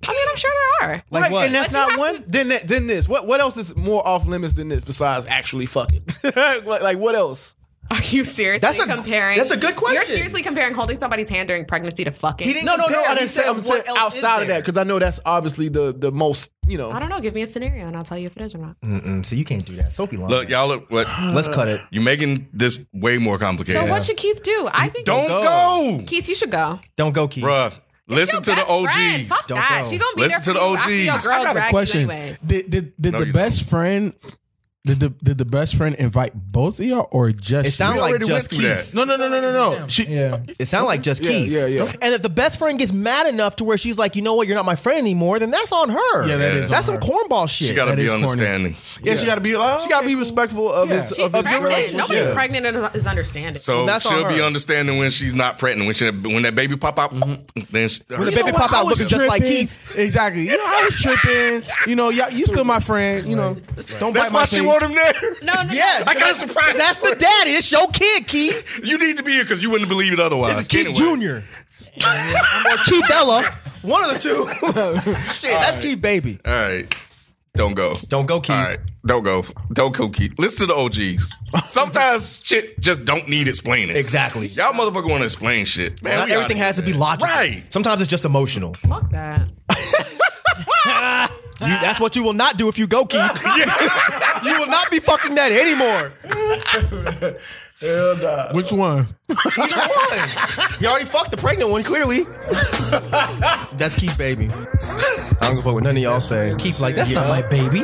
Speaker 6: I mean, I'm sure there are.
Speaker 2: Like
Speaker 7: what?
Speaker 2: And that's
Speaker 6: But you
Speaker 2: not
Speaker 6: have
Speaker 2: one.
Speaker 6: to-
Speaker 2: then that, then this. What what else is more off limits than this besides actually fucking? (laughs) like, like what else?
Speaker 6: Are you seriously
Speaker 7: That's a-
Speaker 6: comparing?
Speaker 7: that's a good question.
Speaker 6: You're seriously comparing holding somebody's hand during pregnancy to fucking?
Speaker 7: He didn't-
Speaker 2: No, no, no.
Speaker 7: Compare-
Speaker 2: I
Speaker 7: he
Speaker 2: didn't say.
Speaker 7: said
Speaker 2: I'm
Speaker 7: what
Speaker 2: saying
Speaker 7: else is
Speaker 2: outside of
Speaker 7: there?
Speaker 2: that because I know that's obviously the the most. You know.
Speaker 6: I don't know. Give me a scenario and I'll tell you if it is or not.
Speaker 7: See, Mm, you can't do that. Sophie lying.
Speaker 3: Look, y'all look what
Speaker 7: (sighs) Let's cut it.
Speaker 3: you're making this way more complicated.
Speaker 6: So what should Keith do? I think
Speaker 3: Don't go,
Speaker 6: Keith, you should go.
Speaker 7: Don't go, Keith.
Speaker 3: bruh. Listen to
Speaker 6: Your
Speaker 3: the
Speaker 6: best friend.
Speaker 3: OGs.
Speaker 6: Fuck
Speaker 7: Don't
Speaker 6: that.
Speaker 7: go.
Speaker 6: She gonna be
Speaker 3: Listen
Speaker 6: there
Speaker 3: to
Speaker 6: for
Speaker 3: the
Speaker 6: you after your
Speaker 3: OGs.
Speaker 6: girl
Speaker 8: I got a
Speaker 6: drag you
Speaker 8: question.
Speaker 6: anyways.
Speaker 8: Did did, did
Speaker 3: No,
Speaker 8: the
Speaker 3: you
Speaker 8: best friend? Did the did the best friend invite both of y'all or just?
Speaker 7: It sounds
Speaker 3: We
Speaker 7: like
Speaker 3: already
Speaker 7: just
Speaker 3: went through
Speaker 7: Keith.
Speaker 3: that.
Speaker 8: no, no, no, no, no, no. She,
Speaker 4: Yeah.
Speaker 7: It sounds like just Keith.
Speaker 2: yeah, yeah.
Speaker 7: And if the best friend gets mad enough to where she's like, you know what, you're not my friend anymore, then that's on her.
Speaker 8: Yeah, that is
Speaker 7: That's
Speaker 8: on
Speaker 7: some cornball shit.
Speaker 3: She gotta
Speaker 8: That
Speaker 3: be
Speaker 8: is corny.
Speaker 3: understanding.
Speaker 8: yeah, she got to be like.
Speaker 2: She gotta be respectful of
Speaker 8: Yeah.
Speaker 2: his.
Speaker 6: She's
Speaker 2: of his
Speaker 6: pregnant.
Speaker 2: relationship.
Speaker 6: Nobody pregnant is- is understanding.
Speaker 3: So
Speaker 7: That's on
Speaker 3: she'll be
Speaker 7: her.
Speaker 3: understanding when she's not pregnant. When she, when that baby pop out, then she,
Speaker 7: When the baby
Speaker 8: what?
Speaker 7: pop
Speaker 8: I
Speaker 7: out
Speaker 8: was
Speaker 7: looking just like
Speaker 8: tripping.
Speaker 7: Keith.
Speaker 8: Exactly. You know, I was tripping. You know, y'all, you still my friend. You know, don't
Speaker 3: That's
Speaker 8: bite my
Speaker 3: why she
Speaker 8: clean
Speaker 3: brought him there?
Speaker 6: No, no,
Speaker 7: Yeah,
Speaker 3: I got surprised.
Speaker 7: That's the daddy. It's your kid, Keith.
Speaker 3: You need to be here because you wouldn't believe it otherwise.
Speaker 7: It's Keith
Speaker 3: Anyway.
Speaker 7: Junior. or Keith Ella. One of
Speaker 3: (laughs)
Speaker 7: the two. Shit, that's Keith Baby.
Speaker 3: All right. Don't go.
Speaker 7: Don't go, Keith.
Speaker 3: All right. Don't go. Don't go, Keith. Listen to the
Speaker 7: (laughs)
Speaker 3: OGs. Sometimes shit just don't need explaining.
Speaker 7: Exactly.
Speaker 3: Y'all motherfucker want to explain shit. Man,
Speaker 7: Not
Speaker 3: we
Speaker 7: everything
Speaker 3: outta
Speaker 7: has to
Speaker 3: here,
Speaker 7: be
Speaker 3: man.
Speaker 7: logical.
Speaker 3: Right.
Speaker 7: Sometimes it's just emotional. You,
Speaker 6: fuck that.
Speaker 3: Ah.
Speaker 7: that's what you will not do if you
Speaker 3: (laughs)
Speaker 7: go, Keith. (laughs) you will not be fucking that anymore.
Speaker 8: Which one?
Speaker 7: You already fucked the pregnant one, clearly. (laughs) that's Keith Baby. I don't give a fuck what none of y'all say.
Speaker 4: Keith's like, that's not my baby.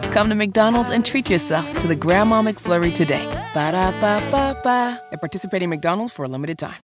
Speaker 1: Come to McDonald's and treat yourself to the Grandma McFlurry today. Ba da ba ba ba. At participating McDonald's for a limited time.